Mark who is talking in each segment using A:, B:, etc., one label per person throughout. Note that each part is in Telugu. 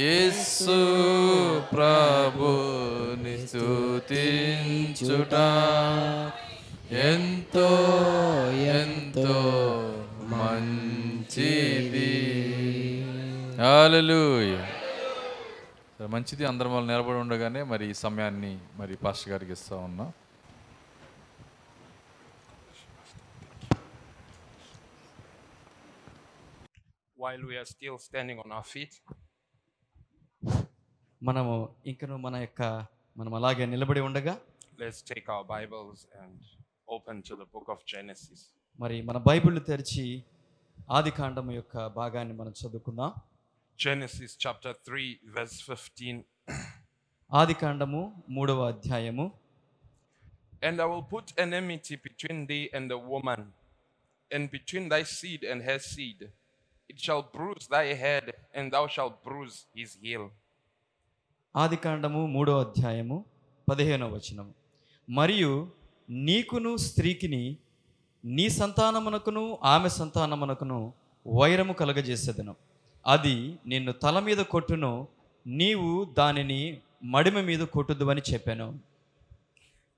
A: యేసు ప్రభుని స్తుతించుట ఎంతో ఎంతో మంచిది హల్లెలూయా సరే, మంచిది అందరం వాళ్ళు నిలబడి ఉండగానే మరి ఈ సమయాన్ని మరి పాస్టర్ గారికి ఇస్తా ఉన్నా
B: while we are still standing on our feet,
C: మనము ఇంకను మన యొక్క మనం అలాగే నిలబడి ఉండగా
B: let's take our Bibles and open to the book of Genesis.
C: మరి మన బైబిల్ తెరిచి ఆది కాండం యొక్క భాగాన్ని మనం చదువుకుందాం
B: Genesis chapter 3, verse 15.
C: ఆది కాండము మూడవ అధ్యాయము
B: And I will put an enmity between thee and the woman, and between thy seed and her seed. It shall bruise thy head, and thou shalt bruise his heel.
C: ఆది కాండము మూడో అధ్యాయము పదిహేనవ వచనము మరియు నీకును స్త్రీకిని నీ సంతానమునకును ఆమె సంతానమునకును వైరము కలగజేసేదను అది నిన్ను తల మీద కొట్టును నీవు దానిని మడిమ మీద కొట్టుదు అని చెప్పాను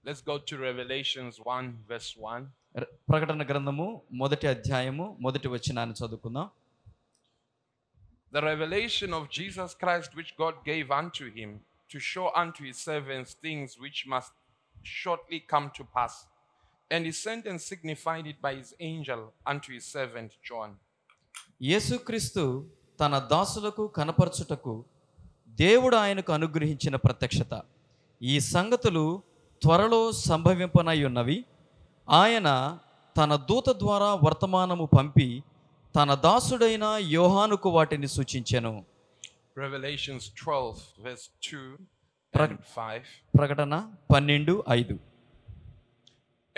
B: Let's go to Revelations 1, verse 1.
C: ర- ప్రకటన గ్రంథము మొదటి అధ్యాయము మొదటి వచనాన్ని చదువుకుందాం
B: the revelation of Jesus Christ, which God gave unto him, to show unto his servants things which must shortly come to pass. And he sent and signified it by his angel unto his servant John.
C: యేసుక్రీస్తు తన దాసులకు కనపరచుటకు దేవుడు ఆయనకు అనుగ్రహించిన ప్రత్యక్షత ఈ సంగతులు త్వరలో సంభవింపనై ఉన్నవి ఆయన తన దూత ద్వారా వర్తమానము పంపి తన దాసుడైన యోహానుకు వాటిని సూచించెను
B: Revelations 12, verse 2
C: Pra-
B: and 5.
C: ప్రకటన పన్నెండు ఐదు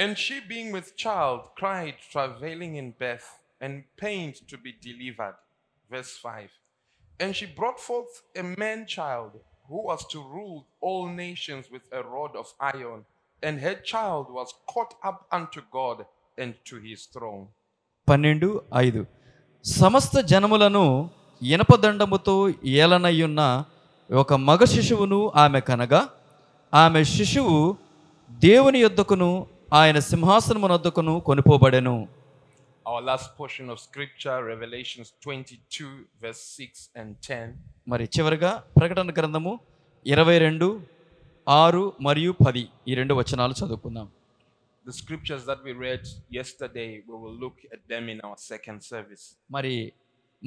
B: And she, being with child, cried, travailing in birth, and pained to be delivered. Verse 5. And she brought forth a man child who was to rule all nations with a rod of iron, and her child was caught up unto God and to his throne.
C: పన్నెండు ఐదు సమస్త జనములను ఇనపదండముతో ఏలనయ్యున్న ఒక మగ శిశువును ఆమె కనగా ఆమె శిశువు దేవుని యొద్దకును ఆయన సింహాసనమునొద్దకును కొనుపోబడెను
B: Our last portion of scripture, Revelations 22, verse 6 and 10.
C: మరి చివరిగా ప్రకటన గ్రంథము ఇరవై రెండు ఆరు మరియు పది ఈ రెండు వచనాలు చదువుకుందాం
B: The scriptures that we read yesterday, we will look at them in our second service.
C: మరి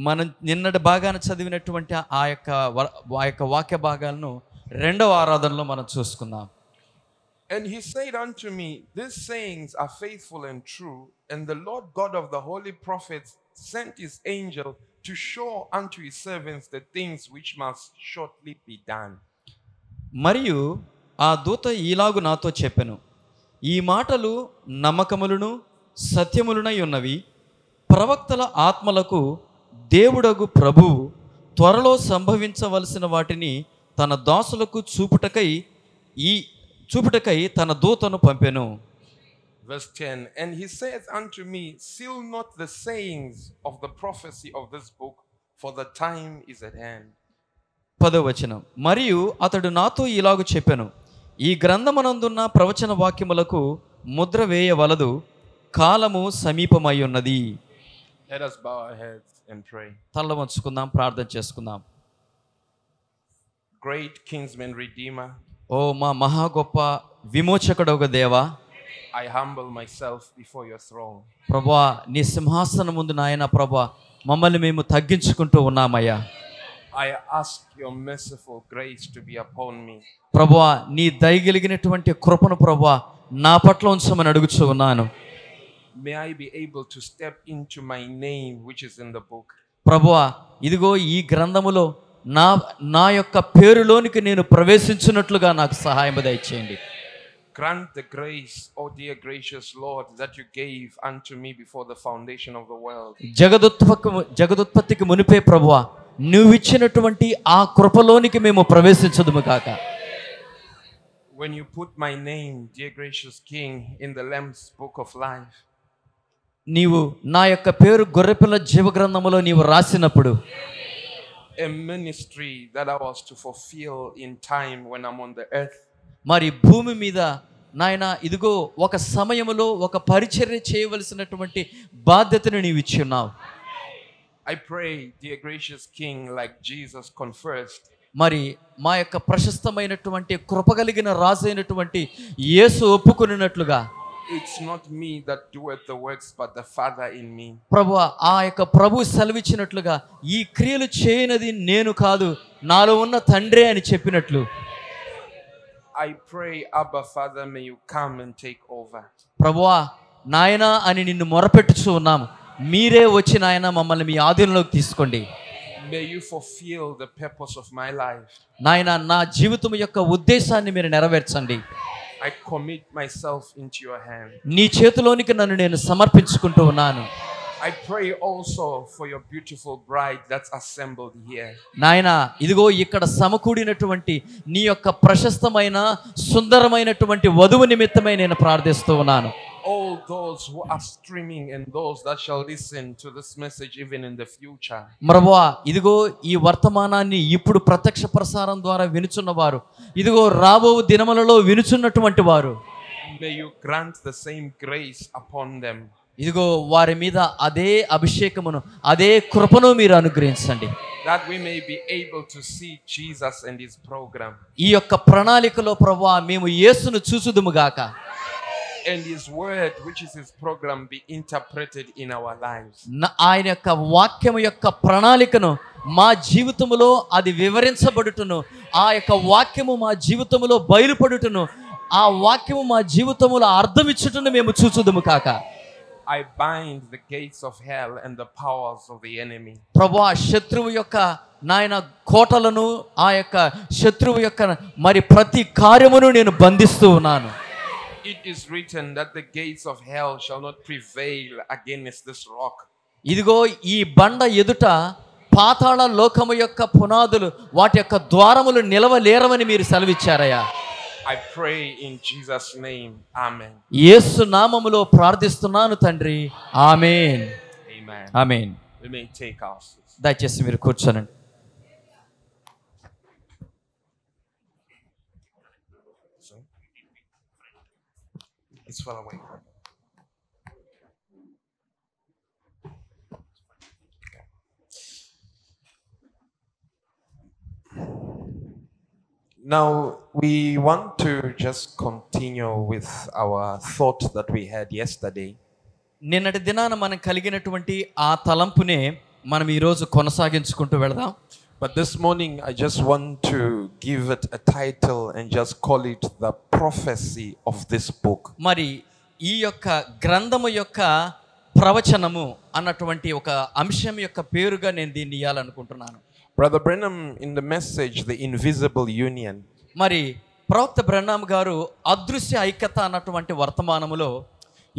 C: మనం నిన్నటి భాగాన చదివినటువంటి ఆ యొక్క వ- ఆ యొక్క వాక్య భాగాలను రెండవ ఆరాధనలో మనం చూసుకుందాం
B: And he said unto me, These sayings are faithful and true. And the Lord God of the holy prophets sent his angel to show unto his servants the things which must shortly be done.
C: మరియు ఆ దూత ఈలాగు నాతో చెప్పెను ఈ మాటలు నమ్మకములను సత్యములునై ఉన్నవి ప్రవక్తల ఆత్మలకు దేవుడగు ప్రభువు త్వరలో సంభవించవలసిన వాటిని తన దాసులకు చూపుటకై ఈ చూపుటకై తన దూతను పంపెను
B: Verse 10 And he saith unto me, Seal not the sayings of the prophecy of this book, for the time is at hand.
C: పదవచనం మరియు అతడు నాతో ఇలాగు చెప్పెను ఈ గ్రంథమనందున్న ప్రవచన వాక్యములకు ముద్ర వేయవలదు కాలము సమీపమై ఉన్నది
B: Let us bow our heads and pray.
C: తల వంచుకుందాం ప్రార్థన చేసుకుందాం
B: Great kinsman redeemer,
C: ఓ మా మహా గొప్ప విమోచకుడొక దేవా
B: I humble myself before your throne.
C: ప్రభా నీ సింహాసనం ముందు నాయన ప్రభా మమ్మల్ని మేము తగ్గించుకుంటూ ఉన్నామయ్యా
B: I ask your merciful grace to be upon me.
C: ప్రభా నీ దయగలిగినటువంటి కృపను ప్రభా నా పట్ల ఉంచమని అడుగుచూ ఉన్నాను
B: May I be able to step into my name which is in the book.
C: ప్రభువా ఇదిగో ఈ గ్రంథములో నా నా యొక్క పేరులోనికి నేను ప్రవేశించినట్లుగా నాకు సహాయం దయచేయండి
B: Grant the grace, O dear gracious Lord, that you gave unto me before the foundation of the world.
C: జగదుత్పత్తి జగదుత్పత్తికి మునిపే ప్రభువా నువ్విచ్చినటువంటి ఆ కృపలోనికి మేము ప్రవేశించదుము కాక
B: When you put my name, dear gracious King, in the Lamb's book of life,
C: నీవు నా యొక్క పేరు గొర్రెపిల్ల జీవగ్రంథములో నీవు రాసినప్పుడు
B: a ministry that I was to fulfill in time when I'm on the earth.
C: మరి భూమి మీద నాయన ఇదిగో ఒక సమయములో ఒక పరిచర్య చేయవలసినటువంటి బాధ్యతను నీవు ఇచ్చున్నావు
B: I pray, dear gracious King, like Jesus confessed,
C: మరి మా యొక్క ప్రశస్తమైనటువంటి కృప కలిగిన రాజు అయినటువంటి యేసు ఒప్పుకున్నట్లుగా
B: it's not me that doeth the works, but the Father in me.
C: ప్రభు ఆ యొక్క ప్రభు సెలవిచ్చినట్లుగా ఈ క్రియలు చేయనది నేను కాదు నాలో ఉన్న తండ్రే అని చెప్పినట్లు
B: I pray, Abba Father, may you come and take over.
C: ప్రభువా నాయనా అని నిన్ను మొరపెట్టుచూ ఉన్నాము మీరే వచ్చి నాయన మమ్మల్ని మీ ఆధీనంలోకి తీసుకోండి
B: May you fulfill the purpose of my life.
C: నాయన నా జీవితం యొక్క ఉద్దేశాన్ని మీరు నెరవేర్చండి
B: I commit myself into your hand.
C: నీ చేతిలోనికి నన్ను నేను సమర్పించుకుంటూ ఉన్నాను
B: I pray also for your beautiful bride that's assembled here.
C: నాయన ఇదిగో ఇక్కడ సమకూడినటువంటి నీ యొక్క ప్రశస్తమైన సుందరమైనటువంటి వధువు నిమిత్తమై నేను ప్రార్థిస్తూ ఉన్నాను
B: All those who are streaming and those that shall listen to this message even in the future.
C: మరవా ఇదిగో ఈ వర్తమానాన్ని ఇప్పుడు ప్రత్యక్ష ప్రసారం ద్వారా వినుచున్నవారు ఇదిగో రాబో దినములలో వినుచున్నటువంటి వారు
B: May you grant the same grace upon them.
C: ఇదిగో వారి మీద అదే అభిషేకమును అదే కృపను మీరు అనుగ్రహించండి
B: that we may be able to see Jesus and his program
C: ఈ యొక్క ప్రణాళికలో ప్రభా మేము యేసును చూసుదుముగాక
B: and his word, which is his program, be interpreted in our lives.
C: న- ఆయన యొక్క వాక్యము యొక్క ప్రణాళికను మా జీవితములో అది వివరించబడుటను ఆ యొక్క వాక్యము మా జీవితములో బయలుపడుటను ఆ వాక్యము మా జీవితములో అర్థం ఇచ్చుటను మేము చూచుదుము కాక
B: I bind the gates of hell and the powers of the enemy.
C: ప్రభా శత్రువు యొక్క నాయన కోటలను ఆ యొక్క శత్రువు యొక్క మరి ప్రతి కార్యమును నేను బంధిస్తూ ఉన్నాను
B: It is written that the gates of hell shall not prevail against this rock.
C: ఇదిగో ఈ బండ ఎదుట పాతాళ లోకము యొక్క పునాదులు వాటి యొక్క ద్వారములు నిలవలేరవని మీరు సెలవిచ్చారయ్యా
B: I pray in Jesus' name. Amen.
C: యేసు నామములో ప్రార్థిస్తున్నాను తండ్రి amen
B: Amen.
C: Amen
B: We may take our seats.
C: దయచేసి మీరు కూర్చోనండి
B: So, it's far away. Now, we want to just continue with our thought that we had yesterday.
C: నిన్నటి దినాన మనం కలిగినటువంటి ఆ తలంపునే మనం ఈరోజు కొనసాగించుకుంటూ వెళదాం
B: But this morning, I just want to give it a title and just call it the prophecy of this book.
C: మరి ఈ యొక్క గ్రంథము యొక్క ప్రవచనము అన్నటువంటి ఒక అంశం యొక్క పేరుగా నేను దీన్ని ఇవ్వాలనుకుంటున్నాను
B: Brother Brenham, in the message, The Invisible Union,
C: మరి ప్రవక్త బ్రహ్నాం గారు అదృశ్య ఐక్యత అన్నటువంటి వర్తమానములో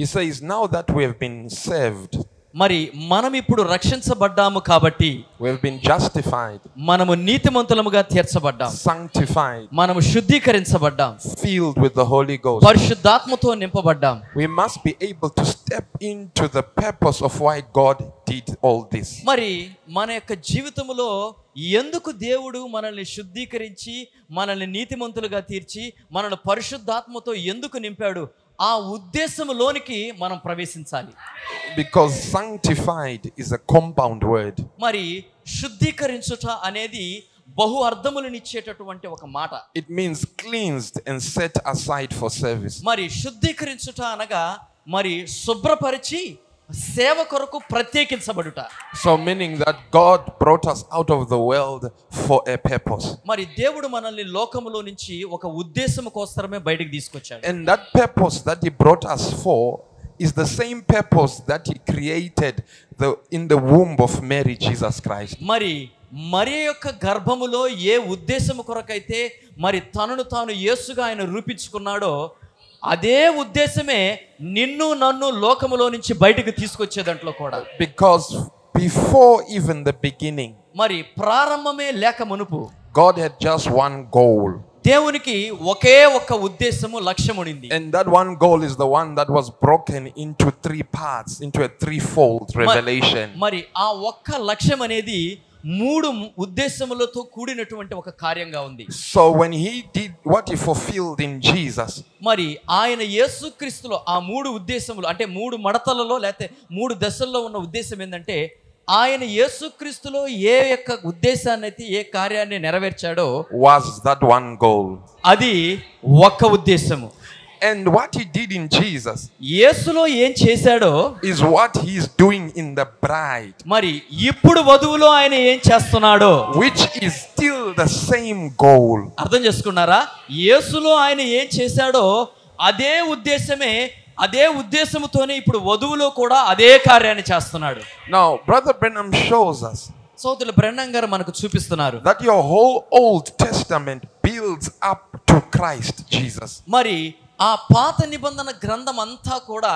B: He says, Now that we have been saved,
C: మరి మనం ఇప్పుడు రక్షించబడ్డాము కాబట్టి
B: we have been justified,
C: మనము నీతిమంతులముగా తీర్చబడ్డాం
B: sanctified,
C: మనము శుద్ధీకరించబడ్డాం
B: filled with the Holy Ghost,
C: పరిశుద్ధాత్మతో నింపబడ్డాం
B: we must be able to step into the purpose of why God did all this.
C: మరి మన యొక్క జీవితంలో ఎందుకు దేవుడు మనల్ని శుద్ధీకరించి మనల్ని నీతిమంతులుగా తీర్చి మనల్ని పరిశుద్ధాత్మతో ఎందుకు నింపాడు ఆ ఉద్దేశంలోనికి మనం ప్రవేశించాలి
B: Because sanctified is a compound word.
C: మరి శుద్ధీకరించుట అనేది బహు అర్థములనిచ్చేటటువంటి ఒక మాట
B: It means cleansed and set aside for service.
C: మరి శుద్ధీకరించుట అనగా మరి శుభ్రపరిచి సేవ కొరకు ప్రత్యేకించబడుట
B: So, meaning that God brought us out of the world for a purpose.
C: మరి దేవుడు మనల్ని లోకములో నుంచి ఒక ఉద్దేశం కోసమే బయటికి తీసుకొచ్చాడు
B: And that purpose that he brought us for is the same purpose that he created the, in the womb of Mary, Jesus Christ.
C: మరి మరి యొక్క గర్భములో ఏ ఉద్దేశం కొరకైతే మరి తనను తాను యేసుగా ఆయన రూపించుకున్నాడో అదే ఉద్దేశమే నిన్ను నన్ను లోకములో నుంచి బయటకు తీసుకొచ్చే దాంట్లో కూడా
B: Because before even the beginning,
C: మరి ప్రారంభమే లేక మునుపు
B: God had just one goal.
C: దేవునికి ఒకే ఒక్క ఉద్దేశము లక్ష్యం ఉండింది
B: And that one goal is the one that was broken into three parts, into a threefold revelation.
C: మరి ఆ ఒక్క లక్ష్యం అనేది మూడు ఉద్దేశములతో కూడినటువంటి ఒక కార్యంగా ఉంది
B: So when he did what he fulfilled in Jesus,
C: మరి ఆయన యేసుక్రీస్తులో ఆ మూడు ఉద్దేశములు అంటే మూడు మడతలలో లేకపోతే మూడు దశల్లో ఉన్న ఉద్దేశం ఏంటంటే ఆయన యేసుక్రీస్తులో ఏ యొక్క ఉద్దేశాన్ని అయితే ఏ కార్యాన్ని నెరవేర్చాడో
B: was that one goal.
C: అది ఒక ఉద్దేశము
B: And what he did in Jesus
C: యేసులో ఏం చేశాడో
B: is what he is doing in the bride,
C: మరి ఇప్పుడు వధువులో ఆయన ఏం చేస్తున్నాడో
B: which is still the same goal.
C: అర్థం చేసుకున్నారా యేసులో ఆయన ఏం చేశాడో అదే ఉద్దేశమే అదే ఉద్దేశముతోనే ఇప్పుడు వధువులో కూడా అదే కార్యాన్ని చేస్తున్నాడు
B: Now, Brother Branham shows us
C: సోదరులు బ్రహ్మం గారు మనకు చూపిస్తున్నారు
B: that your whole Old Testament builds up to Christ Jesus.
C: మరి ఆ పాత నిబంధన గ్రంథం అంతా కూడా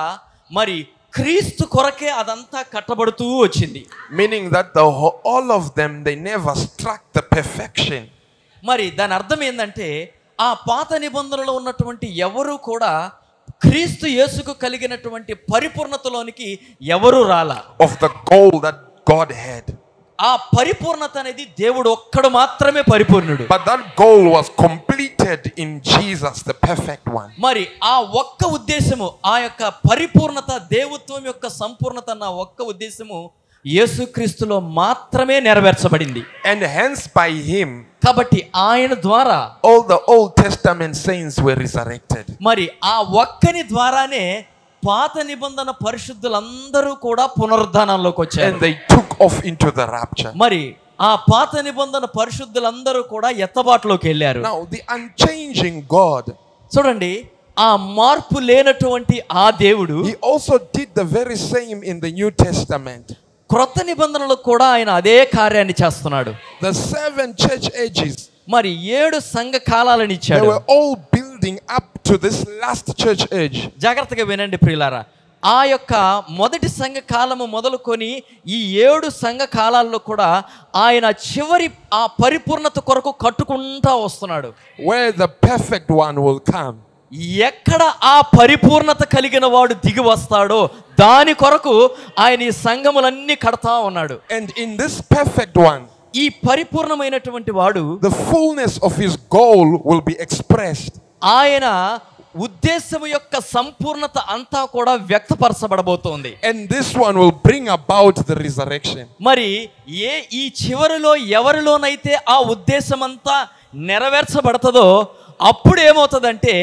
C: మరి క్రీస్తు కొరకే అదంతా కట్టబడుతూ వచ్చింది
B: meaning that the whole, all of them they never struck the perfection
C: మరి దాని అర్థం ఏంటంటే ఆ పాత నిబంధనలో ఉన్నటువంటి ఎవరు కూడా క్రీస్తు యేసుకు కలిగినటువంటి పరిపూర్ణతలోనికి ఎవరు రాలా
B: of the goal that god had
C: ఆ పరిపూర్ణత అనేది దేవుడు ఒక్కడు మాత్రమే పరిపూర్ణుడు
B: but that goal was completed in jesus the perfect one
C: మరి ఆ ఒక్క ఉద్దేశము ఆ యొక్క పరిపూర్ణత దేవుత్వం యొక్క సంపూర్ణత అన్న ఒక్క ఉద్దేశము యేసుక్రీస్తులో మాత్రమే నెరవేర్చబడింది
B: and hence by him
C: కాబట్టి ఆయన ద్వారా
B: all the old testament saints were resurrected
C: మరి ఆ ఒక్కని ద్వారానే పాత నిబంధన పరిశుద్ధులందరూ కూడా పునరుద్ధానంలోకి వచ్చారు
B: and they took off into the rapture
C: మరి ఆ పాత నిబంధన పరిశుద్ధులందరూ కూడా ఎత్తబాటులోకి వెళ్ళారు
B: now the unchanging god
C: చూడండి ఆ మార్పు లేనటువంటి ఆ దేవుడు
B: he also did the very same in the new testament
C: క్రొత్త నిబంధనలకు కూడా ఆయన అదే కార్యాన్ని చేస్తున్నాడు
B: the seven church ages
C: మరి ఏడు సంఘ కాలాలను
B: they
C: ఇచ్చాడు
B: were all building up to this last church age
C: జాగ్రత్తగా వినండి ప్రియులారా ఆ యొక్క మొదటి సంఘ కాలము మొదలుకొని ఈ ఏడు సంఘ కాలాల్లో కూడా ఆయన చివరి ఆ పరిపూర్ణత కొరకు కట్టుకుంటా వస్తున్నాడు
B: where the perfect one will come.
C: ఎక్కడ ఆ పరిపూర్ణత కలిగిన వాడు దిగి వస్తాడో దాని కొరకు ఆయన ఈ సంఘములన్నీ కడతా ఉన్నాడు
B: And in this perfect one,
C: ఈ పరిపూర్ణమైనటువంటి వాడు
B: the fullness of his goal will be expressed.
C: ఆయన ఉద్దేశము యొక్క సంపూర్ణత అంతా కూడా వ్యక్తపరచబడబోతోంది
B: And this one will bring about the resurrection.
C: మరి ఏ ఈ చివరిలో ఎవరిలోనైతే ఆ ఉద్దేశం అంతా నెరవేర్చబడుతుందో అప్పుడు ఏమవుతుందంటే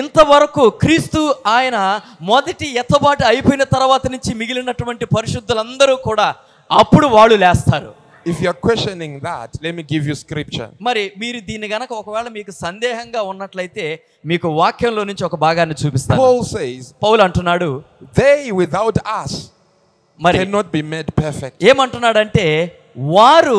C: ఇంతవరకు క్రీస్తు ఆయన మొదటి ఎత్తబాటు అయిపోయిన తర్వాత నుంచి మిగిలినటువంటి పరిశుద్ధులందరూ కూడా అప్పుడు వాళ్ళు లేస్తారు
B: If you're questioning that, let me give you scripture.
C: మరి మీరు దీన్ని గనక ఒకవేళ మీకు సందేహంగా ఉన్నట్లయితే మీకు వాక్యంలో నుంచి ఒక భాగాన్ని చూపిస్తాను
B: Paul says,
C: పౌలు అంటున్నాడు
B: They without us
C: మరి
B: cannot be made perfect.
C: ఏమంటున్నాడంటే వారు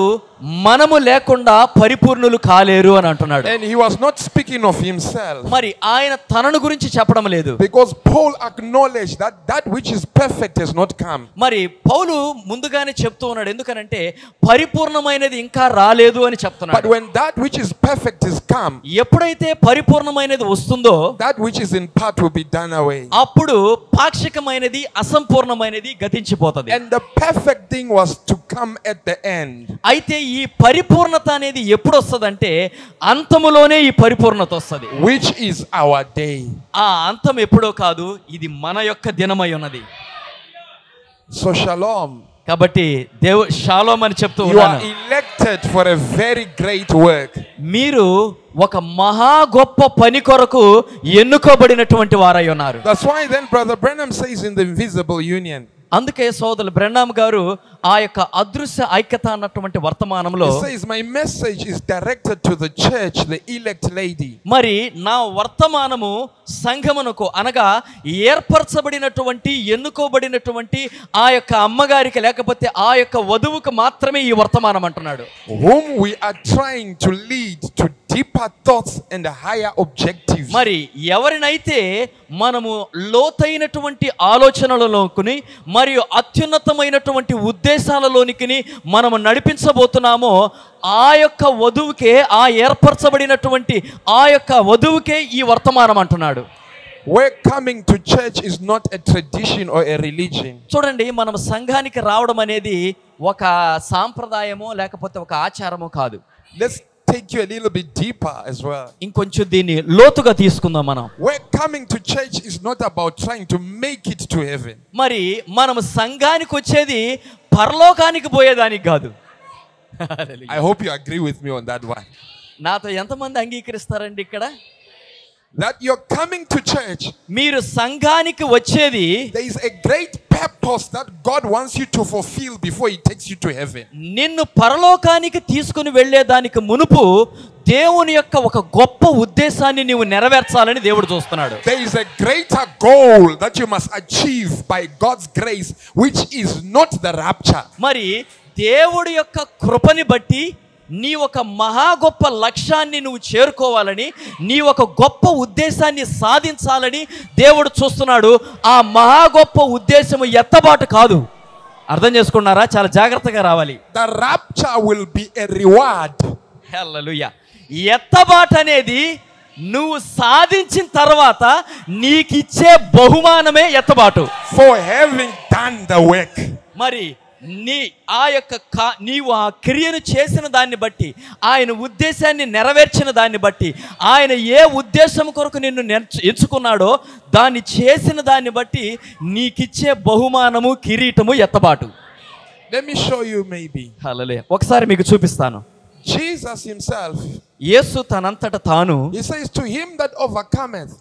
C: మనము లేకుండా పరిపూర్ణులు కాలేరు అని అంటున్నాడు
B: And he was not speaking of himself
C: మరి ఆయన తనను గురించి చెప్పడం లేదు
B: because Paul acknowledged that that which is perfect has not come.
C: మరి పౌలు ముందుగానే చెప్తూ ఉన్నాడు ఎందుకనంటే పరిపూర్ణమైనది ఇంకా రాలేదు అని
B: But
C: చెప్తున్నాడు
B: when that which is perfect is come,
C: ఎప్పుడైతే పరిపూర్ణమైనది వస్తుందో
B: that which is in part will be done away.
C: అప్పుడు పాక్షికమైనది అసంపూర్ణమైనది గతించిపోతుంది
B: And the perfect thing was to come at the end.
C: అయితే ఈ పరిపూర్ణత అనేది ఎప్పుడు వస్తుందంటే అంతములోనే ఈ పరిపూర్ణత వస్తుంది
B: Which is our day.
C: ఆ అంతం ఎప్పుడో కాదు ఇది మన యొక్క దినమై ఉన్నది
B: So, Shalom,
C: కాబట్టి దేవు షాలోం అని చెప్తూ
B: you are
C: ఉన్నాను
B: elected for a very great work.
C: మీరు ఒక మహా గొప్ప పని కొరకు ఎన్నుకోబడినటువంటి వారై ఉన్నారు
B: That's why then Brother Branham says in the Invisible Union,
C: అందుకే సోదరులు బ్రెన్నామ్ గారు ఆ యొక్క అదృశ్య ఐక్యత అన్నటువంటి వర్తమానంలో
B: he says, My message is directed to the church, the elect lady.
C: మరి నా వర్తమానము సంఘమునకు అనగా ఏర్పరచబడినటువంటి ఎన్నుకోబడినటువంటి ఆ యొక్క అమ్మగారికి లేకపోతే ఆ యొక్క వధువుకు మాత్రమే ఈ వర్తమానం అంటున్నాడు
B: Whom we are trying to lead to deeper thoughts and higher objectives.
C: మరి ఎవరినైతే మనము లోతైనటువంటి ఆలోచనలలోకి మరియు అత్యున్నతమైనటువంటి ఉద్దేశాలలోనికి మనము నడిపించబోతున్నామో ఆ యొక్క వధువుకే ఆ ఏర్పరచబడినటువంటి ఆ యొక్క వధువుకే ఈ వర్తమానం అంటున్నాడు
B: Where coming to church is not a tradition or a religion,
C: చూడండి మనం సంఘానికి రావడం అనేది ఒక సాంప్రదాయమో లేకపోతే ఒక ఆచారమో కాదు
B: let's take you a little bit deeper as well.
C: ఇంకొంచెం దీన్ని లోతుగా తీసుకుందాం మనం
B: Where coming to church is not about trying to make it to heaven.
C: మరి మనం సంఘానికి వచ్చేది పరలోకానికి పోయేదానికి కాదు
B: I hope you agree with me on that one.
C: నాతో ఎంతమంది అంగీకరిస్తారండి ఇక్కడ
B: That you're coming to church,
C: మీరు సంఘానికి వచ్చేది
B: there is a great purpose that God wants you to fulfill before He takes you to heaven.
C: నిన్ను పరలోకానికి తీసుకుని వెళ్ళేదానికి మునుపు దేవుని యొక్క ఒక గొప్ప ఉద్దేశాన్ని నీవు నెరవేర్చాలని దేవుడు చూస్తున్నాడు
B: There is a greater goal that you must achieve by God's grace, which is not the rapture.
C: మరి దేవుడి యొక్క కృపని బట్టి నీ ఒక మహా గొప్ప లక్ష్యాన్ని నువ్వు చేరుకోవాలని నీ ఒక గొప్ప ఉద్దేశాన్ని సాధించాలని దేవుడు చూస్తున్నాడు ఆ మహా గొప్ప ఉద్దేశం ఎత్తబాటు కాదు అర్థం చేసుకున్నారా చాలా జాగ్రత్తగా రావాలి
B: The rapture will be a reward.
C: హల్లెలూయా ఎత్తబాటు అనేది నువ్వు సాధించిన తర్వాత నీకిచ్చే బహుమానమే ఎత్తబాటు
B: for having done the work.
C: మరి నీ ఆ యొక్క కా నీవు ఆ క్రియను చేసిన దాన్ని బట్టి ఆయన ఉద్దేశాన్ని నెరవేర్చిన దాన్ని బట్టి ఆయన ఏ ఉద్దేశం కొరకు నిన్ను నెర్చ- ఎంచుకున్నాడో దాన్ని చేసిన దాన్ని బట్టి నీకిచ్చే బహుమానము కిరీటము ఎత్తబాటు
B: Let me show you, maybe.
C: హల్లెలూయా. ఒకసారి మీకు చూపిస్తాను
B: Jesus himself,
C: యేసు తనంతట తాను
B: he says, To him that overcometh,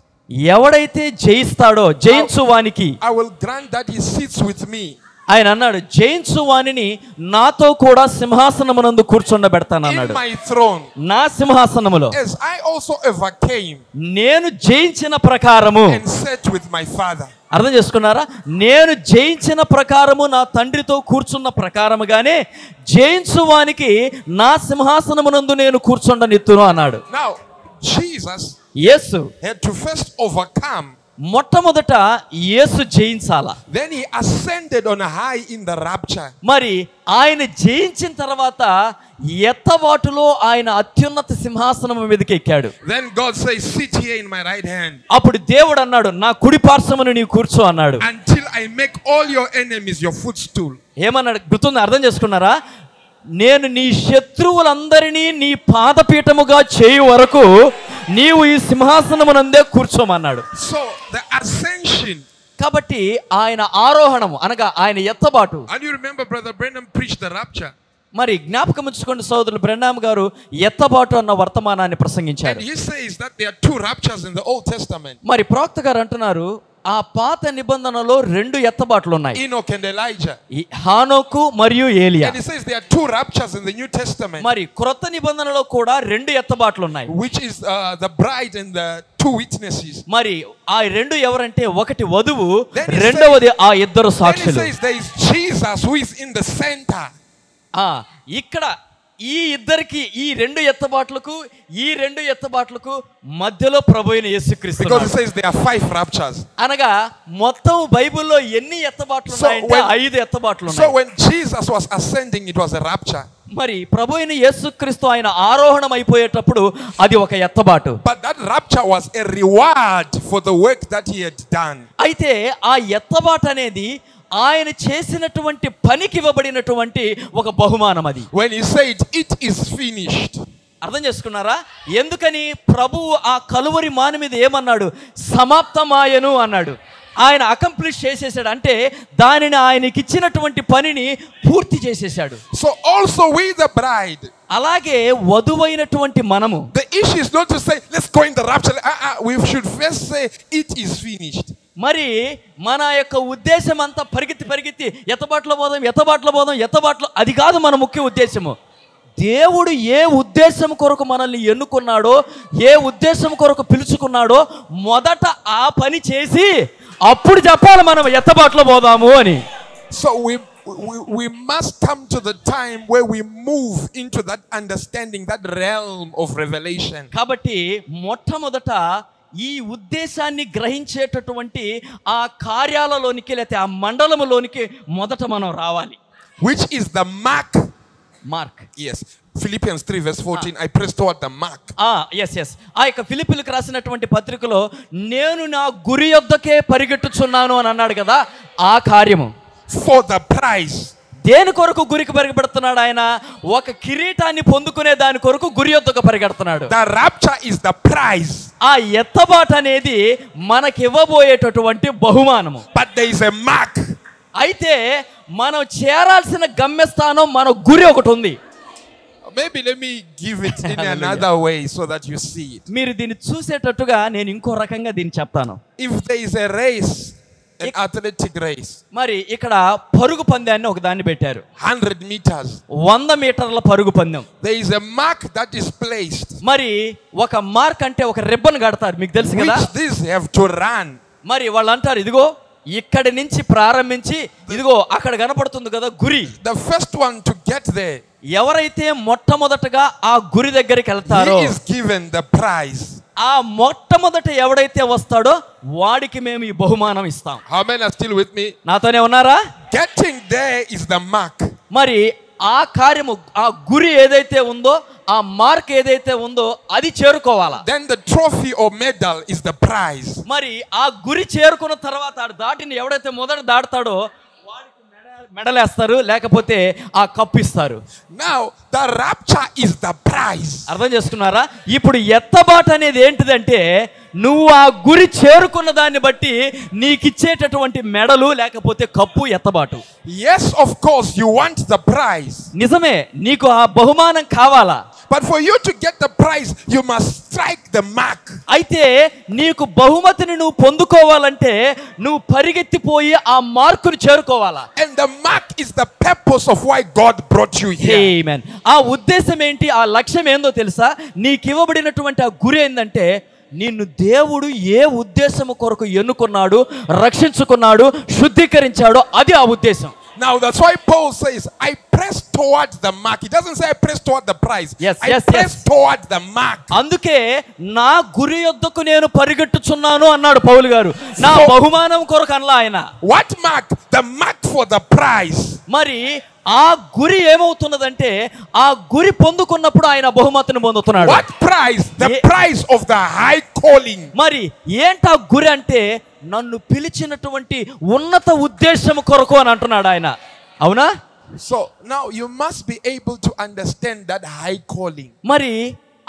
C: ఎవడైతే జయిస్తాడో జయించు వానికి
B: I will grant that he sits with me
C: ఆయన అన్నాడు జయించు వానిని నాతో కూడా సింహాసనమునందు కూర్చుండబెడతాను
B: in
C: అన్నాడు
B: my throne,
C: నా సింహాసనములో
B: as I also overcame
C: నేను జయించిన ప్రకారము
B: and sat with my Father.
C: అర్థం చేసుకున్నారా నేను జయించిన ప్రకారము నా తండ్రితో కూర్చున్న ప్రకారముగానే జయించు వానికి నా సింహాసనమునందు నేను కూర్చుండనిత్తును అన్నాడు
B: Now, Jesus
C: Yesu
B: had to first overcome,
C: మొట్టమొదట యేసు జయించాల
B: then he ascended on high in the rapture.
C: మరి ఆయన జయించిన తర్వాత ఎత్తబాటులో ఆయన అత్యున్నత సింహాసనం మీదకి ఎక్కాడు
B: Then God says, Sit here in my right hand
C: అప్పుడు దేవుడు అన్నాడు నా కుడి పార్శ్వమును నీవు కూర్చో అన్నాడు
B: until I make all your enemies your footstool.
C: ఏమన్నాడు గుర్తుంది అర్థం చేసుకున్నారా నేను నీ శత్రువులందరినీ నీ పాదపీఠముగా చేయు వరకు నీవు ఈ సింహాసనమునందే కూర్చోమన్నాడు
B: So the ascension
C: కాబట్టి ఆయన ఆరోహణము అనగా ఆయన ఎత్తబాటు
B: And you remember, Brother Brenham preached the rapture.
C: మరి జ్ఞాపకం ఉంచుకోండి సోదరులు బ్రెన్నామ్ గారు ఎత్తబాటు అన్న వర్తమానాన్ని
B: And
C: ప్రసంగించారు
B: he says that there are two raptures in the Old Testament
C: మరి ప్రవక్త గారు అంటున్నారు ఆ పాత నిబంధనలో రెండు ఎత్తబాట్లు ఉన్నాయి
B: Enoch and Elijah.
C: ఈ హానోకు మరియు ఏలియా
B: And he says there are two raptures in the New Testament,
C: మరి క్రొత్త నిబంధనలో కూడా రెండు ఎత్తబాట్లు ఉన్నాయి
B: which is uh, the bride and the two witnesses.
C: మరి ఆ రెండు ఎవరంటే ఒకటి వధువు
B: Then he
C: రెండవది ఆ ఇద్దరు
B: Then he
C: సాక్షులు
B: says there is Jesus who is in the center.
C: ఆ ఇక్కడ ఈ ఇద్దరికి ఈ రెండు ఎత్తబాట్లకు ఈ రెండు ఎత్తబాట్లకు మధ్యలో ప్రభు అయిన యేసుక్రీస్తు
B: Because he
C: ఉన్నాడు.
B: says there are five raptures.
C: అనగా మొత్తం బైబిల్లో ఎన్ని ఎత్తబాట్లు
B: So
C: ఉన్నాయంటే
B: when-
C: ఐదు ఎత్తబాట్లు
B: So
C: ఉన్నాయి
B: when Jesus was ascending, it was a rapture.
C: మరి ప్రభు అయిన యేసుక్రీస్తు ఆయన ఆరోహణం అయిపోయేటప్పుడు అది ఒక ఎత్తబాటు
B: But that rapture was a reward for the work that he had done.
C: అయితే ఆ ఎత్తబాటు అనేది ఆయన చేసినటువంటి పనికి ఇవ్వబడినటువంటి ఒక బహుమానం అది
B: When he said, It is finished.
C: అర్థం చేసుకున్నారా ఎందుకని ప్రభువు ఆ కలువరి మాను మీద ఏమన్నాడు సమాప్తమాయను అన్నాడు ఆయన అకంప్లిష్ చేసేసాడు అంటే దానిని ఆయనకి ఇచ్చినటువంటి పనిని పూర్తి చేసేసాడు
B: So also we, the bride,
C: అలాగే వధువైనటువంటి మనము
B: The issue is not to say, let's go in the rapture. Uh, uh, we should first say, it is finished.
C: మరి మన యొక్క ఉద్దేశం అంతా పరిగెత్తి పరిగెత్తి ఎత్తబాట్లో పోదాం ఎత్తబాట్లో పోదాం ఎత్తబాట్లో అది కాదు మన ముఖ్య ఉద్దేశము దేవుడు ఏ ఉద్దేశం కొరకు మనల్ని ఎన్నుకున్నాడో ఏ ఉద్దేశం కొరకు పిలుచుకున్నాడో మొదట ఆ పని చేసి అప్పుడు చెప్పాలి మనం ఎత్తబాట్లో పోదాము అని
B: So we, we, we must come to the time where we move into that understanding, that realm of revelation.
C: కాబట్టి మొట్టమొదట ఈ ఉద్దేశాన్ని గ్రహించేటటువంటి ఆ కార్యాలలోనికి లేకపోతే ఆ మండలంలోనికి మొదట మనం రావాలి
B: Which is the mark
C: mark
B: Yes. Philippians 3, verse 14. I press toward the mark.
C: Yes yes ఆ యొక్క ఫిలిపిలకు రాసినటువంటి పత్రికలో నేను నా గురి యొద్దకే పరిగెట్టుచున్నాను అని అన్నాడు కదా ఆ కార్యము
B: For the prize.
C: దేని కొరకు గురికి పరిగెడుతున్నాడు ఆయన ఒక కిరీటాన్ని పొందుకునే దాని కొరకు గురి యొద్దకు పరిగెడుతున్నాడు
B: The rapture is the prize.
C: ఆ ఎత్తబాట అనేది మనకివ్వబోయేటటువంటి బహుమానము
B: But there is a mark.
C: అయితే మనం చేరాల్సిన గమ్యస్థానం మన గురి ఒకటి ఉంది
B: Maybe let me give it in another way so that you see it.
C: మీరు దీన్ని చూసేటట్టుగా నేను ఇంకో రకంగా దీన్ని చెప్తాను
B: If there is a race, an
C: Ik-
B: athletic race,
C: మరి ఇక్కడ పరుగు పందాన్ని ఒక దాన్ని పెట్టారు
B: 100 meters,
C: వంద మీటర్ల పరుగు పందెం
B: there is a mark that is placed,
C: మరి ఒక మార్క్ అంటే ఒక రిబ్బన్ కడతారు మీకు తెలుసు కదా
B: which these have to run.
C: మరి వాళ్ళు అంటారు ఇదిగో ఇక్కడి నుంచి ప్రారంభించి ఇదిగో అక్కడ కనపడుతుంది కదా గురి
B: The first one to get there,
C: ఎవరైతే మొట్టమొదటగా ఆ గురి దగ్గరికి వెళ్తారో
B: he is given the prize.
C: ఆ మొట్టమొదట ఎవడైతే వస్తాడో వాడికి మేము ఈ బహుమానం ఇస్తాం
B: How many are still with me?
C: నాతోనే ఉన్నారా
B: Getting there is the mark.
C: మరి ఆ కార్యము ఆ గురి ఏదైతే ఉందో ఆ మార్క్ ఏదైతే ఉందో అది చేరుకోవాలా
B: Then the trophy or medal is the prize.
C: మరి ఆ గురి చేరుకున్న తర్వాత ఆడు దాటిని ఎవడైతే మొదట దాటుతాడో వాడికి మెడ- మెడలేస్తారు లేకపోతే ఆ కప్పు ఇస్తారు
B: Now, the rapture is the prize.
C: అర్థం చేసుకున్నారా ఇప్పుడు ఎత్తబాట అనేది ఏంటిదంటే నువ్వు ఆ గురి చేరుకున్న దాన్ని బట్టి నీకిచ్చేటటువంటి మెడలు లేకపోతే కప్పు ఎత్తబాటు
B: Yes, of course, you want the prize.
C: నిజమే నీకు ఆ బహుమానం కావాలా
B: But for you to get the prize, you must strike the mark.
C: అయితే నీకు బహుమతిని నువ్వు పొందుకోవాలంటే నువ్వు పరిగెత్తిపోయి ఆ మార్కును చేరుకోవాలా
B: And the mark is the purpose of why God brought you here.
C: Amen. ఆ ఉద్దేశం ఏంటి ఆ లక్ష్యం ఏందో తెలుసా నీకు ఇవ్వబడినటువంటి ఆ గురి ఏంటంటే నిన్ను దేవుడు ఏ ఉద్దేశము కొరకు ఎన్నుకున్నాడు రక్షించుకున్నాడు శుద్ధీకరించాడో అది ఆ ఉద్దేశం
B: Now that's why Paul says, I press toward the mark. He doesn't say I press toward the prize.
C: Yes,
B: I
C: yes,
B: press
C: yes.
B: toward the mark.
C: అందుకే నా గురి యొద్దకు నేను పరిగెట్టుచున్నాను అన్నాడు పౌలు గారు నా బహుమానం కొరకు అనలా ఆయన
B: What mark? The mark for the prize.
C: మరి ఆ గురి ఏమవుతున్నదంటే ఆ గురి పొందుకున్నప్పుడు ఆయన బహుమతిని పొందుతున్నాడు
B: What prize? The
C: Ye-
B: prize of the high calling.
C: మరి ఏంటా గురి అంటే నన్ను పిలిచినటువంటి ఉన్నత ఉద్దేశం కొరకు అని అంటున్నాడు ఆయన అవునా
B: So now you must be able to understand that high calling.
C: మరి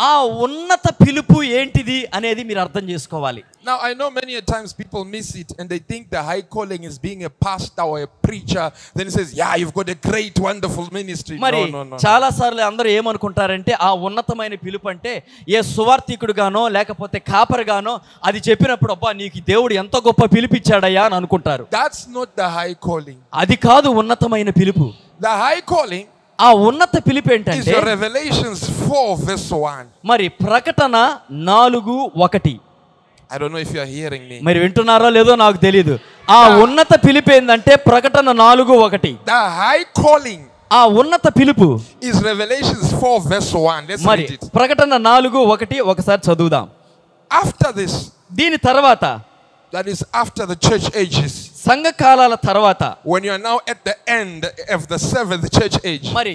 C: ఆ ఉన్నత పిలుపు ఏంటిది అనేది మీరు అర్థం చేసుకోవాలి
B: Now, I know many a times people miss it and they think the high calling is being a pastor or a preacher. Then it says, Yeah, you've got a great, wonderful ministry.
C: మరి
B: no, no, no.
C: చాలా సార్లు అందరూ ఏమనుకుంటారంటే ఆ ఉన్నతమైన పిలుపు అంటే ఏ సువార్థికుడుగానో లేకపోతే కాపరిగానో అది చెప్పినప్పుడు అబ్బా నీకు ఈ దేవుడు ఎంత గొప్ప పిలిపిచ్చాడయ్యా అని అనుకుంటారు
B: That's not the high calling.
C: అది కాదు ఉన్నతమైన పిలుపు
B: The high calling
C: ఆ ఉన్నత పిలుపు
B: is
C: ఏంటంటే
B: your Revelations 4, verse 1.
C: మరి ప్రకటన నాలుగు ఒకటి
B: I don't know if you're hearing me.
C: మరి వింటున్నారో లేదో నాకు తెలియదు ఆ ఉన్నత పిలుపు ఏందంటే ప్రకటన నాలుగు ఒకటి
B: The high calling
C: ఆ ఉన్నత పిలుపు
B: is Revelations 4, verse 1. Let's
C: మరి
B: read it.
C: ప్రకటన నాలుగు ఒకటి ఒకసారి చదువుదాం
B: After this,
C: దీని తర్వాత
B: that is after the church ages,
C: సంఘకాలాల తర్వాత
B: when you are now at the end of the seventh church age,
C: మరి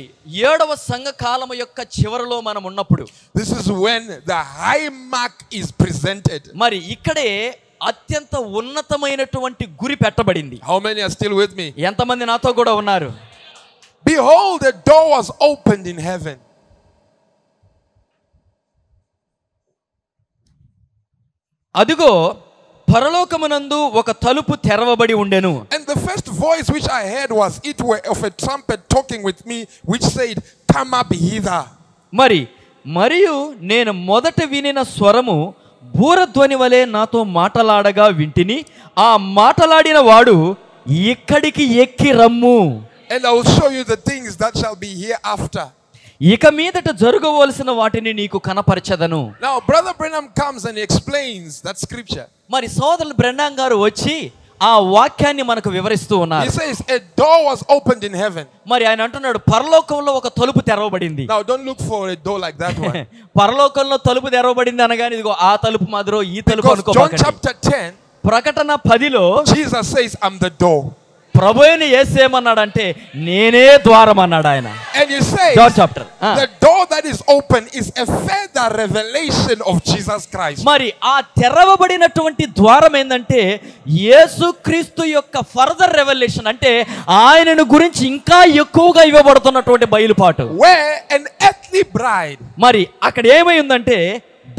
C: ఏడవ సంఘ కాలము యొక్క చివరిలో మనం ఉన్నప్పుడు
B: this is when the high mark is presented.
C: మరి ఇక్కడే అత్యంత ఉన్నతమైనటువంటి గురి పెట్టబడింది
B: How many are still with me?
C: ఎంతమంది నాతో కూడా ఉన్నారు
B: Behold, the door was opened in heaven.
C: అదిగో పరలోకమునందు ఒక తలుపు తెరవబడి ఉండెను
B: And the first voice which I heard was it were of a trumpet talking with me, which said, Come up hither.
C: మరి మరియు నేను మొదట వినిన స్వరము బూరధ్వని వలె నాతో మాటలాడగా వింటిని ఆ మాటలాడిన వాడు ఇక్కడికి ఎక్కి రమ్ము
B: And I will show you the things that shall be hereafter.
C: ఇక మీదట జరగవలసిన వాటిని నీకు కనపరచదను
B: Now, Brother Branham comes and he explains that scripture.
C: మరి సోదరులు బ్రెన్నాం గారు వచ్చి ఆ వాక్యాన్ని మనకు వివరిస్తూ
B: He
C: ఉన్నారు
B: says, A door was opened in heaven.
C: మరి ఆయన అంటున్నాడు పరలోకంలో ఒక తలుపు తెరవబడింది
B: Now, don't look for a door like that one.
C: పరలోకంలో తలుపు తెరవబడింది అనగానే ఇదిగో ఆ తలుపు మాదిరో ఈ తలుపు
B: Because John
C: అనుకోకండి
B: chapter 10,
C: ప్రకటన పదిలో
B: Jesus says, I'm the door.
C: ప్రభుని ఏసేమన్నాడంటే నేనే ద్వారం అన్నాడు ఆయన
B: And he says,
C: John chapter
B: the door that is open is a further revelation of Jesus Christ.
C: మరి ఆ తెరవబడినటువంటి ద్వారం ఏంటంటే యేసుక్రీస్తు యొక్క ఫర్దర్ రెవల్యూషన్ అంటే ఆయనను గురించి ఇంకా ఎక్కువగా ఇవ్వబడుతున్నటువంటి బయలుపాటు
B: Where an earthly bride
C: మరి అక్కడ ఏమై ఉందంటే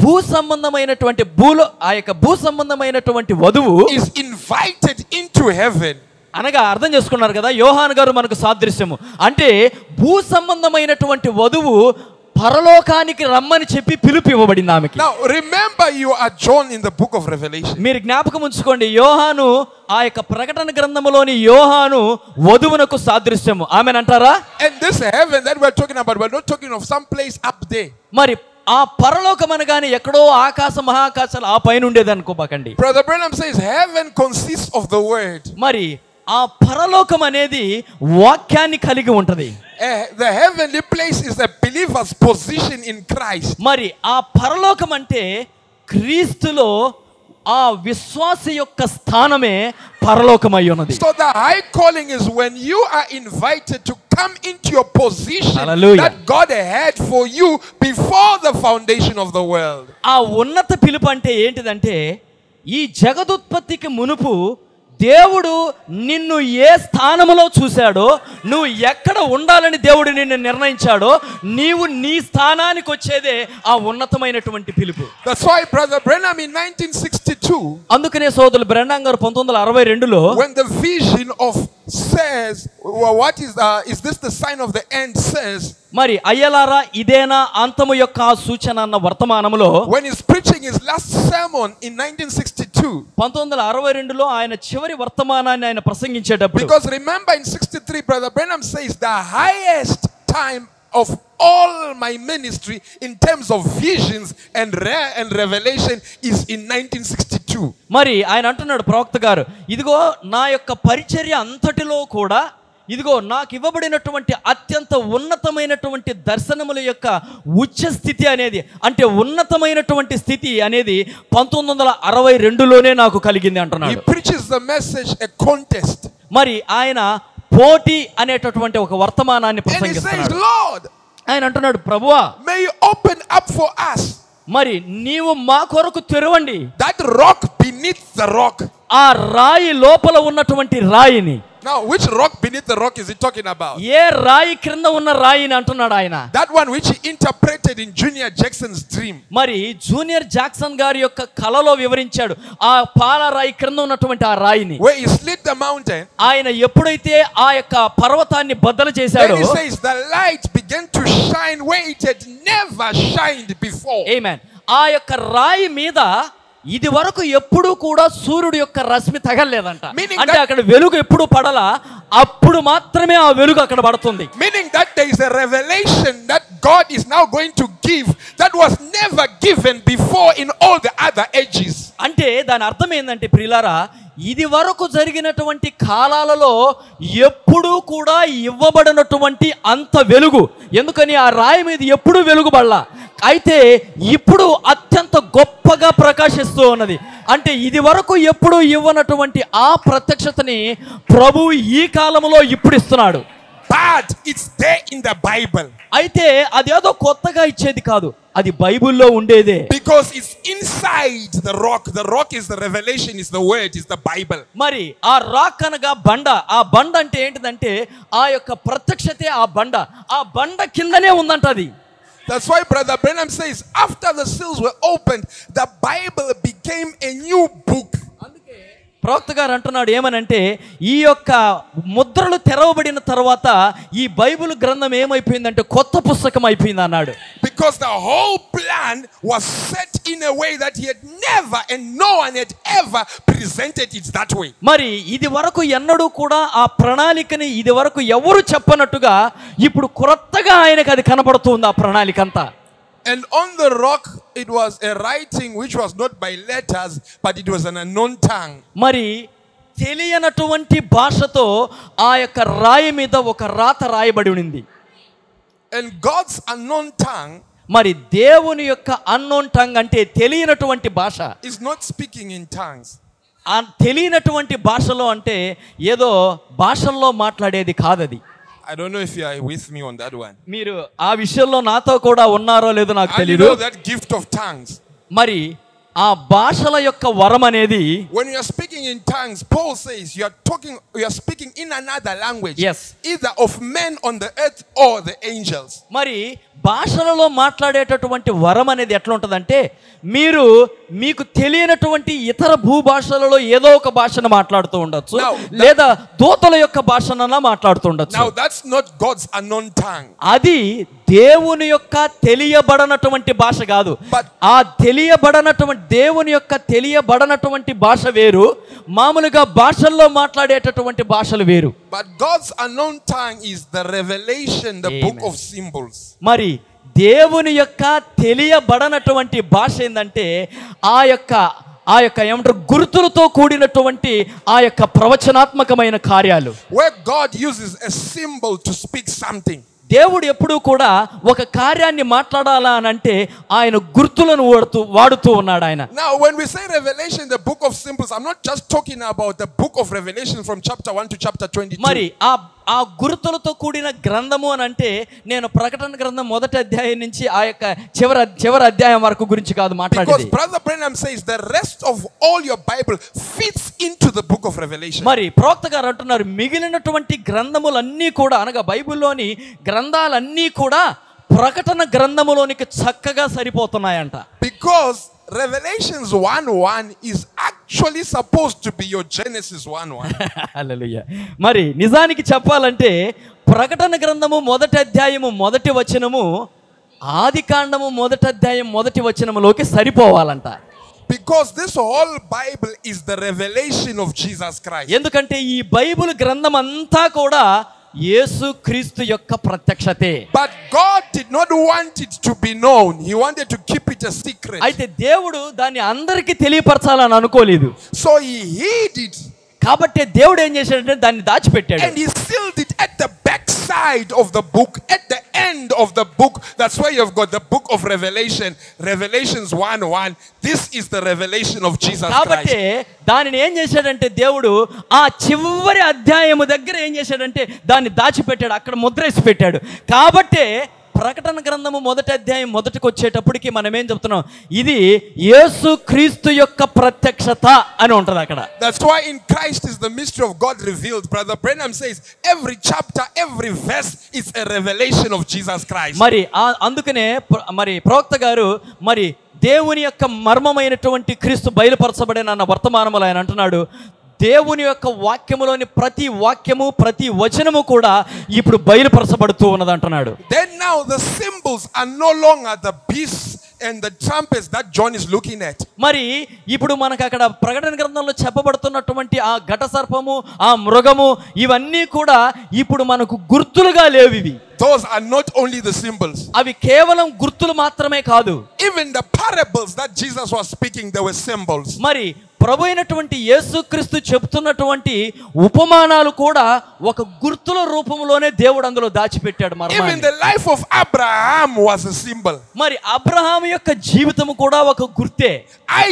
C: భూ సంబంధమైనటువంటి భూలో ఆ యొక్క భూ సంబంధమైనటువంటి వధువు
B: is invited into heaven
C: అనగా అర్థం చేసుకున్నారు కదా యోహాన్ గారు మనకు సాదృశ్యము అంటే భూ సంబంధమైనటువంటి వధువు పరలోకానికి రమ్మని చెప్పి పిలుపు ఇవ్వబడింది ఆమెకి
B: Now, remember, you are John in the book of Revelation.
C: మీరు జ్ఞాపకం ఉంచుకోండి యోహాను ఆ యొక్క ప్రకటన గ్రంథములోని యోహాను వధువునకు సాదృశ్యము ఆమెనంటారా
B: And this heaven that we're talking about, we're not talking of some place up there.
C: మరి ఆ పరలోకం అనగానే ఎక్కడో ఆకాశ మహాకాశాలు ఆ పైన ఉండేది అనుకోబాకండి
B: Brother Branham says, Heaven consists of the word.
C: మరి ఆ పరలోకం అనేది వాక్యాన్ని కలిగి ఉంటది
B: Eh, the heavenly place is a believer's position in Christ.
C: మరి ఆ పరలోకం అంటే క్రీస్తులో ఆ విశ్వాస యొక్క స్థానమే పరలోకమై ఉన్నది
B: So the high calling is when you are invited to come into your position
C: Hallelujah.
B: that God had for you before the foundation of the world.
C: ఆ ఉన్నత పిలుపు అంటే ఏంటిదంటే ఈ జగదుత్పత్తికి మునుపు దేవుడు నిన్ను ఏ స్థానంలో చూశాడో నువ్వు ఎక్కడ ఉండాలని దేవుడు నిన్ను నిర్ణయించాడో నీవు నీ స్థానానికి వచ్చేదే ఆ ఉన్నతమైనటువంటి పిలుపు
B: That's why Brother Branham in 1962,
C: అందుకనే సోదరులు బ్రెండాం గారు పంతొమ్మిది వందల అరవై రెండులో
B: when the vision of says, well, what is, uh, is this the sign of the end says,
C: మరి అయ్యలారా ఇదేనా అంతము యొక్క ఆ సూచన అన్న వర్తమానంలో
B: when he's preaching his last sermon in 1962,
C: పంతొమ్మిది వందల అరవై రెండులో ఆయన చివరి వర్తమానాన్ని ఆయన ప్రసంగించేటప్పుడు
B: Because remember in 63, Brother Branham says, the highest time of all my ministry in terms of visions and, re- and revelation is in 1962.
C: మరి ఆయన అంటున్నాడు ప్రవక్త గారు ఇదిగో నా యొక్క పరిచర్య అంతటిలో కూడా ఇదిగో నాకు ఇవ్వబడినటువంటి అత్యంత ఉన్నతమైనటువంటి దర్శనముల యొక్క ఉచ్చ స్థితి అనేది అంటే ఉన్నతమైనటువంటి స్థితి అనేది పంతొమ్మిది వందల అరవై రెండులోనే నాకు కలిగింది
B: He
C: అంటున్నాడు
B: preaches the message a contest.
C: మరి ఆయన పోటీ అనేటటువంటి ఒక వర్తమానాన్ని
B: And he says,
C: ప్రసంగిస్తున్నాడు
B: Lord,
C: ఆయన అంటున్నాడు ప్రభువా
B: may you open up for us
C: మరి నీవు మా కొరకు తెరవండి
B: that rock beneath the rock.
C: ఆ రాయి లోపల ఉన్నటువంటి రాయిని
B: Now, which rock beneath the rock is he talking about?
C: ఏ రాయి క్రింద ఉన్న రాయిని అంటున్నాడు ఆయన
B: That one which he interpreted in Junior Jackson's dream.
C: మరి జూనియర్ జాక్సన్ గారి యొక్క కలలో వివరించాడు ఆ పాల రాయి క్రింద ఉన్నటువంటి ఆ రాయిని
B: Where he slid the mountain
C: ఆయన ఎప్పుడైతే ఆ యొక్క పర్వతాన్ని బద్దలు చేశాడో
B: Then he says the light began to shine where it had never shined before.
C: Amen ఆ యొక్క రాయి మీద ఇది వరకు ఎప్పుడూ కూడా సూర్యుడు యొక్క రశ్మి తగలలేదంట
B: Meaning
C: అంటే
B: that-
C: అక్కడ వెలుగు ఎప్పుడు పడలా అప్పుడు మాత్రమే ఆ వెలుగు అక్కడ పడుతుంది
B: Meaning that there is a revelation that God is now going to give that was never given before in all the other ages.
C: అంటే దాని అర్థం ఏంటంటే ప్రిలారా ఇది వరకు జరిగినటువంటి కాలాలలో ఎప్పుడూ కూడా ఇవ్వబడినటువంటి అంత వెలుగు ఎందుకని ఆ రాయి మీద ఎప్పుడూ వెలుగు పడలా అయితే ఇప్పుడు అత్యంత గొప్పగా ప్రకాశిస్తూ ఉన్నది అంటే ఇది వరకు ఎప్పుడూ ఇవ్వనటువంటి ఆ ప్రత్యక్షతని ప్రభువు ఈ కాలంలో ఇప్పుడు ఇస్తున్నాడు
B: But it's there in the Bible
C: అయితే అదేదో కొత్తగా ఇచ్చేది కాదు అది బైబిల్లో ఉండేదే
B: because it's inside the rock. The rock is the revelation, is the word, is the Bible.
C: మరి ఆ రాక్ అనగా బండ ఆ బండ అంటే ఏంటిదంటే ఆ యొక్క ప్రత్యక్షతే ఆ బండ ఆ బండ కిందనే ఉందంట అది
B: That's why Brother Branham says after the seals were opened, the Bible became a new book.
C: ప్రవక్త గారు అంటున్నాడు ఏమనంటే ఈ యొక్క ముద్రలు తెరవబడిన తర్వాత ఈ బైబిల్ గ్రంథం ఏమైపోయిందంటే కొత్త పుస్తకం అయిపోయింది అన్నాడు
B: Because the whole plan was set in a way that he had never and no one had ever presented it that way.
C: మరి ఇది వరకు ఎన్నడూ కూడా ఆ ప్రణాళికని ఇది వరకు ఎవరు చెప్పనట్టుగా ఇప్పుడు కొత్తగా ఆయనకు అది కనబడుతుంది ఆ ప్రణాళిక అంతా
B: And on the rock, it was a writing which was not by letters, but it was an unknown tongue.
C: మరి తెలియనటువంటి భాషతో ఆ యొక్క రాయి మీద ఒక రాత రాయబడి ఉంది
B: And God's unknown tongue
C: మరి దేవుని యొక్క అన్నోన్ టంగ్ అంటే తెలియనటువంటి భాష
B: is not speaking in tongues.
C: ఆ తెలియనటువంటి భాషలో అంటే ఏదో భాషల్లో మాట్లాడేది కాదది
B: I don't know if you are with me on that one.
C: మీరు ఆ విషయంలో నాతో కూడా ఉన్నారో లేదో నాకు
B: And you
C: తెలియదు
B: know that gift of tongues.
C: మరి ఆ భాషల యొక్క వరం అనేది
B: When you are speaking in tongues, Paul says you are talking, you are speaking in another language.
C: Yes.
B: Either of men on the earth or the angels.
C: మరి భాషలలో మాట్లాడేటటువంటి వరం అనేది ఎట్లా ఉంటుందంటే మీరు మీకు తెలియనటువంటి ఇతర భూభాషలలో ఏదో ఒక భాషను మాట్లాడుతూ ఉండొచ్చు
B: Now, that-
C: లేదా దూతల యొక్క భాషనన్నా మాట్లాడుతూ ఉండొచ్చు
B: Now that's not God's unknown tongue.
C: అది దేవుని యొక్క తెలియబడనటువంటి భాష కాదు
B: But-
C: ఆ తెలియబడనటువంటి దేవుని యొక్క తెలియబడనటువంటి భాష వేరు మామూలుగా భాషల్లో మాట్లాడేటటువంటి భాషలు వేరు
B: But God's unknown tongue is the revelation, the
C: Amen.
B: book of symbols.
C: మరి దేవుని యొక్క తెలియబడనటువంటి భాష ఏంటంటే ఆ యొక్క ఆ యొక్క ఏమంటారు గుర్తులతో కూడినటువంటి ఆ యొక్క ప్రవచనాత్మకమైన కార్యాలు
B: Where God uses a symbol to speak something.
C: దేవుడు ఎప్పుడూ కూడా ఒక కార్యాన్ని మాట్లాడాలా అని అంటే ఆయన గుర్తులను వాడుతూ వాడుతూ ఉన్నాడు ఆయన
B: Now, when we say revelation, the book of symbols, I'm not just talking about the book of Revelation from chapter 1 to chapter 22.
C: మరి ఆ ఆ గుర్తులతో కూడిన గ్రంథము అని అంటే నేను ప్రకటన గ్రంథం మొదటి అధ్యాయం నుంచి ఆ యొక్క చివరి చివరి అధ్యాయం వరకు గురించి కాదు
B: Because
C: మాట్లాడేది
B: Brother Branham says the rest of all your Bible fits into the book of Revelation.
C: మరి ప్రవక్త గారు అంటున్నారు మిగిలినటువంటి గ్రంథములన్నీ కూడా అనగా బైబిల్లోని గ్రంథాలన్నీ కూడా ప్రకటన గ్రంథములోనికి చక్కగా సరిపోతున్నాయంట
B: Because Revelations 1 1 is actually supposed to be your Genesis 1 1.
C: హల్లెలూయా. మరి నిజానికి చెప్పాలంటే ప్రకటన గ్రంథము మొదటి అధ్యాయము మొదటి వచనము ఆది కాండము మొదటి అధ్యాయం మొదటి వచనములోకి సరిపోవాలంట
B: Because this whole Bible is the revelation of Jesus Christ.
C: ఎందుకంటే ఈ బైబిల్ గ్రంథం అంతా కూడా యేసు క్రీస్తు యొక్క ప్రత్యక్షతే
B: But God did not want it to be known, He wanted to keep it a secret.
C: అయితే దేవుడు దాన్ని అందరికీ తెలియపరచాలని అనుకోలేదు
B: so He hid it
C: కాబట్టి దేవుడు ఏం చేశాడంటే దాన్ని దాచిపెట్టాడు
B: and He sealed it at the backside of the book, at the end of the book. That's why you've got the book of Revelation, Revelations 1 1. This is the revelation of Jesus Christ.
C: కాబట్టి దానిని ఏం చేశాడంటే దేవుడు ఆ చివరి అధ్యాయము దగ్గర ఏం చేశాడంటే దాన్ని దాచిపెట్టాడు అక్కడ ముద్రేసి పెట్టాడు కాబట్టే ప్రకటన గ్రంథము మొదటి అధ్యాయం మొదటికి వచ్చేటప్పటికి మనం ఏం చెప్తున్నాం ఇది యేసు క్రీస్తు యొక్క ప్రత్యక్షత అని ఉంటుంది అక్కడ
B: That's why in Christ is the mystery of God revealed. Brother Branham says every chapter, every verse is a revelation of Jesus Christ.
C: మరి ఆ- అందుకనే ప్ర- మరి ప్రవక్త గారు మరి దేవుని యొక్క మర్మమైనటువంటి క్రీస్తు బయలుపరచబడిన అన్న వర్తమానములు ఆయన అంటున్నాడు దేవుని యొక్క వాక్యములోని ప్రతి వాక్యము ప్రతి వచనము కూడా ఇప్పుడు బయలుపరచబడుతూ ఉన్నది అంటున్నాడు
B: then now the symbols are no longer the beasts and the trumpets that John is looking at.
C: మరి ఇప్పుడు మనకు అక్కడ ప్రకటన గ్రంథంలో చెప్పబడుతున్నటువంటి ఆ ఘట సర్పము ఆ మృగము ఇవన్నీ కూడా ఇప్పుడు మనకు గుర్తులుగా లేవు ఇవి
B: Those are not only the symbols.
C: అవి కేవలం గుర్తులు మాత్రమే కాదు
B: Even the parables that Jesus was speaking, they were symbols.
C: మరి ప్రభు అయినటువంటి యేసుక్రీస్తు చెప్తున్నటువంటి ఉపమానాలు కూడా ఒక గుర్తుల రూపంలోనే దేవుడు అందులో దాచిపెట్టాడు
B: Even
C: మర్మాన్ని
B: the life of Abraham was a symbol.
C: మరి అబ్రహాం యొక్క జీవితం కూడా ఒక గుర్తే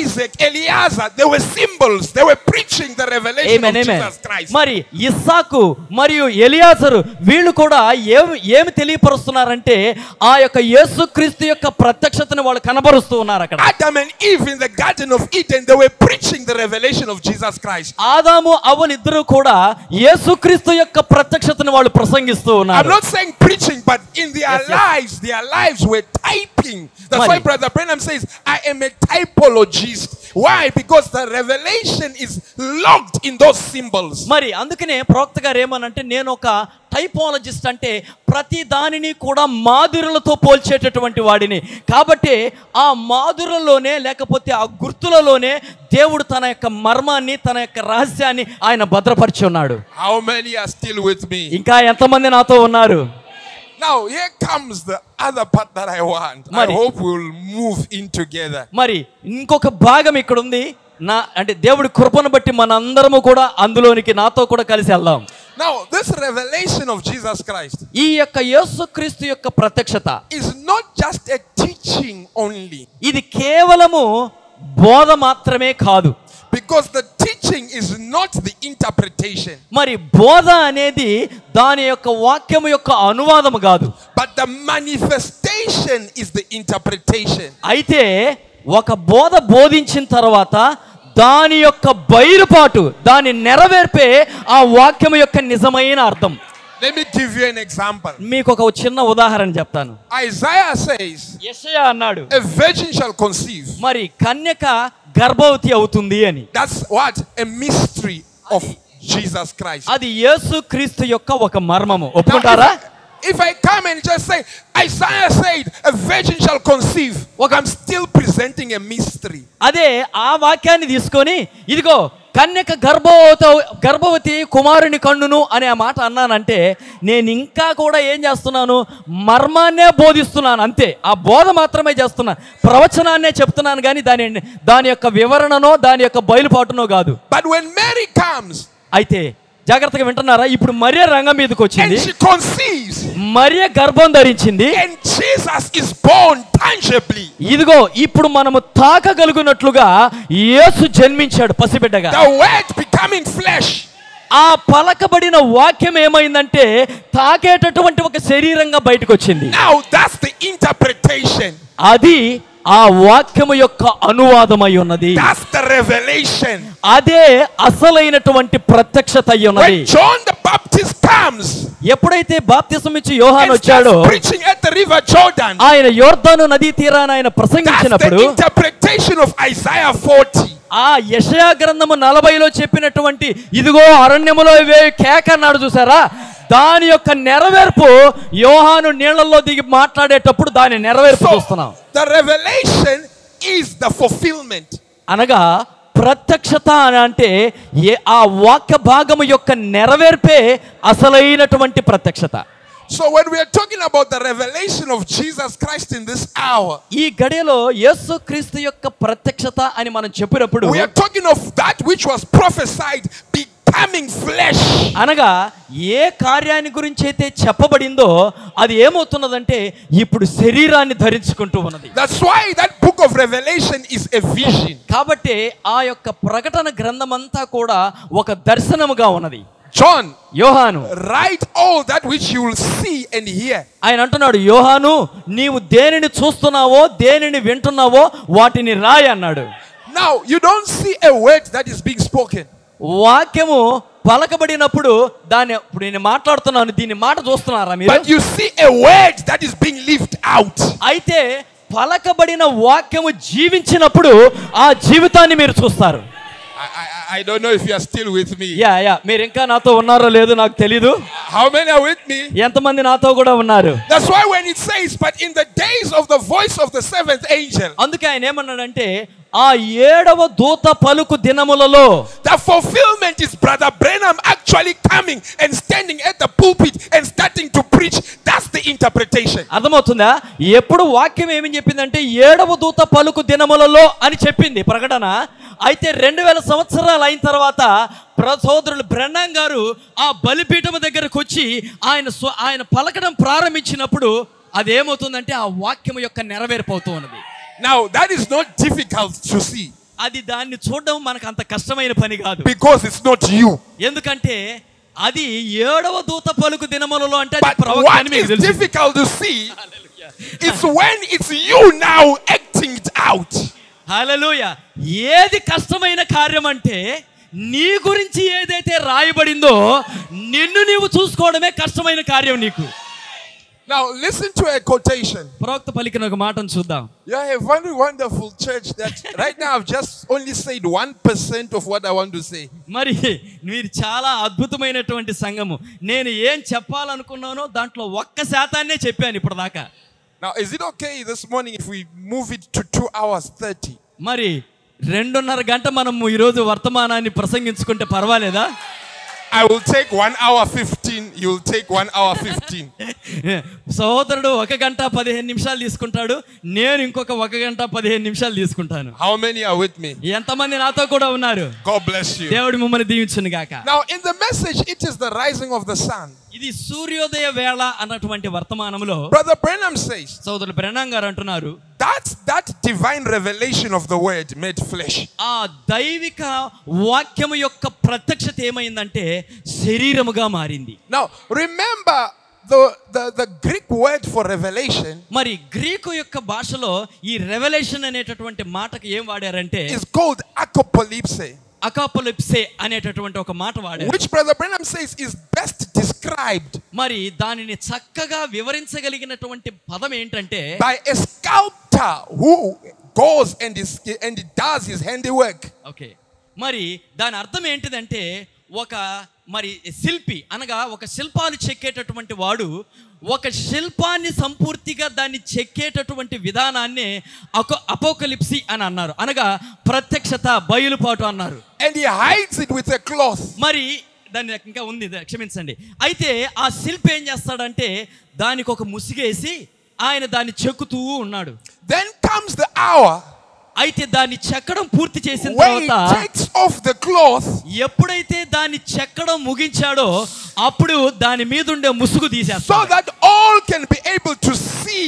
B: Isaac, Eliezer, they were symbols. They were preaching the revelation
C: Amen,
B: of
C: amen.
B: Jesus Christ.
C: మరి ఇస్సాకు మరియు ఎలియాసరు వీళ్ళు కూడా ఏమి ఏమి తెలియపరుస్తున్నారంటే ఆ యొక్క యేసుక్రీస్తు యొక్క ప్రత్యక్షతను వాళ్ళు కనబరుస్తూ ఉన్నారు అక్కడ
B: Adam and Eve in the Garden of Eden, they were preaching the revelation of Jesus Christ.
C: ఆదాము అవలిద్దరూ కూడా యేసుక్రీస్తు యొక్క ప్రత్యక్షతను వాళ్ళు ప్రసంగిస్తూ
B: I'm
C: ఉన్నారు
B: not saying preaching, but in their
C: Yes, yes.
B: lives, their lives were typing. That's
C: Mari.
B: why Brother Branham says, I am a typologist. Why? Because the revelation is locked in those symbols.
C: మరి అందుకనే ప్రవక్త గారు ఏమనంటే నేను ఒక టైపాలజిస్ట్ అంటే ప్రతి దానిని కూడా మాధురులతో పోల్చేటటువంటి వాడిని కాబట్టి ఆ మాధురలోనే లేకపోతే ఆ గుర్తులలోనే దేవుడు తన యొక్క మర్మాన్ని తన యొక్క రహస్యాన్ని ఆయన భద్రపరిచి ఉన్నాడు
B: How many are still with me?
C: ఇంకా ఎంతమంది నాతో ఉన్నారు
B: Now, here comes the other part that I want.
C: Mari.
B: I hope we'll move in together.
C: మరి ఇంకొక భాగం ఇక్కడ ఉంది నా అంటే దేవుడి కృపను బట్టి మనందరము కూడా అందులోనికి నాతో కూడా కలిసి వెళ్దాం
B: Now, this revelation of Jesus Christ
C: ఈ యొక్క యేసుక్రీస్తు యొక్క ప్రత్యక్షత
B: is not just a teaching only.
C: ఇది కేవలము బోధ మాత్రమే కాదు
B: Because the teaching not the interpretation,
C: మరి బోధ అనేది దాని యొక్క వాక్యము యొక్క అనువాదము కాదు
B: but the manifestation is the interpretation.
C: అయితే ఒక బోధ బోధించిన తర్వాత దాని యొక్క బయలుపాటు దాని నెరవేర్పే ఆ వాక్యము యొక్క నిజమైన అర్థం
B: Let me give you an example.
C: మీకు ఒక చిన్న ఉదాహరణ చెప్తాను
B: Isaiah says,
C: యెషయా అన్నాడు
B: A virgin shall conceive.
C: మరి కన్యక గర్భవతి అవుతుంది అని
B: That's what? A mystery of Jesus Christ.
C: అది యేసు క్రీస్తు యొక్క ఒక మర్మము
B: Now, if,
C: ఒప్పుకుంటారా
B: I, if I come and just say, Isaiah said, a virgin shall conceive, well, I'm still presenting a mystery.
C: అదే ఆ వాక్యాన్ని తీసుకొని ఇదిగో కన్యక గర్భవత గర్భవతి కుమారుని కన్నును అనే ఆ మాట అన్నానంటే నేను ఇంకా కూడా ఏం చేస్తున్నాను మర్మాన్నే బోధిస్తున్నాను అంతే ఆ బోధ మాత్రమే చేస్తున్నాను ప్రవచనాన్నే చెప్తున్నాను కానీ దాని దాని యొక్క వివరణనో దాని యొక్క బయలుపాటునో కాదు
B: But when Mary comes
C: అయితే జాగ్రత్తగా వింటున్నారా ఇప్పుడు మరియ రంగం మీదకి
B: and
C: వచ్చింది
B: she conceives,
C: మరియ గర్భం ధరించింది
B: and Jesus is born tangibly,
C: ఇదిగో ఇప్పుడు మనము తాకగలుగునట్లుగా యేసు జన్మించాడు పసిబిడ్డగా
B: the word becoming flesh,
C: ఆ పలకబడిన వాక్యం ఏమైందంటే తాకేటటువంటి ఒక శరీరంగా బయటకు వచ్చింది
B: now that's the interpretation,
C: అది ఆ వాక్యము యొక్క అనువాదమై ఉన్నది
B: that's the revelation.
C: అదే అసలైనటువంటి ప్రత్యక్షత అయి ఉన్నది
B: When John the Baptist comes
C: ఎప్పుడైతే బాప్తిసం ఇచ్చి యోహాన్
B: and
C: వచ్చాడో
B: starts preaching at the river Jordan,
C: ఆయన యోర్ధాను నదీ తీరాన ఆయన
B: That's
C: ప్రసంగించినప్పుడు
B: the interpretation of Isaiah 40.
C: ఆ యెషయా గ్రంథము నలభైలో చెప్పినటువంటి ఇదిగో అరణ్యములో వేయు కేక అన్నాడు చూసారా దాని యొక్క నెరవేర్పు యోహాను నీళ్లలో దిగి మాట్లాడేటప్పుడు దాని నెరవేర్పు
B: So,
C: చూస్తున్నాం
B: the revelation is the fulfillment.
C: అనగా ప్రత్యక్షత అని అంటే ఏ ఆ వాక్య భాగము యొక్క నెరవేర్పే అసలైనటువంటి ప్రత్యక్షత
B: So when we are talking about the revelation of Jesus Christ in this hour,
C: ఈ గడియలో యేసు క్రీస్తు యొక్క ప్రత్యక్షత అని మనం చెప్పినప్పుడు
B: we are talking of that which was prophesied becoming flesh.
C: అనగా ఏ కార్యాన్ని గురించి అయితే చెప్పబడిందో అది ఏమవుతున్నదంటే ఇప్పుడు శరీరాన్ని ధరించుకుంటూ ఉన్నది
B: That's why that book of Revelation is a vision.
C: కాబట్టి ఆ యొక్క ప్రకటన గ్రంథమంతా కూడా ఒక దర్శనముగా ఉన్నది
B: John,
C: యోహాను
B: write all that which you will see and hear.
C: ఆయన అంటున్నాడు యోహాను నీవు దేనిని చూస్తున్నావో దేనిని వింటున్నావో వాటిని రాయి అన్నాడు
B: Now, you don't see a word that is being spoken.
C: వాక్యము పలకబడినప్పుడు దాన్ని ఇప్పుడు నేను మాట్లాడుతున్నాను దీన్ని మాట చూస్తున్నారా మీరు
B: But you see a word that is being lived out.
C: అయితే పలకబడిన వాక్యము జీవించినప్పుడు ఆ జీవితాన్ని మీరు చూస్తారు
B: I, I, I don't know if you are still with me.
C: Yeah yeah మీరు ఇంకా నాతో ఉన్నారో లేదో నాకు తెలీదు
B: How many are with me?
C: ఎంతమంది నాతో కూడా ఉన్నారు
B: That's why when it says, but in the days of the voice of the seventh angel,
C: అందుకే ఆయన ఏమన్నాడంటే ఆ ఏడవ దూత పలుకు దినములలో
B: the fulfillment is Brother Branham actually coming and standing at the pulpit and starting to preach. That's the interpretation.
C: అర్థమవుతుందా ఎప్పుడు వాక్యం ఏమని చెప్పిందంటే ఏడవ దూత పలుకు దినములలో అని చెప్పింది ప్రకటన అయితే రెండు వేల సంవత్సరాలు అయిన తర్వాత ప్ర సోదరులు బ్రహ్నం గారు ఆ బలిపీఠము దగ్గరకు వచ్చి ఆయన స్వ- ఆయన పలకడం ప్రారంభించినప్పుడు అదేమవుతుందంటే ఆ వాక్యం యొక్క నెరవేర్పు అవుతూ ఉన్నది
B: Now, that is not difficult to see
C: అది దాన్ని చూడడం మనకు అంత కష్టమైన పని కాదు
B: because it's not you.
C: ఎందుకంటే అది ఏడవ దూత పలుకు దినములలో అంటే అది
B: But
C: ప్రవక్త
B: what
C: అని మీకు
B: is
C: తెలుసు
B: difficult to see is when it's you now acting it out.
C: హల్లెలూయ ఏది కష్టమైన కార్యం అంటే నీ గురించి ఏదైతే రాయబడిందో నిన్ను నీవు చూసుకోవడమే కష్టమైన కార్యం నీకు
B: Now, listen to a quotation.
C: ప్రవక్త పలికిన ఒక మాటను చూద్ام
B: You are a very wonderful church that right now I've just only said 1% of what I want to say.
C: మరి మీరు చాలా అద్భుతమైనటువంటి సంఘము నేను ఏం చెప్పాలనుకున్నానో దాంట్లో ఒక్క శాతాన్నే చెప్పాను ఇప్పుడు దాకా
B: Now, is it okay this morning if we move it to 2 hours 30?
C: మరి రెండున్నర గంట మనము ఈరోజు వర్తమానాన్ని ప్రసంగించుకుంటే పర్వాలేదా
B: I will take 1 hour 15. You'll take 1 hour 15.
C: సహోదరుడు ఒక గంట పదిహేను నిమిషాలు తీసుకుంటాడు నేను ఇంకొక ఒక గంట పదిహేను నిమిషాలు తీసుకుంటాను
B: How many are with me?
C: ఎంతమంది నాతో కూడా ఉన్నారు
B: God bless you.
C: దేవుడు మిమ్మల్ని దీవించును గాక
B: Now, in the message, it is the rising of the sun.
C: ఇది సూర్యోదయ వేళ అన్నటువంటి వర్తమానంలో
B: Brother Branham says
C: సోదరులు బ్రెనాం గారు అంటున్నారు
B: that's that divine revelation of the word made flesh.
C: ఆ దైవిక వాక్యము యొక్క ప్రత్యక్షత ఏమైందంటే శరీరముగా మారింది
B: Now, remember the, the, the Greek word for revelation
C: మరి గ్రీకు యొక్క భాషలో ఈ రెవల్యూషన్ అనేటటువంటి మాటకు ఏం వాడారంటే
B: is called apocalypse,
C: అకాపలిప్సే అనేటటువంటి ఒక మాట వాడారు
B: which Brother Branham says is best described
C: మరి దానిని చక్కగా వివరించగలిగినటువంటి పదం ఏంటంటే
B: by a sculptor who goes and, is, and does his handiwork.
C: Okay మరి దాని అర్థం ఏంటిదంటే ఒక మరి శిల్పి అనగా ఒక శిల్పాలు చెక్కేటటువంటి వాడు ఒక శిల్పాన్ని సంపూర్తిగా దాన్ని చెక్కేటటువంటి విధానాన్నే అక అపోకలిప్సి అని అన్నారు అనగా ప్రత్యక్షత బయలుపాటు అన్నారు
B: And he hides it with a cloth.
C: మరి దాని నాకు ఇంకా ఉంది దా- క్షమించండి అయితే ఆ శిల్పి ఏం చేస్తాడంటే దానికి ఒక ముసిగేసి ఆయన దాన్ని చెక్కుతూ ఉన్నాడు
B: Then comes the hour
C: అయితే దాన్ని చెక్కడం పూర్తి చేసిన
B: when he
C: తర్వాత
B: takes off the cloth
C: ఎప్పుడైతే దాన్ని చెక్కడం ముగించాడో అప్పుడు దాని మీద ఉండే ముసుగు
B: so
C: తీసేస్తాడు
B: that all can be able to see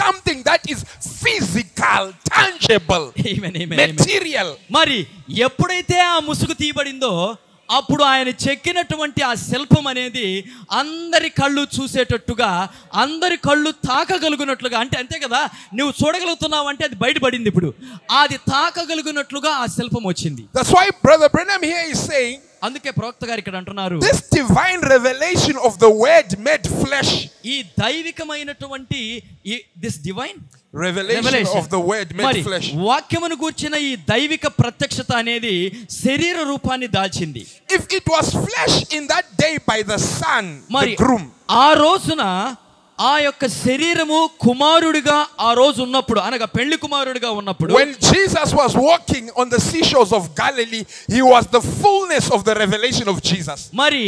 B: something that is physical, tangible,
C: Amen, amen, amen.
B: material.
C: మరి ఎప్పుడైతే ఆ ముసుగు తీయబడిందో అప్పుడు ఆయన చెక్కినటువంటి ఆ శిల్పం అనేది అందరి కళ్ళు చూసేటట్టుగా అందరి కళ్ళు తాకగలుగునట్లుగా అంటే అంతే కదా నువ్వు చూడగలుగుతున్నావు అంటే అది బయటపడింది ఇప్పుడు అది తాకగలుగునట్లుగా ఆ శిల్పం వచ్చింది
B: That's why Brother Branham here is saying
C: అందుకే ప్రవక్త గారు ఇక్కడ అంటున్నారు
B: this divine revelation of the Word made flesh.
C: ఈ దైవికమైనటువంటి ఈ this divine
B: Revelation,
C: Revelation.
B: of the Word made
C: మరి
B: flesh.
C: వాక్యమును గూర్చిన ఈ దైవిక ప్రత్యక్షత అనేది శరీర రూపాన్ని దాల్చింది
B: If it was flesh in that day by the sun,
C: మరి
B: the groom,
C: ఆ రోజున ఆ యొక్క శరీరము కుమారుడిగా ఆ రోజు ఉన్నప్పుడు అనగా పెళ్లి కుమారుడిగా ఉన్నప్పుడు
B: when Jesus was walking on the seashores of Galilee, he was the fullness of the revelation of Jesus.
C: మరి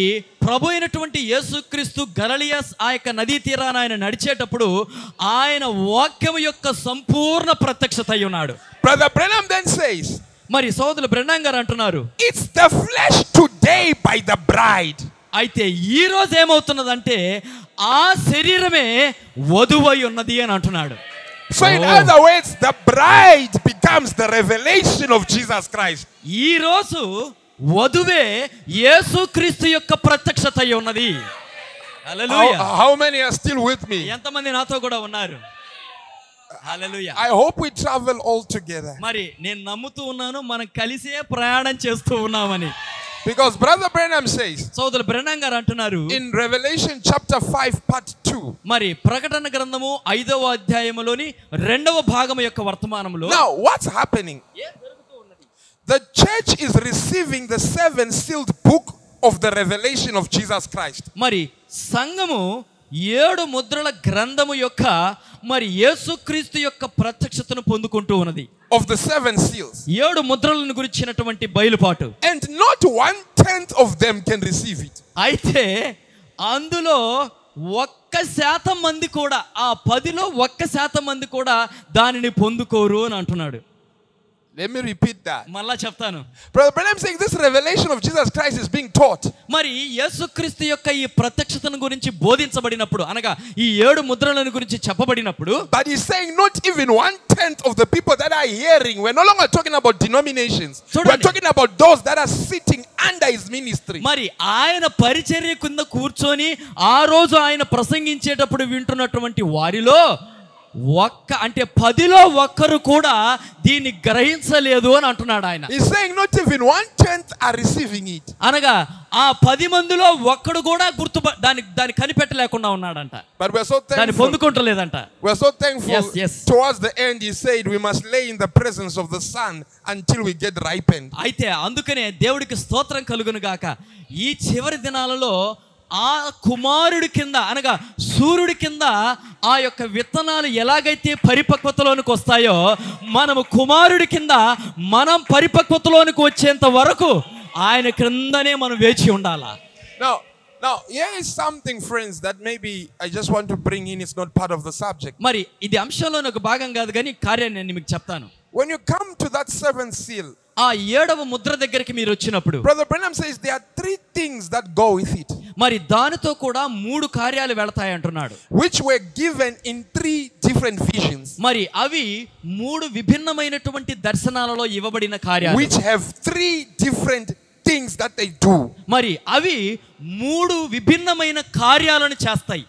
C: ప్రభు అయినటువంటి యేసుక్రీస్తు గలలియాస్ ఆ యొక్క నదీ తీరాన ఆయన నడిచేటప్పుడు ఆయన వాక్యము యొక్క సంపూర్ణ ప్రత్యక్షత అయి ఉన్నాడు
B: Brother Branham then says,
C: మరి సోదరులు బ్రహ్మం గారు అంటున్నారు
B: It's the flesh today by the bride.
C: అయితే ఈ రోజు ఏమవుతున్నదంటే ఆ శరీరమే వధువై ఉన్నది అని అంటున్నాడు
B: So, in
C: Oh.
B: other words, the bride becomes the revelation of Jesus Christ.
C: ఈ రోజు వధువే యేసుక్రీస్తు యొక్క ప్రత్యక్షత అయి ఉన్నది
B: How,
C: hallelujah
B: how many are still with me?
C: ఎంతమంది నాతో కూడా ఉన్నారు హల్లెలూయా
B: I hope we travel all together.
C: మరి నేను నమ్ముతూ ఉన్నాను మనం కలిసే ప్రయాణం చేస్తూ ఉన్నామని
B: Because Brother Branham says
C: సోదరు బ్రహ్మం గారు అంటున్నారు
B: in Revelation chapter 5, part 2.
C: మరి ప్రకటన గ్రంథము ఐదవ అధ్యాయములోని రెండవ భాగం యొక్క వర్తమానంలో
B: Now, what's happening? The church is receiving the seven sealed book of the revelation of Jesus Christ.
C: మరి సంఘము ఏడు ముద్రల గ్రంథము యొక్క మరి యేసుక్రీస్తు యొక్క ప్రత్యక్షతను పొందుకుంటూ ఉన్నది
B: Of the seven seals.
C: ఏడు ముద్రలను గురించినటువంటి బయలుపాటు
B: And not one tenth of them can receive it.
C: అయితే అందులో ఒక్క శాతం మంది కూడా ఆ పదిలో ఒక్క శాతం మంది కూడా దానిని పొందుకోరు అని అంటున్నాడు
B: Let me repeat that.
C: మళ్ళా చెప్తాను
B: Brother Branham saying this revelation of Jesus Christ is being taught.
C: మరి యేసుక్రీస్తు యొక్క ఈ ప్రత్యక్షతను గురించి బోధించబడినప్పుడు అనగా ఈ ఏడు ముద్రలను గురించి చెప్పబడినప్పుడు
B: But he's saying not even one tenth of the people that are hearing. We're no longer talking about denominations. We're
C: Totally.
B: talking about those that are sitting under his ministry.
C: మరి ఆయన పరిచర్య కింద కూర్చొని ఆ రోజు ఆయన ప్రసంగించేటప్పుడు వింటున్నటువంటి వారిలో ఒక్క అంటే పదిలో ఒక్కరు కూడా దీన్ని గ్రహించలేదు అని అంటున్నాడు ఆయన
B: He's saying not even one tenth are receiving it.
C: అనగా ఆ పది మందిలో ఒక్కడు కూడా గుర్తు దాని దాన్ని కనిపెట్టలేకుండా ఉన్నాడంట
B: But we're so
C: దాన్ని
B: thankful.
C: పొందుకుంటలేదంట
B: We're so thankful.
C: Yes, yes.
B: Towards the end, he said we must lay in the presence of the Son until we get ripened.
C: అయితే అందుకనే దేవుడికి స్తోత్రం కలుగును గాక ఈ చివరి దినాలలో ఆ కుమారుడి కింద అనగా సూర్యుడి కింద ఆ యొక్క విత్తనాలు ఎలాగైతే పరిపక్వతలోనికి వస్తాయో మనము కుమారుడి కింద మనం పరిపక్వతలోనికి వచ్చేంత వరకు ఆయన క్రిందనే మనం వేచి ఉండాలా
B: Now, now here is something, friends, that maybe I just want to bring in. It's not part of the subject.
C: మరి ఇది అంశంలో ఒక భాగం కాదు కానీ ఈ కార్యాన్ని నేను మీకు చెప్తాను
B: When you come to that seventh seal,
C: ఆ ఏడవ ముద్ర దగ్గరికి మీరు వచ్చినప్పుడు
B: Brother Branham says there are three things that go with it,
C: మరి దానితో కూడా మూడు కార్యాలు వెళతాయి అంటున్నాడు
B: which were given in three different visions,
C: మరి అవి మూడు విభిన్నమైనటువంటి దర్శనాలలో ఇవ్వబడిన కార్యాలు
B: which have three different things that they do.
C: మరి అవి మూడు విభిన్నమైన కార్యాలను చేస్తాయి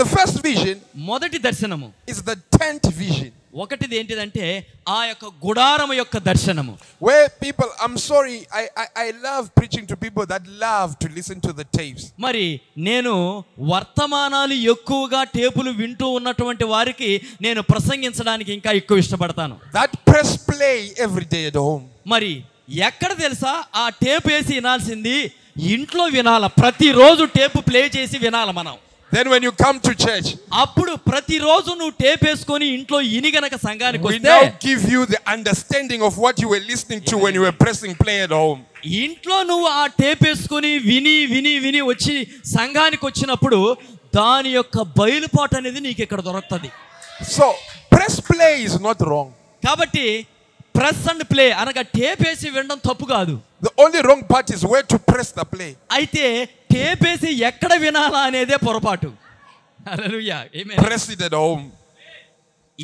B: The first vision
C: మొదటి దర్శనము
B: is the tent vision,
C: ఒకటిది ఏంటిదంటే ఆ యొక్క గుడారం యొక్క దర్శనము
B: where people, I'm sorry, I, I, I love preaching to people that love to listen to the tapes.
C: మరి నేను వర్తమానాలు ఎక్కువగా టేపులు వింటూ ఉన్నటువంటి వారికి నేను ప్రసంగించడానికి ఇంకా ఎక్కువ ఇష్టపడతాను
B: That press play every day at home.
C: మరి ఎక్కడ తెలుసా ఆ టేప్ వేసి వినాల్సింది ఇంట్లో వినాల ప్రతిరోజు టేపు ప్లే చేసి వినాల మనం
B: Then when you come to church,
C: అప్పుడు ప్రతిరోజు నువ్వు టేప్ వేసుకొని ఇంట్లో ఇని గనక సంఘానికి
B: we
C: వస్తే
B: now give you the understanding of what you were listening to when you were pressing play at home.
C: ఇంట్లో నువ్వు ఆ టేప్ వేసుకొని విని విని విని వచ్చి సంఘానికి వచ్చినప్పుడు దాని యొక్క బయలుపాటు అనేది నీకు ఇక్కడ దొరుకుతుంది
B: So, press play is not wrong.
C: కాబట్టి ప్రెస్ అండ్ ప్లే అనగా టేప్ వేసి వినడం తప్పు కాదు
B: The only wrong part is where to press the play.
C: అయితే టేప్ వేసి ఎక్కడ వినాలా అనేదే పొరపాటు హల్లెలూయా ఆమేన్
B: Press it at home.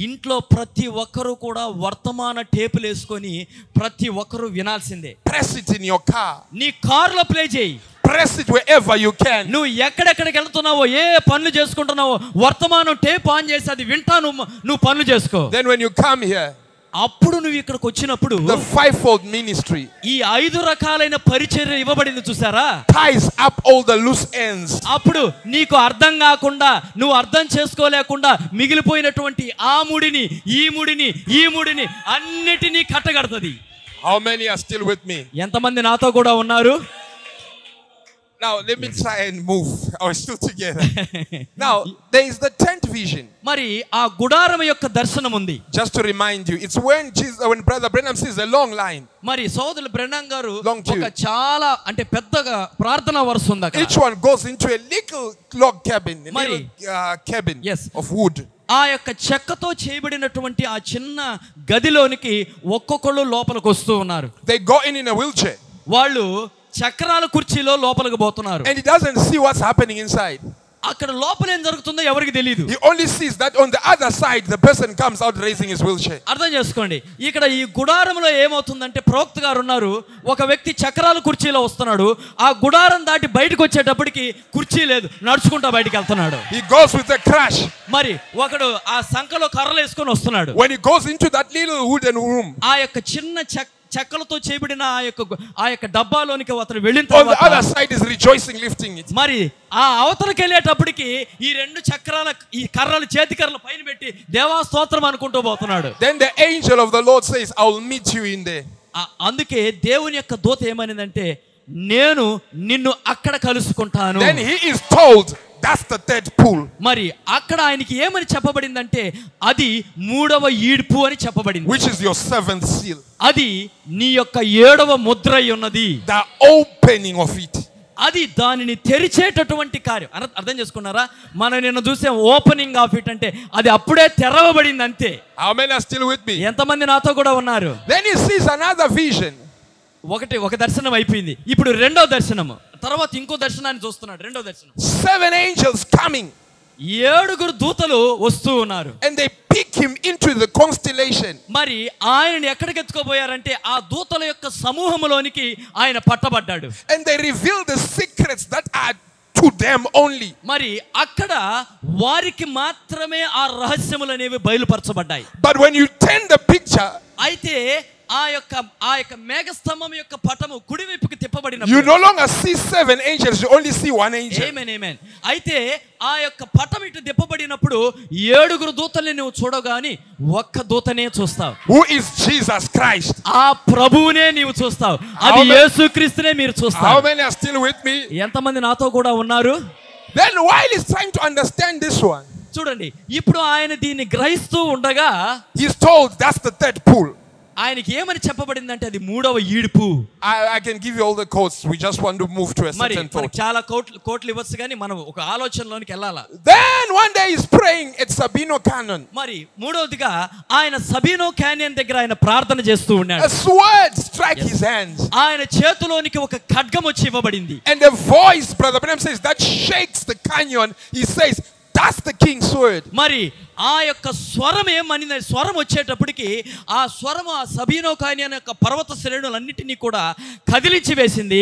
C: ఇంట్లో ప్రతి ఒక్కరూ కూడా వర్తమాన టేపులు వేసుకొని ప్రతి ఒక్కరూ వినాల్సిందే
B: Press it in your car.
C: నీ కార్లో ప్లే చేయి
B: Press it wherever you can.
C: నువ్వు ఎక్కడెక్కడికి వెళ్తున్నావో ఏ పనులు చేసుకుంటున్నావో వర్తమానం టేప్ ఆన్ చేసి అది వింటా నువ్వు నువ్వు పనులు చేసుకో
B: Then when you come here,
C: అప్పుడు నువ్వు ఇక్కడికి వచ్చినప్పుడు
B: the fivefold ministry
C: ఈ ఐదు రకాలైన పరిచర్య ఇవ్వబడింది చూసారా
B: ties up all the loose ends.
C: అప్పుడు నీకు అర్థం కాకుండా నువ్వు అర్థం చేసుకోలేకుండా మిగిలిపోయినటువంటి ఆ ముడిని ఈ ముడిని ఈ ముడిని అన్నిటినీ కట్టగడుతుంది
B: How many are still with me?
C: ఎంతమంది నాతో కూడా ఉన్నారు
B: Now let me try and move. Are we still together? now there is the tent vision.
C: మరి ఆ గుడారం యొక్క దర్శనం ఉంది
B: Just to remind you, it's when Jesus, when Brother Branham sees a long line.
C: మరి సోదరులు బ్రెన్నం గారు
B: Long queue.
C: ఒక చాలా అంటే పెద్దగా ప్రార్థన వరుస ఉంది అక్కడ
B: Each one goes into a little log cabin, a little
C: Mari.
B: uh, cabin
C: Yes.
B: of wood.
C: ఆ యొక్క చెక్కతో చేయబడినటువంటి ఆ చిన్న గదిలోనికి ఒక్కొక్కళ్ళు లోపలికి వస్తూ ఉన్నారు
B: They go in in a wheelchair,
C: వాళ్ళు చక్రాల కుర్చీలో లోపలికి పోతున్నారు
B: and he doesn't see what's happening inside.
C: అక్కడ లోపల ఏం జరుగుతుందో ఎవరికి తెలియదు
B: He only sees that on the other side, the person comes out raising his wheelchair.
C: అర్థం చేసుకోండి ఇక్కడ ఈ గుడారంలో ఏమవుతుందంటే ప్రవక్త గారు ఉన్నారు ఒక వ్యక్తి చక్రాల కుర్చీలో వస్తున్నాడు ఆ గుడారం దాటి బయటకు వచ్చేటప్పటికి కుర్చీ లేదు నడుచుకుంటా బయటికి వెళ్తున్నాడు
B: He goes with a crash.
C: మరి ఒకడు ఆ సంఖలో కర్రలు వేసుకొని వస్తున్నాడు
B: When he goes into that little wooden room,
C: ఆ యొక్క చిన్న చెక్ చెక్కలతో చేయబడిన ఆ యొక్క గు- ఆ యొక్క డబ్బాలోనికి అతను వెళ్ళిన
B: on the other
C: తర్వాత
B: side is rejoicing, lifting it.
C: మరి ఆ అవతలకి వెళ్ళేటప్పటికి ఈ రెండు చక్రాల ఈ కర్రలు చేతి కర్రలు పైన పెట్టి దేవా స్తోత్రం అనుకుంటూ పోతున్నాడు
B: Then the angel of the Lord says, I will meet you in there.
C: ఆ- అందుకే దేవుని యొక్క దూత ఏమనిందంటే నేను నిన్ను అక్కడ కలుసుకుంటాను
B: Then he is told, That's the third pool.
C: మరి అక్కడ ఆయనకి ఏమని చెప్పబడిందంటే అది మూడవ ఈడ్పు అని చెప్పబడింది
B: which is your seventh seal,
C: అది నీ యొక్క ఏడవ ముద్ర అయి ఉన్నది
B: the opening of it.
C: అది దానిని తెరిచేటటువంటి కార్యం అన- అర్థం చేసుకున్నారా మనం నిన్న చూసే ఓపెనింగ్ ఆఫ్ ఇట్ అంటే అది అప్పుడే తెరవబడింది అంతే
B: How many are still with me?
C: ఎంతమంది నాతో కూడా ఉన్నారు
B: Then he sees another vision,
C: ఒకటి ఒక దర్శనం అయిపోయింది ఇప్పుడు రెండో దర్శనము తర్వాత ఇంకో దర్శనాన్ని చూస్తున్నాడు రెండో దర్శనం
B: seven angels coming,
C: ఏడుగురు దూతలు వస్తూ ఉన్నారు
B: and they pick him into the constellation.
C: మరి ఆయనని ఎక్కడికి ఎత్తుకోబోయారంటే ఆ దూతల యొక్క సమూహంలోనికి ఆయన పట్టబడ్డాడు
B: And they reveal the secrets that are to them only.
C: మరి అక్కడ వారికి మాత్రమే ఆ రహస్యములు అనేవి బయలుపరచబడ్డాయి
B: But when you turn the picture,
C: అయితే ఆ యొక్క ఆ యొక్క మేఘస్తంభం యొక్క పటము కుడివైపుకి
B: you
C: తిప్పబడిన
B: no longer see seven angels, you only see one angel.
C: Amen amen అయితే ఆ యొక్క పటం ఇటు తిప్పబడినప్పుడు ఏడుగురు దూతల్ని నువ్వు చూడగాని ఒక్క దూతనే చూస్తావు
B: Who is Jesus Christ?
C: ఆ ప్రభువునే నీవు చూస్తావు అది
B: Amen.
C: యేసుక్రీస్తునే మీరు
B: How
C: చూస్తావు
B: many are still with me?
C: ఎంతమంది నాతో కూడా ఉన్నారు
B: Then while he's trying to understand this one,
C: చూడండి ఇప్పుడు ఆయన దీన్ని గ్రహిస్తూ ఉండగా
B: he's told that's the third pool.
C: ఆయనకి ఏమని చెప్పబడిందంటే అది మూడవ ఈడుపు
B: I, I can give you all the quotes. We just want to move to a
C: మరి
B: certain
C: మనకు
B: thought.
C: చాలా కోట్లు కోట్లు ఇవ్వచ్చు కానీ మనం ఒక ఆలోచనలోనికి వెళ్ళాలా
B: Then one day he's praying at Sabino Cannon.
C: మరి మూడవదిగా ఆయన సబీనో క్యానియన్ దగ్గర ఆయన ప్రార్థన చేస్తూ
B: A
C: ఉన్నాడు
B: sword strike his hands.
C: ఆయన చేతిలోనికి ఒక ఖడ్గం వచ్చి ఇవ్వబడింది
B: And the voice, Brother Branham says, that shakes the canyon. He says, that's the king's sword.
C: మరి ఆ యొక్క స్వరం ఏమని స్వరం వచ్చేటప్పటికి ఆ స్వరం ఆ సబీనో కానియన్ యొక్క పర్వత శ్రేణులన్నిటినీ కూడా కదిలించి వేసింది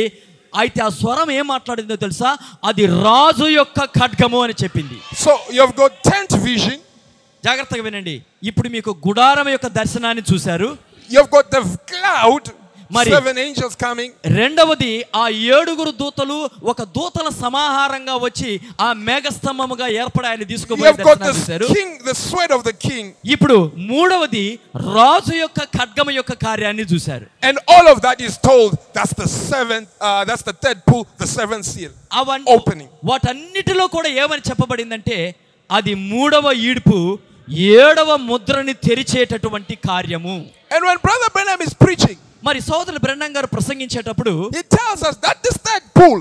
C: అయితే ఆ స్వరం ఏం మాట్లాడిందో తెలుసా అది రాజు యొక్క ఖడ్గము అని చెప్పింది
B: So you've got tent vision.
C: జాగ్రత్తగా వినండి ఇప్పుడు మీకు గుడారం యొక్క దర్శనాన్ని చూశారు
B: You've got the v- cloud.
C: Mari.
B: Seven angels coming.
C: రెండవది ఆ ఏడుగురు దూతలు ఒక దూతల సమాహారంగా వచ్చి ఆ మేఘస్తంభముగా ఏర్పడి ఆయన తీసుకుపోయి
B: You've got the
C: దర్శనాన్ని చేశారు
B: king, the sword of the king.
C: ఇప్పుడు మూడవది రాజు యొక్క ఖడ్గమ యొక్క కార్యాన్ని చూశారు
B: And all of that is told. That's the seventh, uh, that's the third pull, the seventh seal.
C: అవన్నీ
B: Opening.
C: వాటన్నిటిలో కూడా ఏమని చెప్పబడిందంటే అది మూడవ ఈడ్పు ఏడవ ముద్రని తెరిచేటటువంటి కార్యము
B: And when Brother Branham is preaching,
C: మరి సోదరులు బ్రహ్మం గారు ప్రసంగించేటప్పుడు
B: he tells us that this third pull,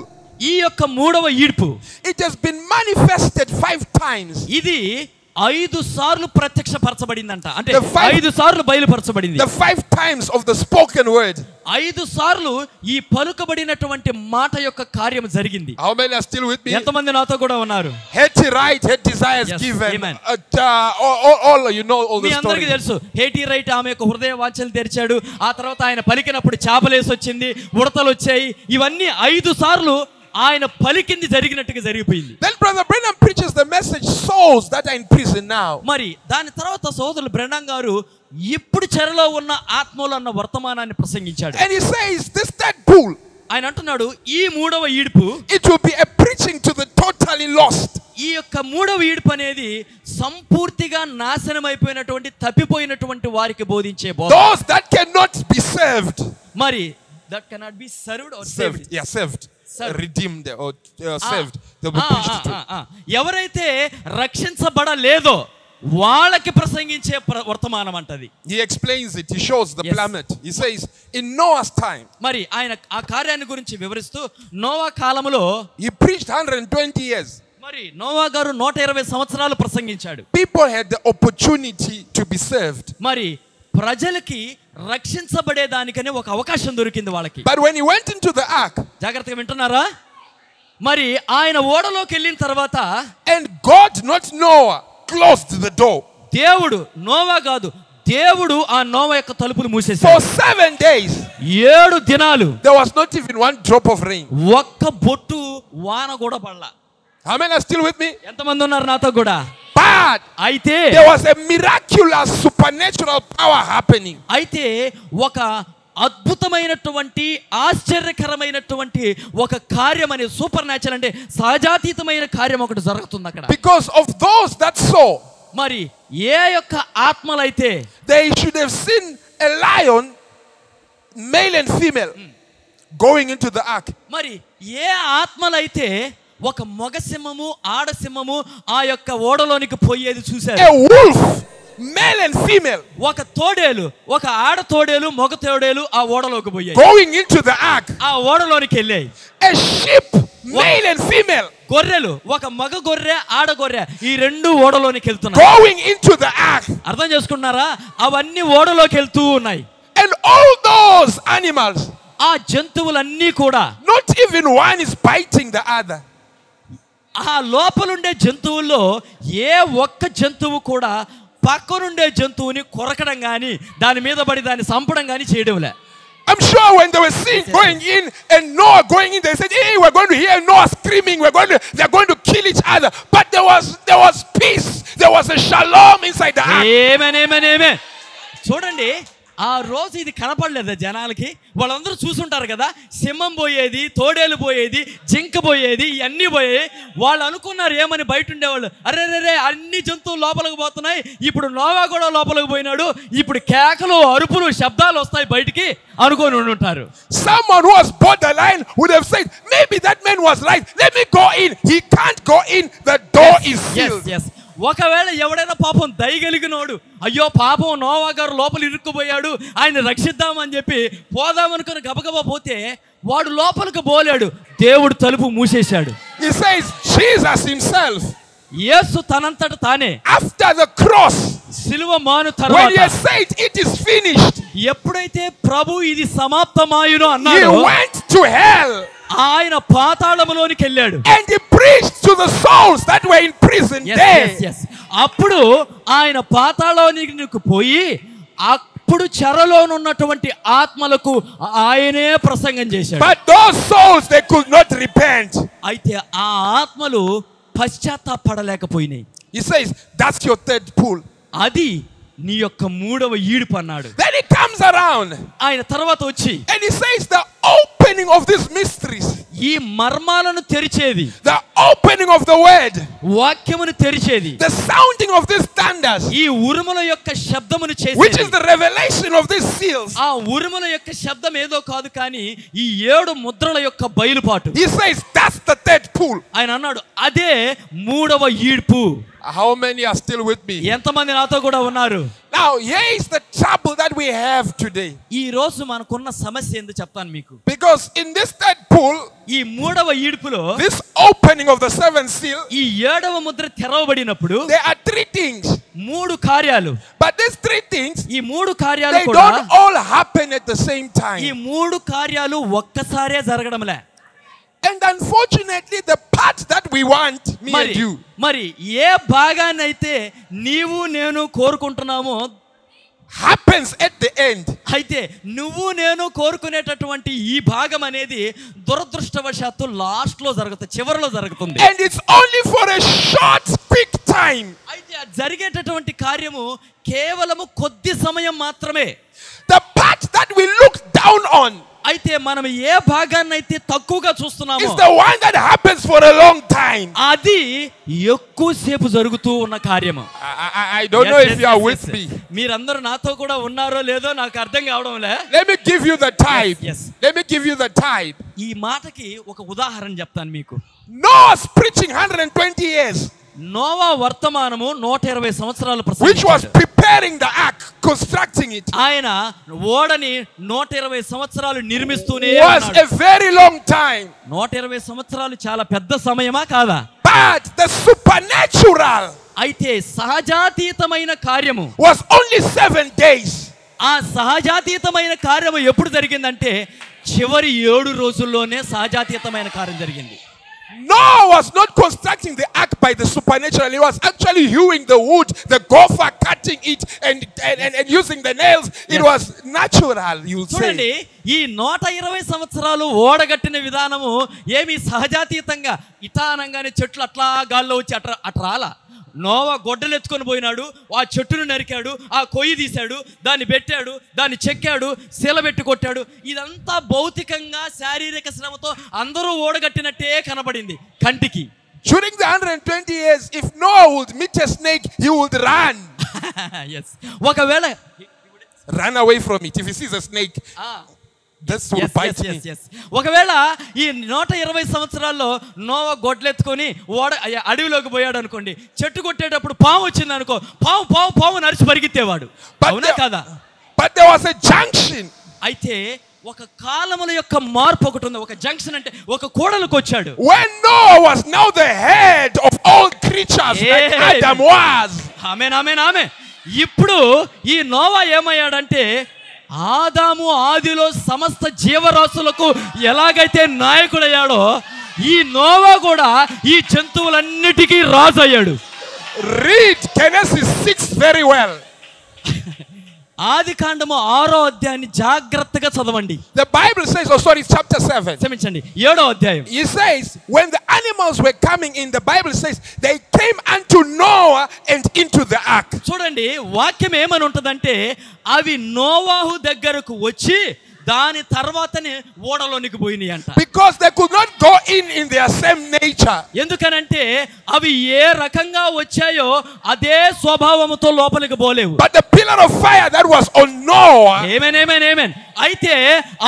C: ఈ యొక్క మూడవ ఈడ్పు
B: it has been manifested five times.
C: ఇది ఐదు సార్లు ప్రత్యక్షపరచబడిందంట అంటే
B: The five-
C: ఐదు సార్లు బయలుపరచబడింది
B: The five times of the spoken word.
C: ఐదు సార్లు ఈ పలుకబడినటువంటి మాట యొక్క కార్యం జరిగింది
B: How many are still with me?
C: ఎంతమంది నాతో కూడా ఉన్నారు
B: Hate right, hate desires
C: Yes,
B: given.
C: amen.
B: Uh, uh, all, all, all, you know all
C: me
B: the
C: అందరికీ
B: story.
C: తెలుసు హేటీ రైట్ ఆమె యొక్క హృదయ వాంఛలు తెరిచాడు ఆ తర్వాత ఆయన పలికినప్పుడు చేపలేసి వచ్చింది ఉడతలు వచ్చాయి ఇవన్నీ ఐదు సార్లు ఆయన పలికింది జరిగినట్టుగా జరిగిపోయింది
B: Then Brother Branham preaches the message souls that are in prison now.
C: మరి దాని తర్వాత సోదరులు బ్రెండం గారు ఇప్పుడు చెరలో ఉన్న ఆత్మలు అన్న వర్తమానాన్ని ప్రసంగించాడు
B: And he says, This third bull,
C: ఆయన అంటున్నాడు ఈ మూడవ ఈడ్పు
B: it will be a preaching to the totally lost.
C: ఈ యొక్క మూడవ ఈడ్పు అనేది సంపూర్తిగా నాశనం అయిపోయినటువంటి తప్పిపోయినటువంటి వారికి బోధించే బోధ
B: Those that cannot be saved.
C: మరి that cannot be served or saved
B: Saved, yeah, saved.
C: Saved.
B: Redeemed or uh,
C: Ah,
B: saved. They'll be
C: ఆ, ఆ,
B: preached to.
C: ఆ, ఆ. ఎవరైతే రక్షించబడలేదో వాళ్ళకి ప్రసంగించే ప్ర- వర్తమానం అంటది
B: He explains it. He shows the
C: Yes.
B: planet. He says, in Noah's time,
C: మరి ఆయన ఆ కార్యాన్ని గురించి వివరిస్తూ నోవా కాలములో
B: he preached 120 years.
C: మరి నోవా గారు నూట ఇరవై సంవత్సరాలు ప్రసంగించాడు
B: People had the opportunity to be saved.
C: మరి ప్రజలకి రక్షించబడే దానికనే ఒక అవకాశం దొరికింది వాళ్ళకి
B: But when he went into the ark
C: జాగ్రత్తగా వింటున్నారా మరి ఆయన ఓడలోకి వెళ్ళిన తర్వాత
B: and God, not Noah, closed the door
C: దేవుడు నోవా కాదు దేవుడు ఆ నోవా యొక్క తలుపులు
B: for
C: మూసేశాడు
B: seven days,
C: ఏడు దినాలు
B: there was not even one drop of rain.
C: ఒక్క బొట్టు వాన కూడా పడలా
B: How many are still with me?
C: ఎంతమంది ఉన్నారు నాతో కూడా
B: But
C: అయితే
B: there was a miraculous supernatural power happening.
C: అయితే ఒక అద్భుతమైనటువంటి ఆశ్చర్యకరమైనటువంటి ఒక కార్యం అనే సూపర్ న్యాచురల్ అంటే సహజాతీతమైన కార్యం ఒకటి జరుగుతుంది అక్కడ
B: Because of those that saw,
C: మరి ఏ యొక్క ఆత్మలైతే
B: they should have seen a lion, male and female, going into the ark.
C: మరి ఏ ఆత్మలైతే ఒక మగ సింహము ఆడ సింహము ఆ యొక్క ఓడలోనికి పోయేది చూశారు
B: A wolf, male and female,
C: ఒక తోడేలు ఒక ఆడ తోడేలు మగ తోడేలు ఆ ఓడలోకి పోయాయి
B: going into the ark.
C: ఆ ఓడలోనికి వెళ్ళాయి
B: A sheep, male and female,
C: గొర్రెలు ఒక మగ గొర్రె ఆడ గొర్రె ఈ రెండు ఓడలోనికి వెళ్తున్నాయి
B: going into the ark.
C: అర్థం చేసుకున్నారా అవన్నీ ఓడలోకి వెళ్తూ ఉన్నాయి
B: And all those animals,
C: ఆ జంతువులన్నీ కూడా
B: not even one is biting the other.
C: ఆ లోపలుండే జంతువుల్లో ఏ ఒక్క జంతువు కూడా పక్కనుండే జంతువుని కొరకడం కానీ దాని మీద పడి దాన్ని చంపడం కానీ చేయడంలే
B: I'm sure when they were seeing going in and Noah going in, they said, "Hey, we're going to hear Noah screaming. We're going to, they're going to kill each other." But there was there was peace. There was a shalom inside the ark.
C: ఏమేనేమేనేమే చూడండి ఆ రోజు ఇది కనపడలేదు జనాలకి వాళ్ళందరూ చూసుంటారు కదా సింహం పోయేది తోడేలు పోయేది జింక పోయేది ఇవన్నీ పోయాయి వాళ్ళు అనుకున్నారు ఏమని బయట ఉండేవాళ్ళు అరే రే రే అన్ని జంతువులు లోపలికి పోతున్నాయి ఇప్పుడు నోవా కూడా లోపలికి పోయినాడు ఇప్పుడు కేకలు అరుపులు శబ్దాలు వస్తాయి బయటికి అనుకొని ఉండుంటారు
B: Someone who was borderline would have said, "Maybe that man was right. Let me go in. He can't go in. The door is
C: Yes,
B: sealed."
C: yes. ఒకవేళ ఎవడైనా పాపం దయగలిగినోడు అయ్యో పాపం నోవా గారు లోపల ఇరుక్కుపోయాడు ఆయన రక్షిద్దామని చెప్పి పోదామనుకుని గబగబా పోతే వాడు లోపలికి పోలేడు దేవుడు తలుపు మూసేశాడు
B: He says, Jesus himself,
C: యేసు తనంతట తానే
B: after the cross,
C: సిలువ మాను
B: when he
C: తర్వాత
B: had said, It is finished,
C: ఎప్పుడైతే ప్రభు ఇది సమాప్తమాయును
B: he
C: అన్నాడు
B: went to hell
C: ఆయన పాతాళములోనికి వెళ్ళాడు
B: and he preached to the souls that were in prison
C: Yes, yes,
B: there.
C: yes. అప్పుడు ఆయన పాతాళానికి పోయి అప్పుడు చెరలోనున్నటువంటి ఆత్మలకు ఆయనే ప్రసంగం చేశాడు
B: But those souls, they could not repent.
C: అయితే ఆ ఆత్మలు పశ్చాత్తాపడలేకపోయినాయి
B: He says, That's your third pull.
C: అది నీ యొక్క మూడవ ఈడుపు అన్నాడు
B: Then he comes around
C: ఆయన తర్వాత వచ్చి
B: and he says, The opening of these mysteries,
C: ఈ మర్మాలను తెరిచేది
B: the opening of the word,
C: వాక్యమును తెరిచేది
B: the sounding of these thunders,
C: ఈ ఉరుముల యొక్క శబ్దమును
B: which is
C: చేసేది
B: the revelation of these seals.
C: ఆ ఉరుముల యొక్క శబ్దం ఏదో కాదు కానీ ఈ ఏడు ముద్రల యొక్క బయలుపాటు
B: He says, That's the third pull.
C: ఆయన అన్నాడు అదే మూడవ ఈడ్పు
B: How many are still with me?
C: ఎంతమంది నాతో కూడా ఉన్నారు
B: Now, here is the trouble that we have today.
C: ఈ రోజు మనకున్న సమస్య ఏందో చెప్తాను మీకు
B: Because in this third pool,
C: ఈ మూడవ ఈడ్పులో
B: this opening of the seventh seal,
C: ఈ ఏడవ Mudra తెరవబడినప్పుడు
B: there are three things.
C: మూడు కార్యాలు
B: But these three things,
C: ఈ మూడు కార్యాలు
B: they
C: కూడా
B: don't all happen at the same
C: ఈ
B: time.
C: మూడు కార్యాలు ఒక్కసారే జరగడంలే
B: And unfortunately, the part that we want, me
C: మరి
B: and you,
C: మరి ఏ భాగాన్నైతే నీవు నేను కోరుకుంటున్నామో
B: happens at the end.
C: అయితే నువ్వు నేను కోరుకునేటటువంటి ఈ భాగం అనేది దురదృష్టవశాత్తు లాస్ట్ లో జరుగుతుంది చివరిలో జరుగుతుంది
B: And it's only for a short, quick time.
C: అయితే ఆ జరిగేటటువంటి కార్యము కేవలము కొద్ది సమయం మాత్రమే
B: The part that we look down on
C: అయితే మనం ఏ భాగాన్ని అయితే తక్కువగా చూస్తున్నామో
B: is the one that happens for a long time.
C: అది ఎక్కువసేపు జరుగుతూ ఉన్న కార్యము
B: I, I, I don't
C: Ah. Yes,
B: know
C: yes,
B: if you are
C: yes,
B: with
C: yes.
B: me.
C: మీరందరూ నాతో కూడా ఉన్నారో లేదో నాకు అర్థం కావడం లే
B: Let me give you the type.
C: Yes, yes.
B: Let me give you the type.
C: ఈ మాటకి ఒక ఉదాహరణ చెప్తాను మీకు
B: Noah's preaching 120 years,
C: నోవా వర్తమానము నూట ఇరవై సంవత్సరాలు
B: which was
C: ప్రసంగించాడు.
B: preparing the ark, constructing it,
C: ఆయన ఓడని నూట ఇరవై సంవత్సరాలు నిర్మిస్తూనే
B: was
C: ఉన్నాడు.
B: a very long time.
C: నూట ఇరవై సంవత్సరాలు చాలా పెద్ద సమయమా కాదా
B: But the supernatural
C: అయితే సహజాతీతమైన కార్యము
B: was only seven days.
C: ఆ సహజాతీతమైన కార్యము ఎప్పుడు జరిగిందంటే చివరి ఏడు రోజుల్లోనే సహజాతీతమైన కార్యం జరిగింది
B: Noah was not constructing the ark by the supernatural. He was actually hewing the wood, the gopher, cutting it, and, and, and, and using the nails. It
C: Yes.
B: was natural, you'll
C: చూడండి
B: say.
C: ఈ నూట ఇరవై సంవత్సరాలు ఓడగట్టిన విధానము ఏమి సహజాతీతంగా ఇటానంగానే చెట్లు అట్లా గాల్లో వచ్చి అట్రా అట్రాల నోవా గొడ్డలు ఎత్తుకొని పోయినాడు ఆ చెట్టును నరికాడు ఆ కొయ్యి తీశాడు దాన్ని పెట్టాడు దాన్ని చెక్కాడు శీలబెట్టి కొట్టాడు ఇదంతా భౌతికంగా శారీరక శ్రమతో అందరూ ఓడగట్టినట్టే కనబడింది కంటికి
B: During the 120 years, if Noah would meet a snake, he would run.
C: Yes. ఒకవేళ
B: Run away from it. If he sees a snake,
C: ఆ,
B: this will
C: Yes,
B: bite
C: yes,
B: me.
C: yes, yes. ఒకవేళ ఈ నూట ఇరవై సంవత్సరాల్లో నోవ గొడ్లెత్తుకొని ఓడ అయ్య, అడవిలోకి పోయాడు అనుకోండి చెట్టు కొట్టేటప్పుడు పాము వచ్చింది అనుకో పాము పాము పాము నడిచి పరిగెత్తేవాడు
B: But,
C: అవునా
B: there,
C: కదా
B: but there was a junction.
C: అయితే ఒక కాలముల యొక్క మార్పు ఒకటి ఉంది ఒక జంక్షన్ అంటే ఒక కూడలకు వచ్చాడు
B: When Noah was now the head of all creatures, like
C: Yeah.
B: Adam was,
C: ఆమె ఆమె ఆమె ఇప్పుడు ఈ నోవా ఏమయ్యాడంటే ఆదాము ఆదిలో సమస్త జీవరాశులకు ఎలాగైతే నాయకుడయ్యాడో ఈ నోవా కూడా ఈ జంతువులన్నిటికీ రాజు అయ్యాడు
B: read Genesis 6 very well.
C: ఆది కాండము ఆరో అధ్యాయాన్ని జాగ్రత్తగా చదవండి
B: The Bible says, oh, sorry, it's chapter 7.
C: క్షమించండి ఏడో అధ్యాయం
B: It says, when the animals were coming in, the Bible says, they came unto Noah and into the ark.
C: చూడండి వాక్యం ఏమని ఉంటుందంటే అవి నోవాహు దగ్గరకు వచ్చి దాని తర్వాతనే ఓడలోనికి పోయినాయి అంట
B: Because they could not go in in their same nature.
C: ఎందుకనంటే అవి ఏ రకంగా వచ్చాయో అదే స్వభావముతో లోపలికి పోలేవు
B: But the pillar of fire that was on Noah
C: amen amen amen అయితే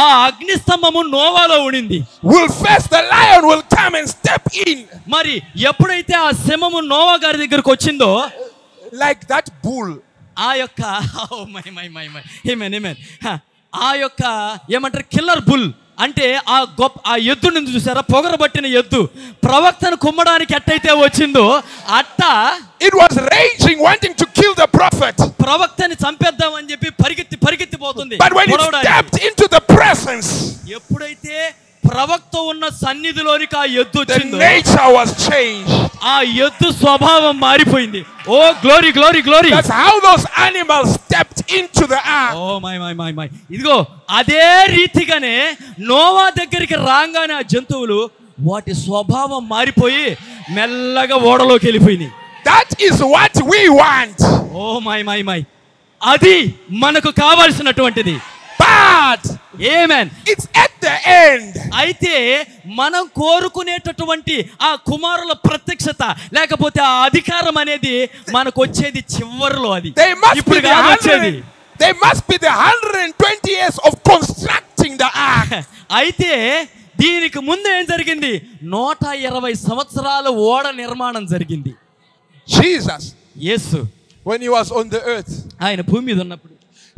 C: ఆ అగ్నిస్తంభము నోవాలో ఉండింది
B: will first, the lion will come and step in
C: మరి ఎప్పుడైతే ఆ సింహము నోవా గారి దగ్గరకు వచ్చిందో
B: like that bull.
C: ఆ యొక్క oh my my my my amen amen ఆ యొక్క ఏమంటారు కిల్లర్ బుల్ అంటే ఆ గొప్ప ఆ ఎద్దు నుంచి చూసారా పొగరబట్టిన ఎద్దు ప్రవక్తను కుమ్మడానికి ఎట్టయితే వచ్చిందో అట్ట
B: It was raging, wanting to kill the prophet.
C: ప్రవక్తని చంపేద్దామని చెప్పి పరిగెత్తి పరిగెత్తిపోతుంది
B: But when it
C: పొడవడానికి.
B: stepped into the presence,
C: ఎప్పుడైతే ప్రవక్త ఉన్న సన్నిధిలోనికి ఆ ఎద్దు
B: the
C: వచ్చిందో
B: nature was changed.
C: ఆ ఎద్దు స్వభావం మారిపోయింది oh glory glory glory
B: That's how those animals stepped into the ark.
C: Oh my my my my ఇదిగో అదే రీతిగానే నోవా దగ్గరికి రాగానే ఆ జంతువులు వాటి స్వభావం మారిపోయి మెల్లగా ఓడలోకి వెళ్ళిపోయినాయి
B: That is what we want.
C: Oh my my my అది మనకు కావాల్సినటువంటిది
B: But
C: amen
B: it's at the end.
C: అయితే మనం కోరుకునేటటువంటి ఆ కుమారుల ప్రత్యక్షత లేకపోతే ఆ అధికారం అనేది మనకు వచ్చేది చివరిలో అది
B: They must
C: ఇప్పుడు
B: be the
C: కాదు వచ్చేది
B: hundred. They must be the hundred and twenty years of constructing the ark.
C: అయితే దీనికి ముందు ఏం జరిగింది నూట ఇరవై సంవత్సరాల ఓడ నిర్మాణం జరిగింది
B: Jesus,
C: Yesu
B: when he was on the earth,
C: ఆయన భూమి మీద ఉన్నప్పుడు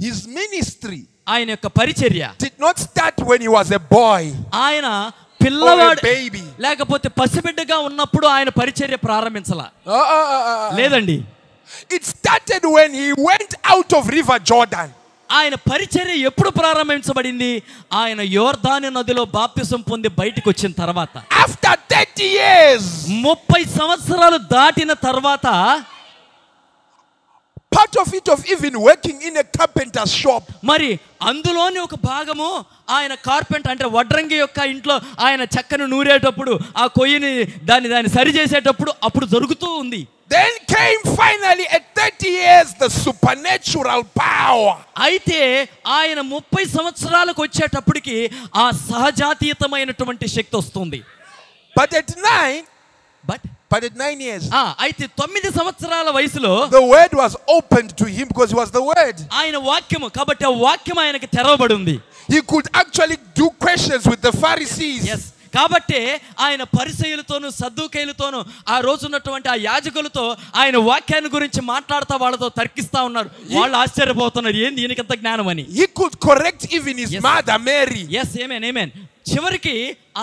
B: his ministry
C: ఆయన యొక్క పరిచర్య
B: did not start when he was a boy.
C: ఆయన పిల్లవాడు
B: Or a baby.
C: లేకపోతే పసిబిడ్డగా ఉన్నప్పుడు ఆయన పరిచర్య ప్రారంభించాల
B: Uh, uh, uh, uh, uh.
C: లేదండి
B: It started when he went out of River Jordan.
C: ఆయన పరిచర్య ఎప్పుడు ప్రారంభించబడింది ఆయన యోర్ధాని నదిలో బాప్తిసం పొంది బయటకు వచ్చిన తర్వాత
B: After 30 years,
C: ముప్పై సంవత్సరాలు దాటిన తర్వాత
B: part of it of even working in a carpenter's shop.
C: మరి అందులోని ఒక భాగము ఆయన కార్పెంట్ అంటే వడ్రంగి యొక్క ఇంట్లో ఆయన చెక్కను నూరేటప్పుడు ఆ కొయ్యని దాన్ని దాన్ని సరి చేసేటప్పుడు అప్పుడు జరుగుతూ ఉంది
B: Then came finally at 30 years the supernatural power.
C: అయితే ఆయన ముప్పై సంవత్సరాలకు వచ్చేటప్పటికి ఆ సహజాతీతమైనటువంటి శక్తి వస్తుంది
B: But at nine,
C: but
B: but at nine years,
C: అయితే తొమ్మిది సంవత్సరాల వయసులో
B: the word was opened to him because he was the word.
C: ఆయన వాక్యము కాబట్టి ఆ వాక్యం ఆయనకి తెరవబడి ఉంది
B: He could actually do questions with the Pharisees.
C: Yes కాబట్టి ఆయన పరిచయులతోనూ సద్దుకైలతోనూ ఆ రోజు ఉన్నటువంటి ఆ యాజకులతో ఆయన వాక్యాన్ని గురించి మాట్లాడుతూ వాళ్ళతో తర్కిస్తా ఉన్నారు వాళ్ళు ఆశ్చర్యపోతున్నారు ఏంది ఈయనకింత జ్ఞానం అని
B: He could correct even his
C: Yes.
B: mother Mary.
C: Yes amen amen చివరికి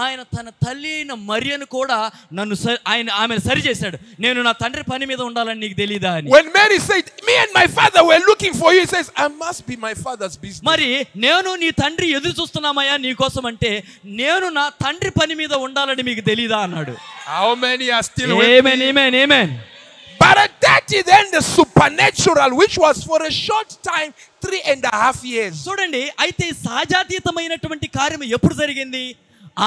C: ఆయన తన తల్లి అయిన మరియను కూడా నన్ను స- ఆయన ఆమెను సరిచేశాడు నేను నా తండ్రి పని మీద ఉండాలని నీకు తెలియదా అని
B: When Mary said, Me and my father were looking for you, he says, I must be my father's business.
C: మరి నేను నీ తండ్రి ఎదురు చూస్తున్నామయ్యా నీకోసం అంటే నేను నా తండ్రి పని మీద ఉండాలని మీకు తెలియదా అన్నాడు
B: How many are still with
C: amen amen amen
B: But at 30, then the supernatural, which was for a short time, three and a half years.
C: చూడండి అయితే సహజాతీతమైనటువంటి కార్యం ఎప్పుడు జరిగింది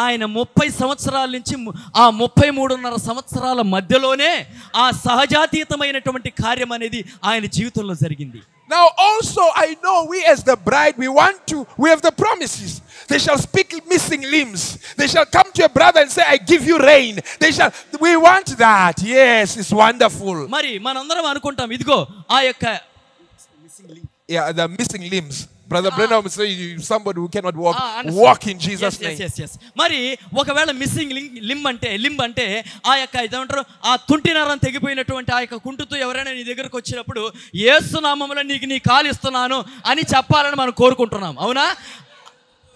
C: ఆయన ముప్పై సంవత్సరాల నుంచి ము- ఆ ముప్పై మూడున్నర సంవత్సరాల మధ్యలోనే ఆ సహజాతీతమైనటువంటి కార్యం అనేది ఆయన జీవితంలో జరిగింది
B: Now, also, I know we as the bride, we want to, we have the promises. They shall speak missing limbs. They shall come to a brother and say, I give you rain. They shall, we want that. Yes, it's wonderful.
C: మరి మనందరం అనుకుంటాం ఇదిగో ఆ యొక్క
B: Yeah, the missing limbs. Brother Brenham is saying, "You- somebody who cannot walk,
C: Ah, understand.
B: walk in Jesus'
C: Yes, yes,
B: name.
C: yes, yes. మరి ఒకవేళ మిస్సింగ్ లింబ్ అంటే లింబ్ అంటే ఆ యొక్క ఏమంటారు ఆ తుంటి నరం తెగిపోయినటువంటి ఆ యొక్క కుంటుతో ఎవరైనా నీ దగ్గరకు వచ్చినప్పుడు ఏసునామంలో నీకు నీ కాలు ఇస్తున్నాను అని చెప్పాలని మనం కోరుకుంటున్నాం అవునా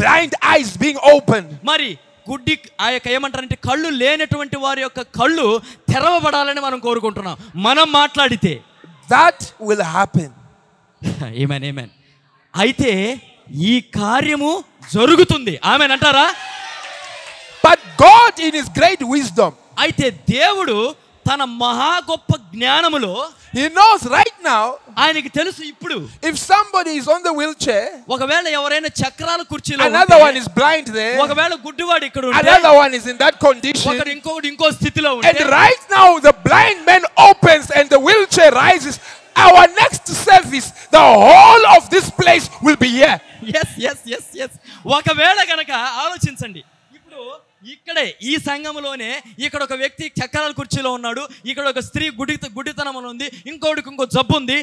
B: Blind eyes being opened.
C: మరి గుడ్డి ఆ యొక్క ఏమంటారంటే కళ్ళు లేనటువంటి వారి యొక్క కళ్ళు తెరవబడాలని మనం కోరుకుంటున్నాం మనం మాట్లాడితే
B: That will happen.
C: Amen amen అయితే ఈ కార్యము జరుగుతుంది ఆమెన్ అంటారా
B: But God, in His great wisdom,
C: అయితే దేవుడు తన మహా గొప్ప జ్ఞానములో
B: He knows right now
C: ఆయనకి తెలుసు ఇప్పుడు
B: if somebody is on the wheelchair,
C: ఒకవేళ ఎవరైనా చక్రాల కుర్చీలో
B: another
C: ఉంటే,
B: one is blind there,
C: ఒకవేళ గుడ్డివాడు ఇక్కడ ఉంటే
B: another one is in that
C: ఒకడు
B: condition.
C: ఇంకొకటి ఇంకో స్థితిలో
B: And
C: ఉంటే
B: right now, the blind man opens and the wheelchair rises. our next service, the whole of this place will be here.
C: Yes yes yes yes ఒకవేళ గనక ఆలోచించండి ఇప్పుడు ఇక్కడే ఈ సంఘంలోనే ఇక్కడ ఒక వ్యక్తి చక్రాల కుర్చీలో ఉన్నాడు ఇక్కడ ఒక స్త్రీ గుడి గుడితనంలో ఉంది ఇంకోటికి ఇంకో జబ్బు ఉంది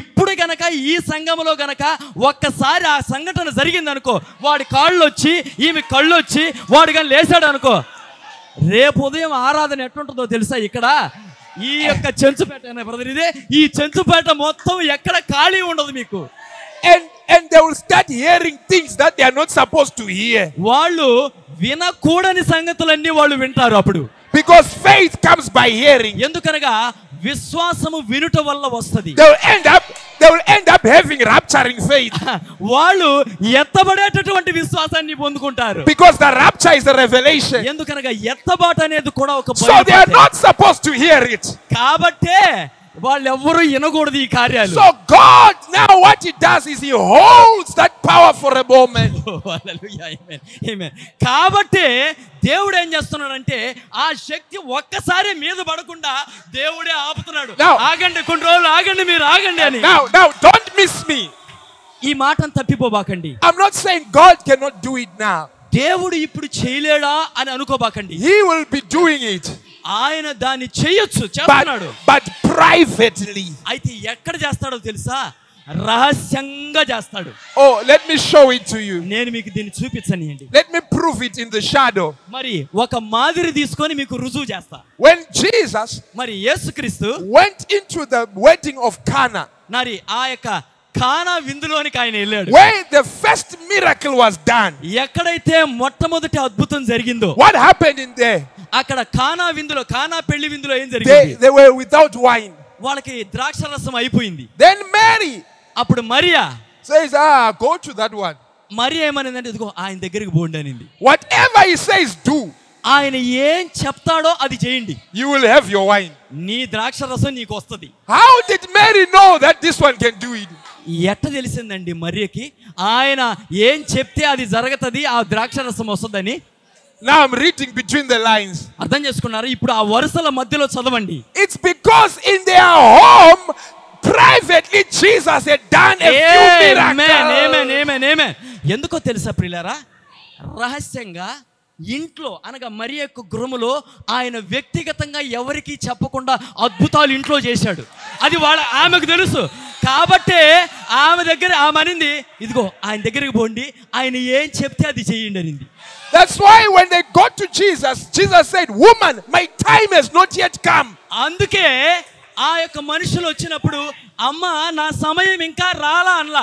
C: ఇప్పుడు గనక ఈ సంఘంలో గనక ఒక్కసారి ఆ సంఘటన జరిగిందనుకో వాడి కాళ్ళు వచ్చి ఈమె కళ్ళు వచ్చి వాడు కానీ లేచాడు అనుకో రేపు ఉదయం ఆరాధన ఎట్లుంటుందో తెలుసా ఇక్కడ ఈ యొక్క చెంచుపేట అనే బ్రదర్ ఇదే ఈ చెంచుపేట మొత్తం ఎక్కడ ఖాళీ ఉండదు మీకు
B: And, and they will start hearing things that they are not supposed to hear.
C: వాళ్ళు వినకూడని సంగతులన్నీ వాళ్ళు వింటారు అప్పుడు
B: Because faith comes by hearing.
C: ఎందుకనగా విశ్వాసము వినుట వల్ల వస్తది
B: They will end up, they will end up having rapturing faith.
C: వాళ్ళు ఎత్తబడేటటువంటి విశ్వాసాన్ని పొందుకుంటారు
B: Because the rapture is a revelation.
C: ఎందుకనగా ఎత్తబాటు అనేది కూడా ఒక
B: So they are
C: బయలుపాటే.
B: not supposed to hear it.
C: కాబట్టే వాళ్ళెవ్వరూ వినకూడదు ఈ కార్యాలు
B: So God, now what He does is He holds that power for a moment.
C: Hallelujah. Amen. Amen. కాబట్టి దేవుడు ఏం చేస్తున్నాడంటే ఆ శక్తి ఒక్కసారి మీద పడకుండా దేవుడే ఆపుతున్నాడు
B: Now-
C: ఆగండి కొన్ని రోజులు ఆగండి మీరు ఆగండి అని
B: Now, now, don't miss me.
C: ఈ మాటను తప్పిపోబాకండి
B: I'm not saying God cannot do it now.
C: దేవుడు ఇప్పుడు చేయలేడా అని అనుకోబాకండి
B: He will be doing it,
C: ఆయన దాన్ని చేయొచ్చు చేస్తున్నాడు
B: but, but privately.
C: అయితే ఎక్కడ చేస్తాడో తెలుసా రహస్యంగా చేస్తాడు
B: Oh, let me show it to you.
C: నేను మీకు దీన్ని చూపించనియండి
B: Let me prove it in the shadow.
C: మరి ఒక మాదిరి తీసుకొని మీకు రుజువు చేస్తా
B: When Jesus
C: మరి యేసుక్రీస్తు
B: went into the wedding of Cana,
C: మరి ఆ యొక్క కానా విందులోనికి ఆయన వెళ్ళాడు
B: where the first miracle was done,
C: ఎక్కడైతే మొట్టమొదటి అద్భుతం జరిగిందో
B: what happened in there?
C: అక్కడ కానా విందులో కానా పెళ్లి విందులో ఏం
B: They,
C: జరిగింది
B: they were without wine.
C: వాళ్ళకి ద్రాక్షరసం అయిపోయింది
B: Then Mary
C: అప్పుడు Mariya
B: says, Ah, go to that one.
C: Mariya ఏమనిందంటే ఇదిగో ఆయన దగ్గరికి పోండి అనింది
B: Whatever he says, do.
C: ఆయన ఏం చెప్తాడో అది చేయండి
B: You will have your wine.
C: నీ ద్రాక్ష రసం నీకు వస్తుంది
B: How did Mary know that this one can do it?
C: ఎట్ట తెలిసిందండి మరియకి ఆయన ఏం చెప్తే అది జరుగుతుంది ఆ ద్రాక్ష రసం వస్తుందని
B: Now I'm reading between the lines.
C: అర్థం చేసుకున్నారు ఇప్పుడు ఆ వరుసల మధ్యలో చదవండి
B: It's because in their home, privately, Jesus had done a few
C: Amen, amen,
B: miracles.
C: amen, amen. ఎందుకో తెలుసా ప్రియులారా రహస్యంగా ఇంట్లో అనగా మరి యొక్క గృహములో ఆయన వ్యక్తిగతంగా ఎవరికీ చెప్పకుండా అద్భుతాలు ఇంట్లో చేశాడు అది వాళ్ళ ఆమెకు తెలుసు కాబట్టే ఆమె దగ్గర ఆమె అనింది ఇదిగో ఆయన దగ్గరికి పోండి ఆయన ఏం చెప్తే అది చేయండి అనింది
B: That's why when they got to Jesus, Jesus said, Woman, my time has not yet come.
C: అందుకే ఆ యొక్క మనుషులు వచ్చినప్పుడు అమ్మ నా సమయం ఇంకా రాలా అనలా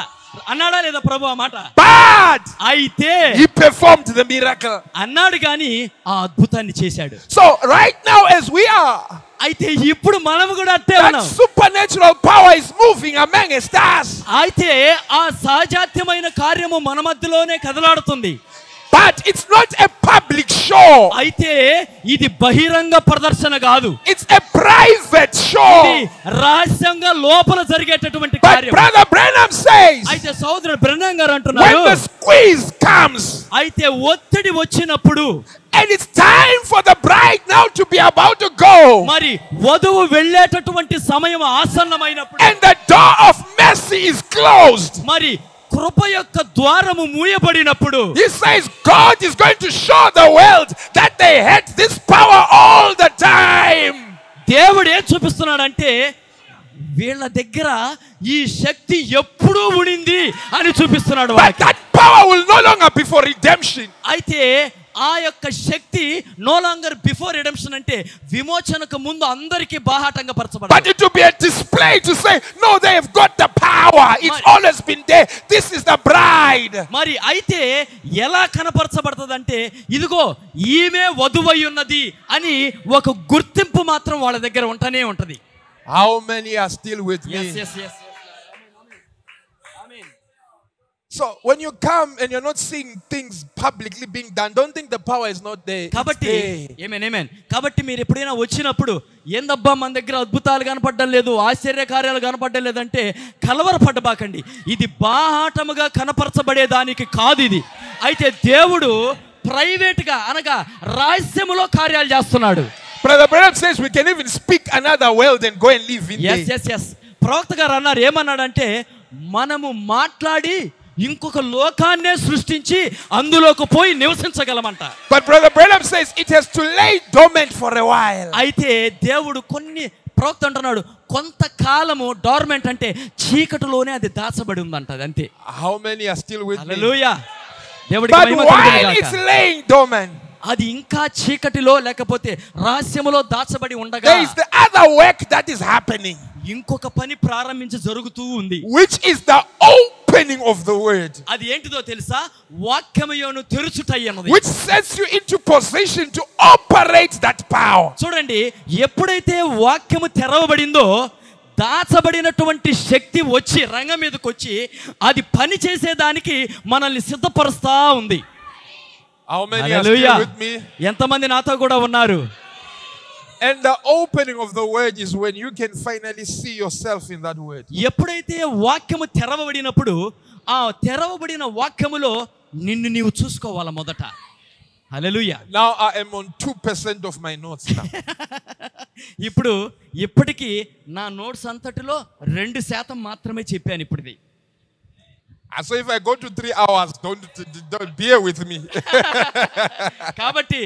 C: అన్నాడా లేదా ప్రభు ఆ మాట
B: But
C: అయితే
B: he performed the miracle.
C: అన్నాడు కానీ ఆ అద్భుతాన్ని చేశాడు
B: So, right now, as we are,
C: అయితే ఇప్పుడు మనం కూడా అట్టే
B: that
C: ఉన్నాం
B: supernatural power is moving among us.
C: అయితే ఆ సహజాత్యమైన కార్యము మన మధ్యలోనే కదలాడుతుంది
B: But it's not a public show.
C: అయితే ఇది బహిరంగ ప్రదర్శన కాదు
B: It's a private
C: ఇది
B: show.
C: రహస్యంగా లోపల జరిగేటటువంటి
B: But
C: కార్యం
B: Brother Branham says,
C: అయితే సోదరుడు బ్రహ్మం గారు
B: when
C: అంటున్నారు
B: the squeeze comes,
C: అయితే ఒత్తిడి వచ్చినప్పుడు
B: and it's time for the bride now to be about to go,
C: మరి వధువు వెళ్ళేటటువంటి సమయం ఆసన్నమైనప్పుడు
B: and the door of mercy is closed,
C: మరి కృప యొక్క ద్వారము మూయబడినప్పుడు
B: he says, God is going to show the world that they had this power all the time.
C: దేవుడు ఏం చూపిస్తున్నాడంటే వీళ్ళ దగ్గర ఈ శక్తి ఎప్పుడూ ఉండింది అని చూపిస్తున్నాడు
B: But
C: వాళ్ళకి
B: that power will no longer be for redemption.
C: అయితే ఆ యొక్క శక్తి నో లాంగర్ బిఫోర్ రిడెంప్షన్ అంటే విమోచనకు ముందు అందరికీ బాహాటంగా
B: But
C: పరచబడాలి
B: it will be a display to say, no, they have got the power. It's
C: Right.
B: always been there. This is the bride.
C: మరి అయితే ఎలా కనపరచబడుతుందంటే ఇదిగో ఈమె వధువై ఉన్నది అని ఒక గుర్తింపు మాత్రం వాళ్ళ దగ్గర ఉంటూనే ఉంటది
B: How many are still with
C: Yes,
B: me?
C: yes, yes.
B: So when you come and you're not seeing things publicly being done, don't think the power is not there. It's
C: కాబట్టి
B: there.
C: ఏమేన్ ఏమేన్ కాబట్టి మీరు ఎప్పుడైనా వచ్చినప్పుడు ఏందబ్బా మన దగ్గర అద్భుతాలు కనపడడం లేదు ఆశ్చర్యకార్యాలు కనపడడం లేదంటే కలవరపడబాకండి ఇది బాహాటముగా కనపరచబడేదానికి కాదు ఇది అయితే దేవుడు ప్రైవేట్గా అనగా రహస్యములో కార్యాలు చేస్తున్నాడు
B: Brother Branham says we can even speak another world and go and live in
C: yes
B: there.
C: Yes yes ప్రవక్త గారు అన్నారు ఏమన్నాడంటే మనము మాట్లాడి ఇంకొక లోకాన్నే సృష్టించి అందులోకి పోయి నివసించగలమంట
B: But Brother Branham says it has to lay dormant for a while.
C: అయితే దేవుడు కొన్ని ప్రవక్త అంటున్నాడు కొంతకాలము డోర్మెంట్ అంటే చీకటిలోనే అది దాచబడి ఉందంట అది అంతే
B: How many are still with me?
C: హల్లెలూయా దేవుడికి
B: But
C: మహిమ
B: while
C: కలుగునుగాక.
B: it's laying dormant,
C: అది ఇంకా చీకటిలో లేకపోతే రహస్యములో దాచబడి ఉండగా
B: there is the other work that is happening,
C: ఇంకొక పని ప్రారంభించి జరుగుతూ ఉంది
B: which is the opening of the word,
C: అది ఏంటిదో తెలుసా వాక్యమయోను తెరుచుటయ్యన్నది
B: which sets you into position to operate that power.
C: చూడండి ఎప్పుడైతే వాక్యము తెరవబడిందో దాచబడినటువంటి శక్తి వచ్చి రంగం మీదకి వచ్చి అది పని చేసేదానికి మనల్ని సిద్ధపరుస్తా ఉంది
B: How many
C: hallelujah.
B: are still with me?
C: ఎంతమంది నాతో కూడా ఉన్నారు
B: And the opening of the word is when you can finally see yourself in that word.
C: ఎప్పుడైతే వాక్యము తెరవబడినప్పుడు ఆ తెరవబడిన వాక్యములో నిన్ను నీవు చూసుకోవాలి మొదట హల్లెలూయా
B: Now I am on 2% of my notes now.
C: ఇప్పుడు ఇప్పటికీ నా నోట్స్ అంతటిలో రెండు శాతం మాత్రమే చెప్పాను ఇప్పటిది
B: And Ah, so if I go to three hours, don't, don't bear with me.
C: కాబట్టి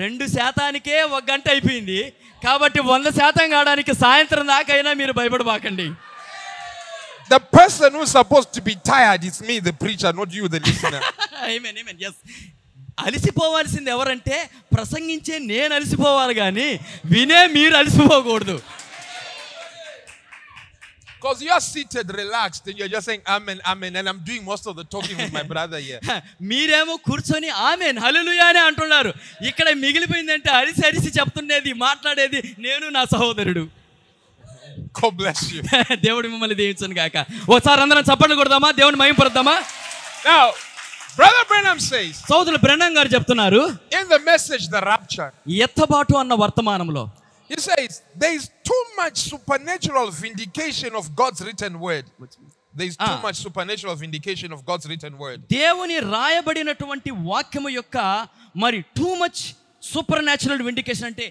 C: రెండు శాతానికే ఒక గంట అయిపోయింది కాబట్టి వంద శాతం కావడానికి సాయంత్రం దాకైనా మీరు భయపడబాకండి
B: the person who's supposed to be tired is me, the preacher, not you, the listener.
C: Amen, amen, yes. అలసిపోవాల్సింది ఎవరంటే ప్రసంగించే నేను అలసిపోవాలి కానీ వినే మీరు అలసిపోకూడదు
B: Because you're seated, relaxed, and you're just saying amen, amen. And I'm doing most of the talking with my brother here.
C: మీరేమో కూర్చొని ఆమె హల్లెలూయా అని అంటున్నారు ఇక్కడ మిగిలిపోయిందంటే అరిసి అరిసి చెప్తుండేది మాట్లాడేది నేను నా సహోదరుడు
B: God bless you.
C: దేవుడు మిమ్మల్ని దీవించను గాక ఒకసారి అందరం చప్పట్లు కొడదామా దేవుని మహింపడదామా
B: Now, Brother Branham says
C: సోదరులు బ్రహ్మం గారు చెప్తున్నారు
B: in the message, The Rapture,
C: ఎత్తబాటు అన్న వర్తమానంలో
B: he says there is too much supernatural vindication of God's written word. There is too
C: Ah.
B: much supernatural vindication of God's written word.
C: దేవుని రాయబడినటువంటి వాక్యము యొక్క మరి too much supernatural vindication అంటే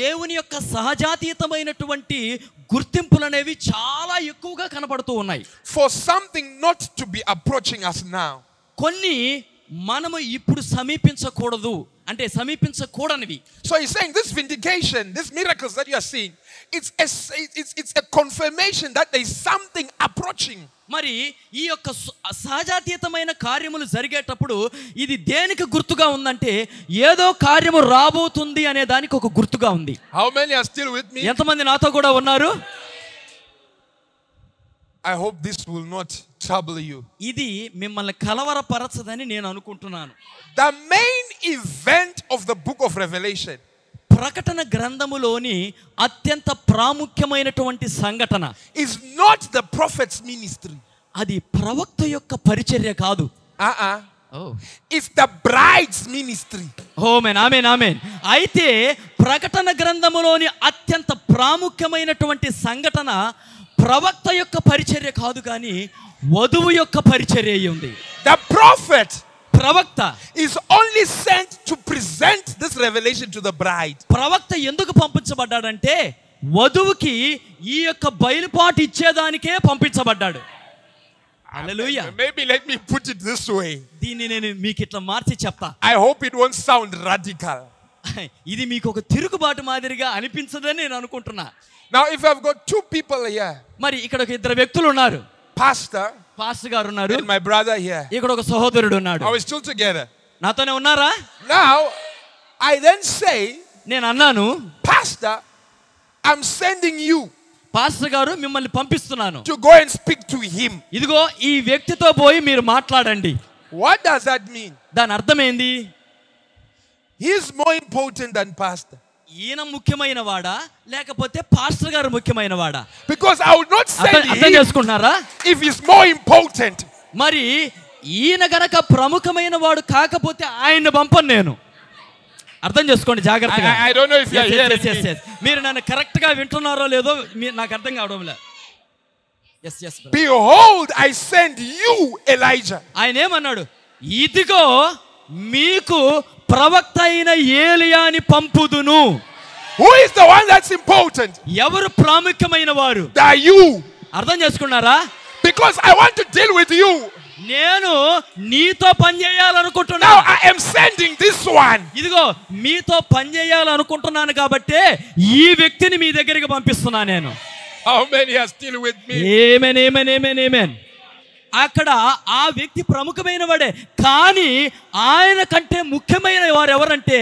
C: దేవుని యొక్క సహజాతీతమైనటువంటి గుర్తింపులు అనేవి చాలా ఎక్కువగా కనపడుతూ ఉన్నాయి
B: For something not to be approaching us now.
C: కొన్ని మనము ఇప్పుడు సమీపించకూడదు అంటే సమీపించకూడనివి
B: So he's saying this vindication, these miracles that you are seeing, it's a, it's, it's a confirmation that there is something approaching.
C: మరి ఈ యొక్క స- సహజాతీతమైన కార్యములు జరిగేటప్పుడు ఇది దేనికి గుర్తుగా ఉందంటే ఏదో కార్యము రాబోతుంది అనే దానికి ఒక గుర్తుగా ఉంది
B: How many are still with me?
C: ఎంతమంది నాతో కూడా ఉన్నారు
B: I hope this will not trouble you.
C: ఇది మిమ్మల్ని కలవరపరచదని నేను అనుకుంటున్నాను
B: The main event of the book of Revelation
C: ప్రకటన గ్రంథములోని అత్యంత ప్రాముఖ్యమైనటువంటి సంఘటన
B: is not the prophet's ministry.
C: అది ప్రవక్త యొక్క పరిచర్య కాదు
B: Uh uh It's the bride's ministry.
C: Amen amen amen అయితే ప్రకటన గ్రంథములోని అత్యంత ప్రాముఖ్యమైనటువంటి సంఘటన ప్రవక్త యొక్క పరిచర్య కాదు కానీ వధువు యొక్క పరిచర్య అయి ఉంది
B: The prophet
C: ప్రవక్త
B: is only sent to present this revelation to the bride.
C: ప్రవక్త ఎందుకు పంపించబడ్డాడంటే వధువుకి ఈ యొక్క బయలుపాటు ఇచ్చేదానికే పంపించబడ్డాడు హల్లెలూయా
B: Maybe let me put it this way.
C: దీన్ని నేను మీకు ఇట్లా మార్చి చెప్తా
B: I hope it won't sound radical.
C: ఇది మీకు ఒక తిరుగుబాటు మాదిరిగా అనిపించదని నేను అనుకుంటున్నా
B: Now, if I've got two people here,
C: మరి ఇక్కడ ఒక ఇద్దరు వ్యక్తులు ఉన్నారు
B: pastor
C: పాస్టర్ గారు ఉన్నారు
B: and my brother here,
C: ఇక్కడ ఒక సహోదరుడు ఉన్నాడు
B: are we still together?
C: నాతోనే ఉన్నారా
B: Now, I then say,
C: నేను అన్నాను
B: pastor, I'm sending you
C: pastor గారు మిమ్మల్ని పంపిస్తున్నాను
B: to go and speak to him.
C: ఇదిగో ఈ వ్యక్తితో పోయి మీరు మాట్లాడండి
B: What does that mean?
C: దాని అర్థమైంది
B: He's more important than pastor.
C: ఈయన ముఖ్యమైన వాడా లేకపోతే పాస్టర్ గారు ముఖ్యమైన వాడా
B: Because I would not send
C: అర్థం- అర్థం
B: him
C: చేసుకుంటున్నారా
B: if he's more important.
C: మరి ఈయన గనక ప్రముఖమైన వాడు కాకపోతే ఆయన్ని పంపను నేను అర్థం చేసుకోండి జాగ్రత్తగా
B: I- I- I don't know if you are
C: Yes, yes,
B: hearing
C: yes, yes, yes. మీరు నన్ను కరెక్ట్ గా వింటున్నారో లేదో మీ- నాకు అర్థం కావడం లేదు yes yes
B: Behold, I send you, Elijah.
C: ఆయన ఏమన్నాడు ఇదిగో మీకు ప్రవక్త అయిన ఏలియాని పంపుదును
B: Who is the one that's important?
C: ఎవరు ప్రాముఖ్యమైన వారు
B: That you.
C: అర్థం చేసుకున్నారా
B: Because I want to deal with you.
C: నేను నీతో పని చేయాలనుకుంటున్నా
B: Now I am sending this one.
C: ఇదిగో మీతో పని చేయాలనుకుంటున్నాను కాబట్టి ఈ వ్యక్తిని మీ దగ్గరికి పంపిస్తున్నా నేను
B: How many are still with me?
C: Amen amen amen amen అక్కడ ఆ వ్యక్తి ప్రముఖమైన వాడే కానీ ఆయన కంటే ముఖ్యమైన వారు ఎవరంటే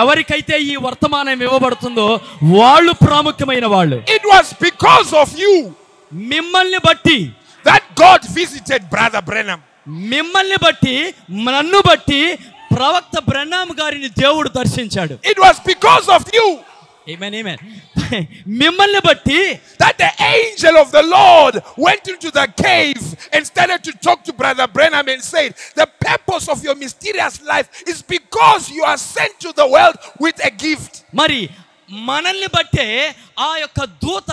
C: ఎవరికైతే ఈ వర్తమానం ఇవ్వబడుతుందో వాళ్ళు ప్రాముఖ్యమైన వాళ్ళు
B: It was because of you
C: మిమ్మల్ని బట్టి
B: that God visited Brother Brenham.
C: మిమ్మల్ని బట్టి నన్ను బట్టి ప్రవక్త బ్రహ్నాం గారిని దేవుడు దర్శించాడు
B: It was because of you
C: amen amen మిమ్మల్ని బట్టి
B: that the angel of the Lord went into the cave and started to talk to Brother Brenham and said, The purpose of your mysterious life is because you are sent to the world with a gift.
C: మరి మనల్ని బట్టే ఆ యొక్క దూత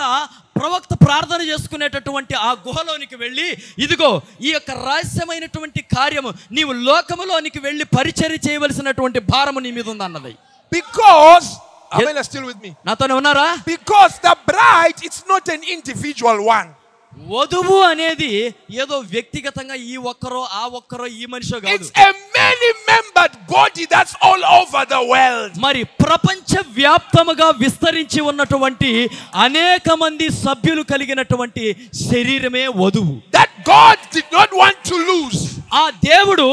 C: ప్రవక్త ప్రార్థన చేసుకునేటటువంటి ఆ గుహలోనికి వెళ్ళి ఇదిగో ఈ యొక్క రహస్యమైనటువంటి కార్యము నీవు లోకములోనికి వెళ్ళి పరిచర్య చేయవలసినటువంటి భారము నీ మీద ఉందన్నది
B: Because, how
C: Yes.
B: many are still with me?
C: నాతోనే ఉన్నారా
B: Because the bride, it's not an individual one.
C: వధువు అనేది ఏదో వ్యక్తిగతంగా ఈ ఒక్కరో ఆ ఒక్కరో ఈ మనిషో కాదు
B: It's a many-membered body that's all over the world.
C: మరి ప్రపంచ వ్యాప్తముగా విస్తరించి ఉన్నటువంటి అనేక మంది సభ్యులు కలిగినటువంటి శరీరమే వధువు
B: That God did not want to lose.
C: ఆ దేవుడు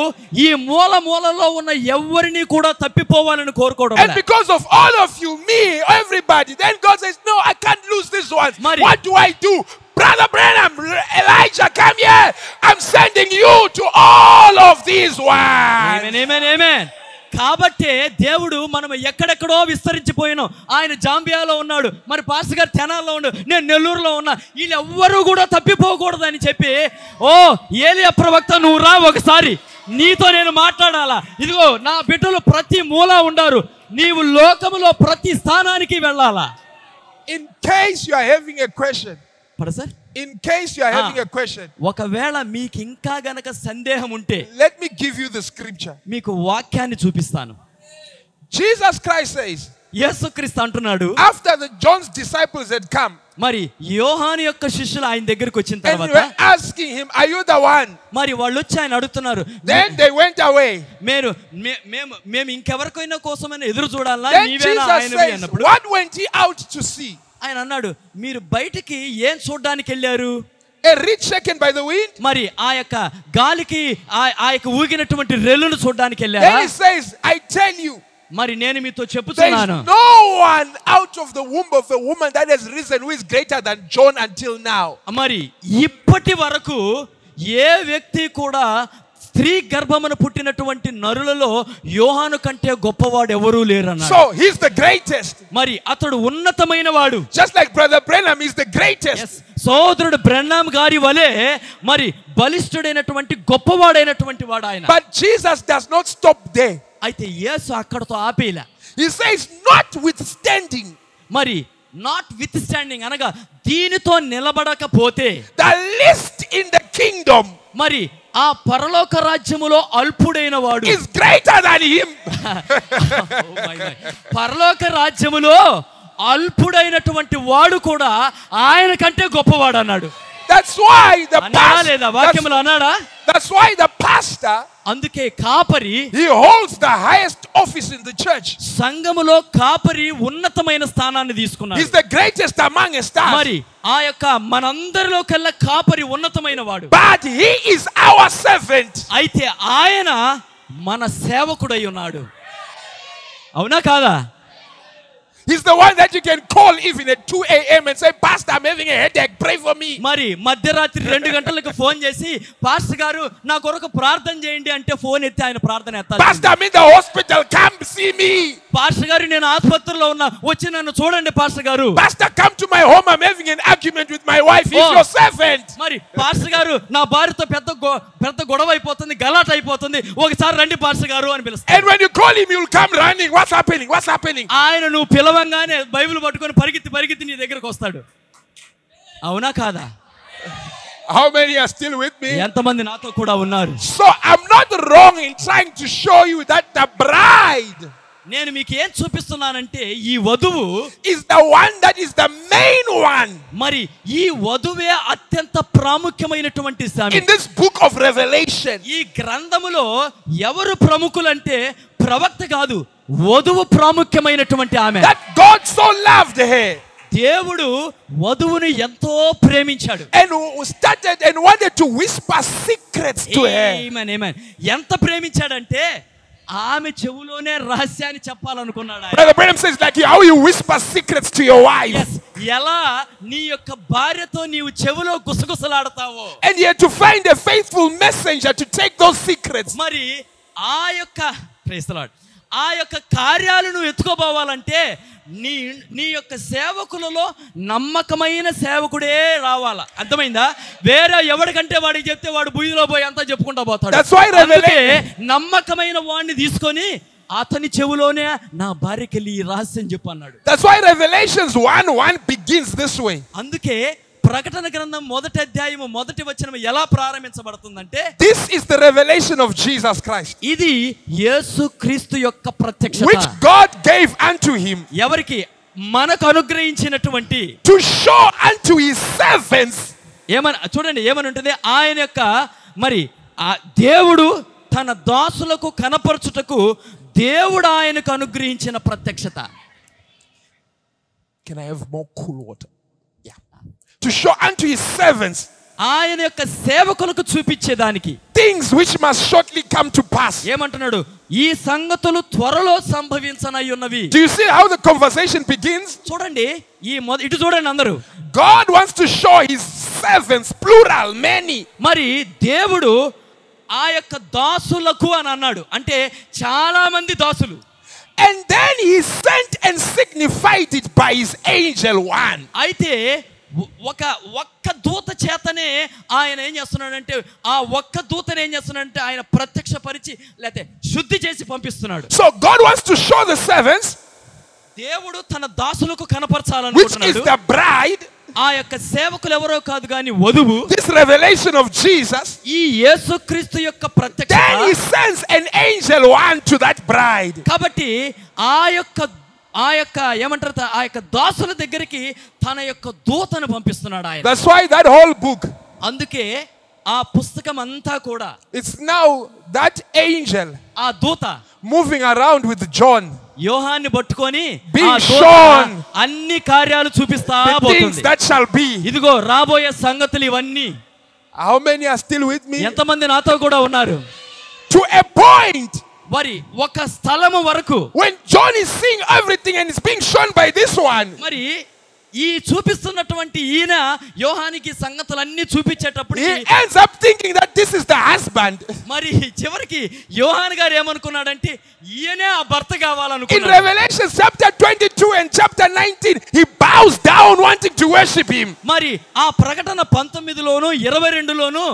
C: ఈ మూల మూలలో ఉన్న ఎవరిని కూడా తప్పిపోవాలని కోరుకోవడం
B: And
C: లే.
B: because of all of you, me, everybody, then God says, No, I can't lose this one.
C: Mari.
B: What do I do? Brother Branham, Elijah, come here. I'm sending you to all of these ones.
C: Amen, amen, amen. కాబట్టే దేవుడు మనం ఎక్కడెక్కడో విస్తరించిపోయినాం ఆయన జాంబియాలో ఉన్నాడు మరి పాస్టర్ గారు తెనాల్లో ఉండు నేను నెల్లూరులో ఉన్నా వీళ్ళు ఎవ్వరూ కూడా తప్పిపోకూడదు అని చెప్పి ఓ ఏలియా ప్రవక్త నువ్వు రా ఒకసారి నీతో నేను మాట్లాడాలా ఇదిగో నా బిడ్డలు ప్రతి మూల ఉండారు నీవు లోకములో ప్రతి స్థానానికి వెళ్ళాలా
B: In case you are having a question,
C: పడు sir
B: in case you are
C: Ah.
B: having a question,
C: ఒకవేళ మీకు ఇంకా గనక సందేహం ఉంటే
B: let me give you the scripture.
C: మీకు వాక్యాన్ని చూపిస్తాను
B: Jesus Christ says,
C: యేసుక్రీస్తు అంటున్నాడు
B: After the John's disciples had come
C: మరి యోహాను యొక్క శిష్యులు ఆయన దగ్గరికి వచ్చిన
B: and
C: తర్వాత
B: were asking him, Are you the one?
C: మరి వాళ్ళు వచ్చి ఆయన అడుగుతున్నారు
B: Then they went away.
C: నేను మే- మేము మేము ఇంకెవరికైనా కోసమైనా ఎదురు చూడాలా
B: Then
C: నీవేనా
B: Jesus
C: ఆయనవి
B: says,
C: అన్నప్పుడు
B: What went he out to see?
C: ఆయన అన్నాడు మీరు బయటికి ఏం చూడడానికి వెళ్ళారు
B: A reed shaken by the wind?
C: మరి ఆ యొక్క గాలికి ఆ- ఆ యొక్క ఊగినటువంటి రెల్లును చూడడానికి వెళ్ళారా
B: Then he says, I tell you,
C: మరి నేను మీతో
B: there is
C: చెప్పుతున్నాను
B: no one out of the womb of a woman that has risen who is greater than John until now.
C: మరి ఇప్పటి వరకు ఏ వ్యక్తి కూడా స్త్రీ గర్భమున పుట్టినటువంటి నరులలో యోహాను కంటే గొప్పవాడు ఎవరూ లేరన్నాడు
B: So he's the greatest.
C: మరి అతడు ఉన్నతమైన వాడు
B: Just like Brother Branham is the greatest.
C: సోదరుడు బ్రహ్నాం గారి వలె మరి బలిష్ఠుడైనటువంటి గొప్పవాడైనటువంటి వాడు ఆయన
B: But Jesus does not stop there.
C: అయితే యేసు అక్కడతో ఆపేలా
B: He says, notwithstanding,
C: మరి నాట్ విత్ స్టాండింగ్ అనగా దీనితో నిలబడకపోతే
B: the least in the kingdom
C: మరి ఆ పరలోక రాజ్యములో అల్పుడైన వాడు
B: is greater than him.
C: Oh my God. పరలోక రాజ్యములో అల్పుడైనటువంటి వాడు కూడా ఆయన కంటే గొప్పవాడు అన్నాడు
B: That's why the
C: అన్నాడా లేదా
B: pastor,
C: వాక్యములు
B: that's,
C: అన్నాడా
B: that's why the pastor,
C: అందుకే కాపరి
B: he holds the highest office in the church.
C: సంఘములో కాపరి ఉన్నతమైన స్థానాన్ని తీసుకున్నాడు
B: He's the greatest among us.
C: మరి ఆ యొక్క మనందరిలో కల్లా కాపరి ఉన్నతమైన వాడు
B: But he is our servant.
C: అయితే ఆయన మన సేవకుడై ఉన్నాడు అవునా కాదా
B: He's the one that you can call even at 2 a.m. and say, Pastor, I'm having a headache. Pray for me.
C: మరి మధ్యరాత్రి రెండు గంటలకు ఫోన్ చేసి పాస్టర్ గారు నా కొరకు ప్రార్థన చేయండి అంటే ఫోన్ ఎత్తి ఆయన ప్రార్థన
B: Pastor,
C: ఎత్తాలి
B: I'm in the hospital. Come see me.
C: Pastor గారు నేను ఆసుపత్రిలో ఉన్నా వచ్చి నన్ను చూడండి పాస్టర్ గారు
B: Pastor, come to my home. I'm having an argument with my wife. He's
C: Oh.
B: your servant.
C: మరి పాస్టర్ గారు నా భార్యతో పెద్ద గొ- పెద్ద గొడవ అయిపోతుంది గలాట అయిపోతుంది ఒకసారి రండి పాస్టర్ గారు అని
B: And
C: పిలుస్తాడు
B: when you call him, he'll come running. What's happening? What's happening?
C: ఆయన నువ్వు పిలవంగానే బైబిల్ పట్టుకొని పరిగెత్తి పరిగెత్తి నీ దగ్గరకు వస్తాడు అవునా కాదా
B: How many are still with me?
C: ఎంతమంది నాతో కూడా ఉన్నారు
B: So I'm not wrong in trying to show you that the bride
C: నేను మీకు ఏం చూపిస్తున్నానంటే ఈ వధువు
B: is the one that is the main one
C: మరి ఈ వధువే అత్యంత ప్రాముఖ్యమైనటువంటి సామి
B: in this book of Revelation.
C: ఈ గ్రంథములో ఎవరు ప్రముఖులంటే ప్రవక్త కాదు వధువు ప్రాముఖ్యమైనటువంటి ఆమె
B: That God so loved her
C: దేవుడు వధువును ఎంతో ప్రేమించాడు
B: and who started and wanted to whisper secrets to her.
C: Amen, amen. ఎంత ప్రేమించాడంటే ఆమె చెవులోనే రహస్యాన్ని చెప్పాలనుకున్నాడు ఆయన
B: Brother Branham says, like how you whisper secrets to your
C: Yes,
B: wife.
C: ఎలా నీ యొక్క భార్యతో నీవు చెవిలో గుసగుసలాడతావో
B: And yet to find a faithful messenger to take those secrets.
C: మరి ఆ యొక్క praise the Lord. ఆ యొక్క కార్యాలు నువ్వు ఎత్తుకోబోవాలంటే నీ నీ యొక్క సేవకులలో నమ్మకమైన సేవకుడే రావాలా అర్థమైందా వేరే ఎవడికంటే వాడికి చెప్తే వాడు బుయ్యిలో పోయి అంతా చెప్పుకుంటా పోతాడు
B: That's why Revelation-
C: అందుకే నమ్మకమైన వాడిని తీసుకొని అతని చెవులోనే నా భార్యకి వెళ్ళి ఈ రహస్యం చెప్పు అన్నాడు
B: That's why Revelations 1 1 begins this way.
C: అందుకే ప్రకటన గ్రంథం మొదటి అధ్యాయము మొదటి వచనం ఎలా ప్రారంభించబడుతుందంటే
B: This is the revelation of Jesus Christ,
C: ఇది యేసు క్రీస్తు యొక్క
B: which
C: ప్రత్యక్షత
B: God gave unto him
C: ఎవరికి మనకు అనుగ్రహించినటువంటి
B: to show unto his servants
C: ఏమని చూడండి ఏమని ఉంటుంది ఆయన యొక్క మరి ఆ దేవుడు తన దాసులకు కనపరచుటకు దేవుడు ఆయనకు అనుగ్రహించిన ప్రత్యక్షత
B: Can I have more cool water? Yeah. To show unto his servants
C: ఆయన యొక్క సేవకులకు చూపించేదానికి
B: things which must shortly come to pass.
C: ఏమంటున్నాడు ఈ సంగతులు త్వరలో సంభవించనై ఉన్నవి
B: Do you see how the conversation begins?
C: చూడండి ఈ మొద ఇటు చూడండి అందరూ
B: God wants to show his servants, plural, many.
C: మరి దేవుడు ఆ యొక్క దాసులకు అని అన్నాడు అంటే చాలా మంది దాసులు
B: And then he sent and signified it by his angel one.
C: అయితే ఒ- ఒక ఒక్క దూత చేతనే ఆయన ఏం చేస్తున్నాడంటే ఆ ఒక్క దూతను ఏం చేస్తున్నాడంటే ఆయన ప్రత్యక్షపరిచి లేకపోతే శుద్ధి చేసి పంపిస్తున్నాడు
B: So God wants to show the servants,
C: దేవుడు తన దాసులకు
B: which is
C: కనపరచాలనుకుంటున్నాడు
B: the bride,
C: ఆ యొక్క సేవకులు ఎవరో కాదు కానీ వధువు
B: this revelation of Jesus.
C: ఈ యేసుక్రీస్తు యొక్క
B: Then he
C: ప్రత్యక్షత
B: sends an angel one to that bride.
C: కాబట్టి ఆ యొక్క ఆ యొక్క ఏమంటారు త- ఆ యొక్క దాసుల దగ్గరికి తన యొక్క దూతను పంపిస్తున్నాడు ఆయన
B: That's why that whole book,
C: అందుకే ఆ పుస్తకం అంతా కూడా
B: it's now that angel
C: ఆ దూత
B: moving around with John.
C: యోహాన్ని పట్టుకొని
B: Being
C: ఆ దూత
B: shown.
C: అన్ని కార్యాలు చూపిస్తా
B: The things
C: పోతుంది
B: that shall be.
C: ఇదిగో రాబోయే సంగతులు ఇవన్నీ
B: How many are still with me?
C: ఎంతమంది నాతో కూడా ఉన్నారు
B: To a point
C: మరి ఒక స్థలము వరకు
B: when John is seeing everything and is being shown by this one.
C: మరి ఈ చూపిస్తున్నటువంటి ఈయన యోహానికి సంగతులన్నీ చూపించేటప్పుడు
B: He ends up thinking that this is the husband.
C: మరి చివరికి యోహాన్ గారు ఏమనుకున్నాడంటే ఈయనే ఆ భర్త
B: In
C: కావాలనుకున్నాడు
B: Revelation chapter 22 and chapter 19, he bows down wanting to worship him.
C: మరి ఆ ప్రకటన పంతొమ్మిదిలోను ఇరవై రెండులోను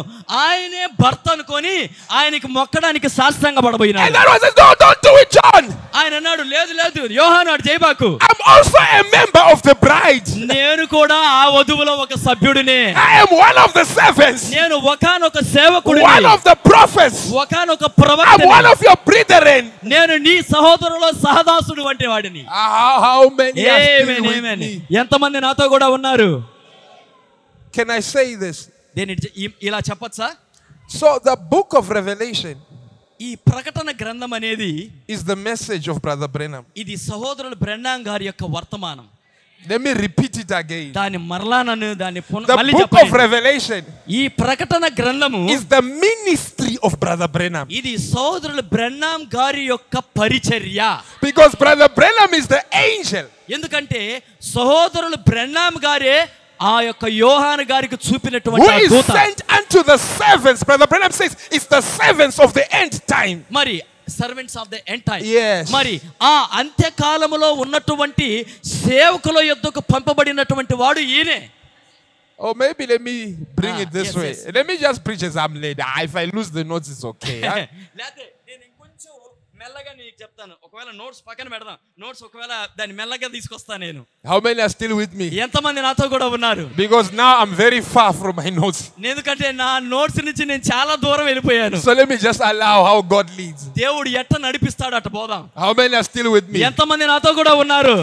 C: ఆయనే భర్త అనుకొని ఆయనకి మొక్కడానికి శాస్త్రంగా
B: And
C: పడబోయినాడు
B: that was says, No, don't do it, John.
C: ఆయన అన్నాడు లేదు లేదు యోహాను అడు జయబాకు
B: I'm also a member of the bride.
C: నేను కూడా ఆ వధువులో ఒక సభ్యుడినే
B: I am one of the servants,
C: నేను ఒకనొక సేవకుడు
B: one of the prophets.
C: ఒకనొక
B: I'm one
C: ప్రవక్త
B: of your brethren.
C: నేను నీ సహోదరులో సహదాసుడు వంటి వాడిని
B: Ah, How, how many are still
C: Amen,
B: with
C: amen.
B: me?
C: ఎంతమంది నాతో కూడా ఉన్నారు
B: Can I say this?
C: దేని ఇ- ఇలా చెప్పొచ్చా
B: So the book of Revelation
C: ఈ ప్రకటన గ్రంథం అనేది
B: is the message of Brother Branham.
C: ఇది సహోదరుడు బ్రెన్నాం గారి యొక్క వర్తమానం
B: Let me repeat it again.
C: దాని మరలా నన్ను దాన్ని పున-
B: The
C: మళ్ళీ
B: book of
C: చెప్పండి.
B: Revelation
C: ఈ ప్రకటన గ్రంథము
B: is the ministry of Brother Branham.
C: ఇది సహోదరుడు బ్రెన్నాం గారి యొక్క పరిచర్య
B: Because Brother Branham is the angel
C: ఎందుకంటే సహోదరులు బ్రెన్నాం గారే ఆ యొక్క యోహాను గారికి
B: who
C: చూపినటువంటి ఆ
B: is
C: దూత
B: sent unto the servants. Brother Branham says it's the servants of the end time.
C: మరి servants of the entire
B: Yes.
C: మరి ఆ అంత్యకాలములో ఉన్నటువంటి సేవకుల యొద్దకు పంపబడినటువంటి వాడు ఈయనే
B: Or Oh, maybe let me bring
C: Ah,
B: it this
C: yes,
B: way.
C: yes.
B: Let me just preach as I'm led. Ah, if I lose the notes, it's okay. huh?
C: లేతే నేను ఇంకొంచెం మెల్లగా నీకు చెప్తాను ఒకవేళ నోట్స్ పక్కన పెడదాం నోట్స్ ఒకవేళ దాన్ని మెల్లగా తీసుకొస్తాను నేను
B: How many are still with me?
C: ఎంతమంది నాతో కూడా ఉన్నారు
B: Because now I'm very far from my notes.
C: ఎందుకంటే నా నోట్స్ నుంచి నేను చాలా దూరం వెళ్ళిపోయాను
B: So let me just allow how God leads.
C: దేవుడు ఎట్ట నడిపిస్తాడు అట పోదాం
B: How many are still with me?
C: ఎంతమంది నాతో కూడా ఉన్నారు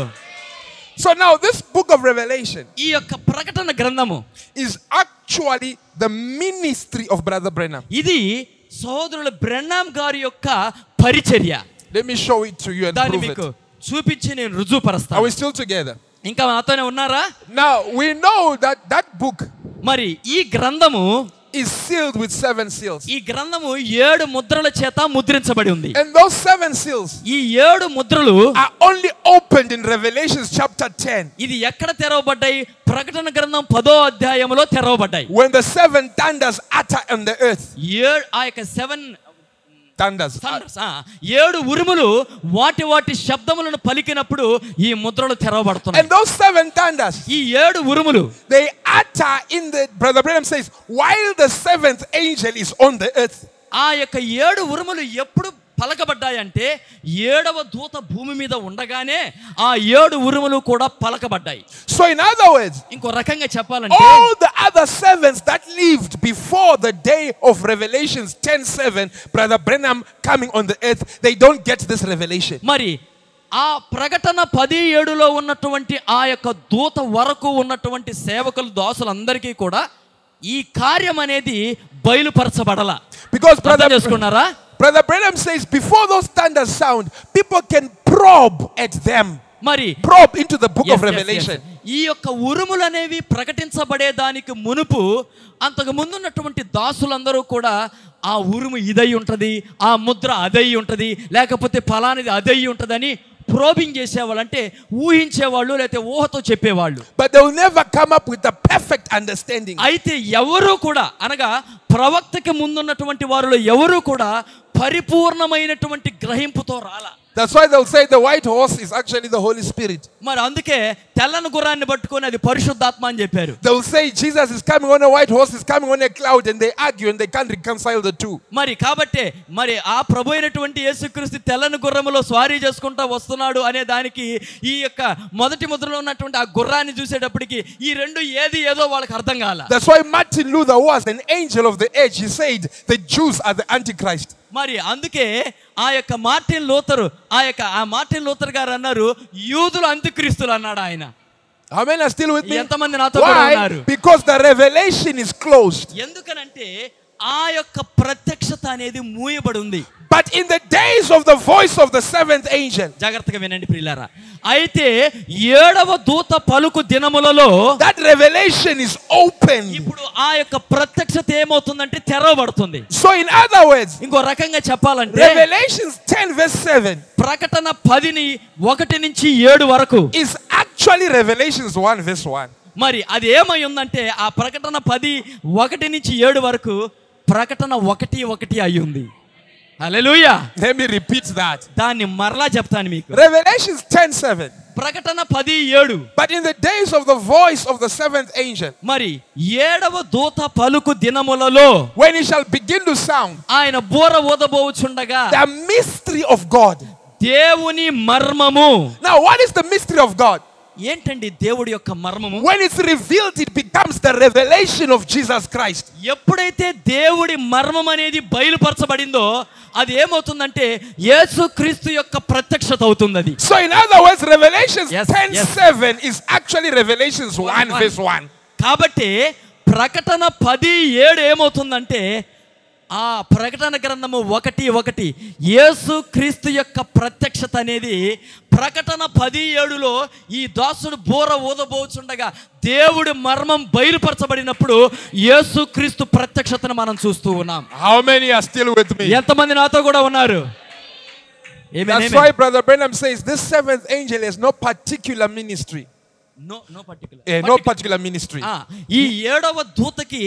B: So now this book of Revelation
C: ఈ యొక్క ప్రకటన గ్రంథము
B: is actually the ministry of Brother Brenham.
C: ఇది సోదరుల బ్రెన్నాం గారి యొక్క పరిచర్య
B: Let me show it to you and
C: దాన్ని
B: prove
C: మీకు
B: it.
C: చూపించి నేను
B: Are
C: రుజువుపరుస్తాను
B: we still together?
C: ఇంకా నాతోనే ఉన్నారా
B: Now we know that that book
C: మరి ఈ గ్రంథము
B: is sealed with seven seals.
C: ఈ గ్రంథము ఏడు ముద్రల చేత ముద్రించబడి ఉంది
B: And those seven seals
C: ఈ ఏడు ముద్రలు
B: are only opened in Revelations chapter 10
C: ఇది ఎక్కడ తెరవబడ్డాయి ప్రకటన గ్రంథం పదో అధ్యాయంలో తెరవబడ్డాయి
B: when the seven thunders utter on the earth.
C: ఏడు ఆ యొక్క సెవెన్
B: Thunders.
C: thunders, ఆ, ఏడు ఉరుములు వాటి వాటి శబ్దములను పలికినప్పుడు ఈ ముద్రలు తెరవబడుతున్నాయి
B: And those seven thunders,
C: ఈ ఏడు ఉరుములు
B: they utter in the, Brother Branham says, while the seventh angel is on the earth.
C: ఆ యొక్క ఏడు ఉరుములు ఎప్పుడు పలకబడ్డాయంటే ఏడవ దూత భూమి మీద ఉండగానే ఆ ఏడు ఉరుములు కూడా పలకబడ్డాయి
B: So, in other words,
C: ఇంకో రకంగా చెప్పాలంటే
B: all the other servants that lived before the day of Revelations 10 7, Brother Branham coming on the earth, they don't get this revelation.
C: మరి ఆ ప్రకటన పది ఏడులో ఉన్నటువంటి ఆ యొక్క దూత వరకు ఉన్నటువంటి సేవకులు దాసులందరికీ కూడా ఈ కార్యం అనేది బయలుపరచబడల
B: Because
C: అర్థం
B: Brother,
C: చేసుకున్నారా
B: Brother Branham says, before those thunders sound, people can probe at them,
C: మరి
B: probe into the book
C: Yes,
B: of
C: yes, yes.
B: Revelation.
C: ఈ యొక్క ఉరుములు అనేవి ప్రకటించబడే దానికి మునుపు అంతకు ముందున్నటువంటి దాసులందరూ కూడా ఆ ఉరుము ఇదై ఉంటది ఆ ముద్ర అదై ఉంటది లేకపోతే ఫలానిది అదై ఉంటదని ప్రోబింగ్ చేసేవాళ్ళంటే ఊహించేవాళ్ళు లేకపోతే ఊహతో చెప్పేవాళ్ళు
B: But they will never come up with the perfect understanding.
C: అయితే ఎవరూ కూడా అనగా ప్రవక్తకి ముందున్నటువంటి వారిలో ఎవరూ కూడా పరిపూర్ణమైనటువంటి గ్రహింపుతో రాలా
B: That's why they'll say the white horse is actually the Holy Spirit.
C: మరి అందుకే తెల్లని గుర్రాన్ని పట్టుకొని అది పరిశుద్ధాత్మ అని చెప్పారు
B: They'll say Jesus is coming on a white horse, is coming on a cloud, and they argue and they can't reconcile the two.
C: మరి కాబట్టే మరి ఆ ప్రభు అయినటువంటి యేసుక్రీస్తు తెల్లని గుర్రములో స్వారీ చేసుకుంటా వస్తున్నాడు అనే దానికి ఈ యొక్క మొదటి ముద్రలో ఉన్నటువంటి ఆ గుర్రాన్ని చూసేటప్పటికి ఈ రెండు ఏది ఏదో వాళ్ళకి అర్థం కాల
B: That's why Martin Luther was an angel of the age. He said the Jews are the Antichrist.
C: మరి అందుకే ఆ యొక్క మార్టిన్ లూథరు ఆ యొక్క ఆ మార్టిన్ లూథర్ గారు అన్నారు యూదులు అంత్యక్రీస్తులు అన్నాడు ఆయన
B: How many are still with me?
C: ఎంతమంది నాతో కూడా ఉన్నారు
B: Why? Because the revelation is closed.
C: ఎందుకనంటే ఆ యొక్క ప్రత్యక్షత అనేది మూయబడి ఉంది
B: But in the days of the voice of the seventh angel,
C: జాగ్రత్తగా వినండి ప్రియులారా అయితే ఏడవ దూత పలుకు దినములలో
B: that revelation is open.
C: ఇప్పుడు ఆ యొక్క ప్రత్యక్షత ఏమవుతుందంటే తెరవబడుతుంది
B: So, in other words,
C: ఇంకో రకంగా చెప్పాలంటే
B: Revelations 10, verse 7
C: ప్రకటన పదిని ఒకటి నుంచి ఏడు వరకు
B: is actually Revelations 1, verse 1.
C: మరి అది ఏమై ఉందంటే ఆ ప్రకటన పది ఒకటి నుంచి ఏడు వరకు ప్రకటన ఒకటి ఒకటి అయి ఉంది హల్లెలూయా
B: Let me repeat that.
C: దాన్ని మరలా చెప్తాను మీకు
B: Revelations 10, 7.
C: ప్రకటన పది ఏడు
B: But in the days of the voice of the seventh angel,
C: మరి ఏడవ దూత పలుకు దినములలో
B: when it shall begin to sound,
C: ఆయన బూర ఊదబోచుండగా
B: the mystery of God.
C: దేవుని మర్మము
B: Now, what is the mystery of God?
C: ఏంటండి దేవుడి యొక్క మర్మము
B: When it's revealed, it becomes the revelation of Jesus Christ.
C: ఎప్పుడైతే దేవుడి మర్మం అనేది బయలుపరచబడిందో అది ఏమవుతుందంటే యేసుక్రీస్తు యొక్క ప్రత్యక్షత అవుతుంది అది
B: So, in other words, Revelations
C: Yes,
B: 10
C: yes.
B: 7 is actually Revelations 1,
C: one.
B: verse 1.
C: కాబట్టి ప్రకటన పది ఏడు ఏమవుతుందంటే ఆ ప్రకటన గ్రంథము ఒకటి ఒకటి యేసు క్రీస్తు యొక్క ప్రత్యక్షత అనేది ప్రకటన పది ఏడులో ఈ దాసుడు బోర ఊదబోచుండగా దేవుడి మర్మం బయలుపరచబడినప్పుడు యేసు క్రీస్తు ప్రత్యక్షతను మనం చూస్తూ ఉన్నాం
B: How many are still with me?
C: ఎంతమంది నాతో కూడా ఉన్నారు Amen,
B: That's
C: amen.
B: why Brother Branham says this seventh angel has no particular ministry.
C: No, no particular.
B: Eh, no particular ministry.
C: ఆ, ఈ ఏడవ దూతకి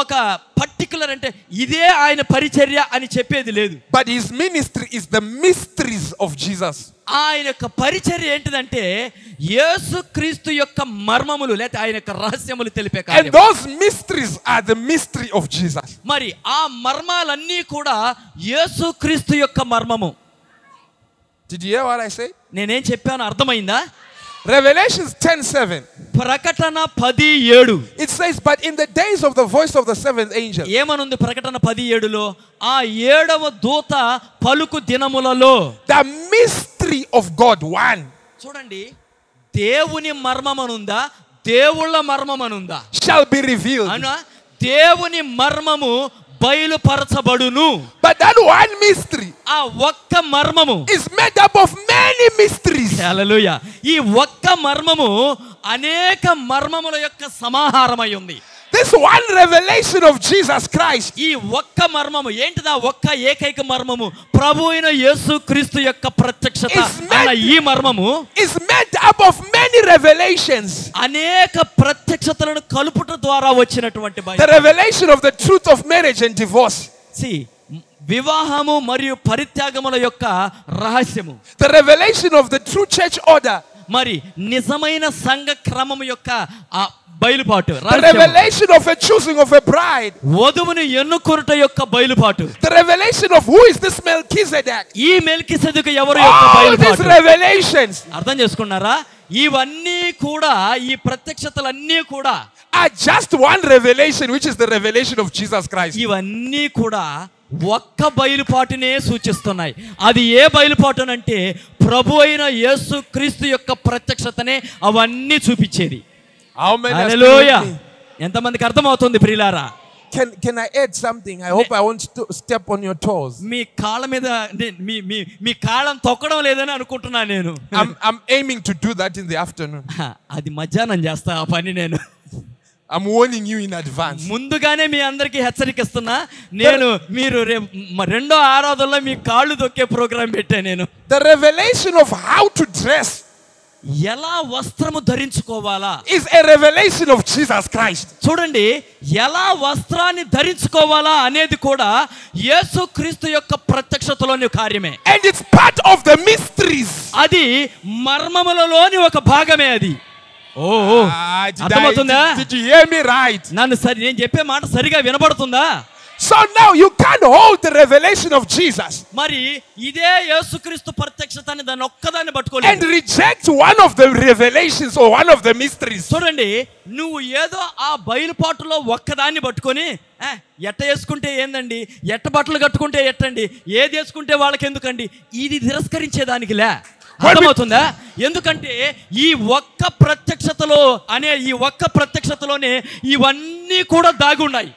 C: ఒక పర్టికులర్ అంటే ఇదే ఆయన పరిచర్య అని చెప్పేది లేదు
B: But his ministry is the mysteries of Jesus.
C: ఆయన యొక్క పరిచర్య ఏంటిదంటే యేసు క్రీస్తు యొక్క మర్మములు లేకపోతే ఆయన యొక్క రహస్యములు తెలిపే
B: And
C: కార్యం
B: those mysteries are the mystery of Jesus.
C: మరి ఆ మర్మాలన్నీ కూడా యేసు క్రీస్తు యొక్క మర్మము
B: Did you hear what I said?
C: నేనేం చెప్పాను అర్థమైందా
B: Revelations 10 7.
C: ప్రకటన పది ఏడు
B: It says, But in the days of the voice of the seventh angel,
C: ఏమనుంది ప్రకటన పది ఏడులో ఆ ఏడవ దూత పలుకు దినములలో
B: the mystery of God, one,
C: చూడండి దేవుని మర్మమనుందా దేవుళ్ళ మర్మమనుందా
B: shall be revealed.
C: అనా దేవుని మర్మము బయలుపరచబడును
B: But that one mystery
C: ఆ ఒక్క మర్మము
B: is made up of many mysteries.
C: హల్లెలూయ ఈ ఒక్క మర్మము అనేక మర్మముల యొక్క సమాహారమై ఉంది
B: This one revelation of Jesus Christ
C: ఈ ఒక్క మర్మము ఏంటిదా ఒక్క ఏకైక మర్మము ప్రభు అయిన యేసు క్రీస్తు యొక్క ప్రత్యక్షత
B: It's meant-
C: అన్న ఈ మర్మము
B: is made up of many revelations.
C: అనేక ప్రత్యక్షతలను కలుపుట ద్వారా వచ్చినటువంటి
B: The revelation of the truth of marriage and divorce,
C: బయసి వివాహము మరియు పరిత్యాగముల యొక్క రహస్యము
B: the revelation of the true church order,
C: మరి నిజమైన సంఘ క్రమము యొక్క ఆ బయలుపాటు
B: the
C: రహస్యము.
B: revelation of a choosing of a bride,
C: వధువుని ఎన్నుకొనుట యొక్క బయలుపాటు
B: the revelation of who is this Melchizedek.
C: ఈ మెల్కి సెదుకు ఎవరు యొక్క
B: All these
C: బయలుపాటు
B: revelations
C: అర్థం చేసుకున్నారా ఇవన్నీ కూడా ఈ ప్రత్యక్షతలన్నీ కూడా
B: are just one revelation, which is the revelation of Jesus Christ.
C: ఇవన్నీ కూడా ఒక్క బయలుపాటునే సూచిస్తున్నాయి అది ఏ బయలుపాటునంటే ప్రభు అయిన యేసు క్రీస్తు యొక్క ప్రత్యక్షతనే అవన్నీ చూపించేది
B: How many are still with
C: hallelujah
B: me?
C: ఎంతమందికి అర్థమవుతుంది ప్రియులారా
B: Can, can I add something? I hope I won't st- step on your toes.
C: మీ కాళ్ళ మీద నే- మీ మీ మీ కాళ్ళం తొక్కడం లేదని అనుకుంటున్నాను నేను
B: I'm, I'm aiming to do that in the afternoon.
C: అది మధ్యాహ్నం చేస్తా ఆ పని నేను
B: I'm warning you in advance.
C: ముందుగానే మీ అందరికీ హెచ్చరికిస్తున్నా నేను మీరు రేపు మ- రెండో ఆరాధనలో మీ కాళ్ళు దొక్కే ప్రోగ్రాం పెట్టా నేను
B: The revelation of how to dress
C: ఎలా వస్త్రము ధరించుకోవాలా
B: is a revelation of Jesus Christ.
C: చూడండి ఎలా వస్త్రాన్ని ధరించుకోవాలా అనేది కూడా యేసుక్రీస్తు యొక్క ప్రత్యక్షతలోని కార్యమే
B: And it's part of the mysteries.
C: అది మర్మములలోని ఒక భాగమే అది ఓ ఓ.
B: Ah, did, I,
C: అర్థమవుతుందా
B: did, did you hear me right?
C: నన్ను సరి నేను చెప్పే మాట సరిగా వినబడుతుందా
B: So now you can't hold the revelation of Jesus
C: మరి ఇదే యేసుక్రీస్తు ప్రత్యక్షతని దాన్ని ఒక్కదాన్ని
B: and
C: పట్టుకోలేదు
B: reject one of the revelations or one of the mysteries.
C: చూడండి నువ్వు ఏదో ఆ బయలుపాటులో ఒక్కదాన్ని పట్టుకొని "ఆ, ఎట్ట వేసుకుంటే ఏందండి ఎట్ట బట్టలు కట్టుకుంటే ఎట్టండి ఏది వేసుకుంటే వాళ్ళకి ఎందుకండి ఇది తిరస్కరించేదానికిలే అర్థమవుతుందా ఎందుకంటే ఈ ఒక్క ప్రత్యక్షతలో అనే ఈ ఒక్క ప్రత్యక్షతలోనే ఇవన్నీ కూడా దాగున్నాయి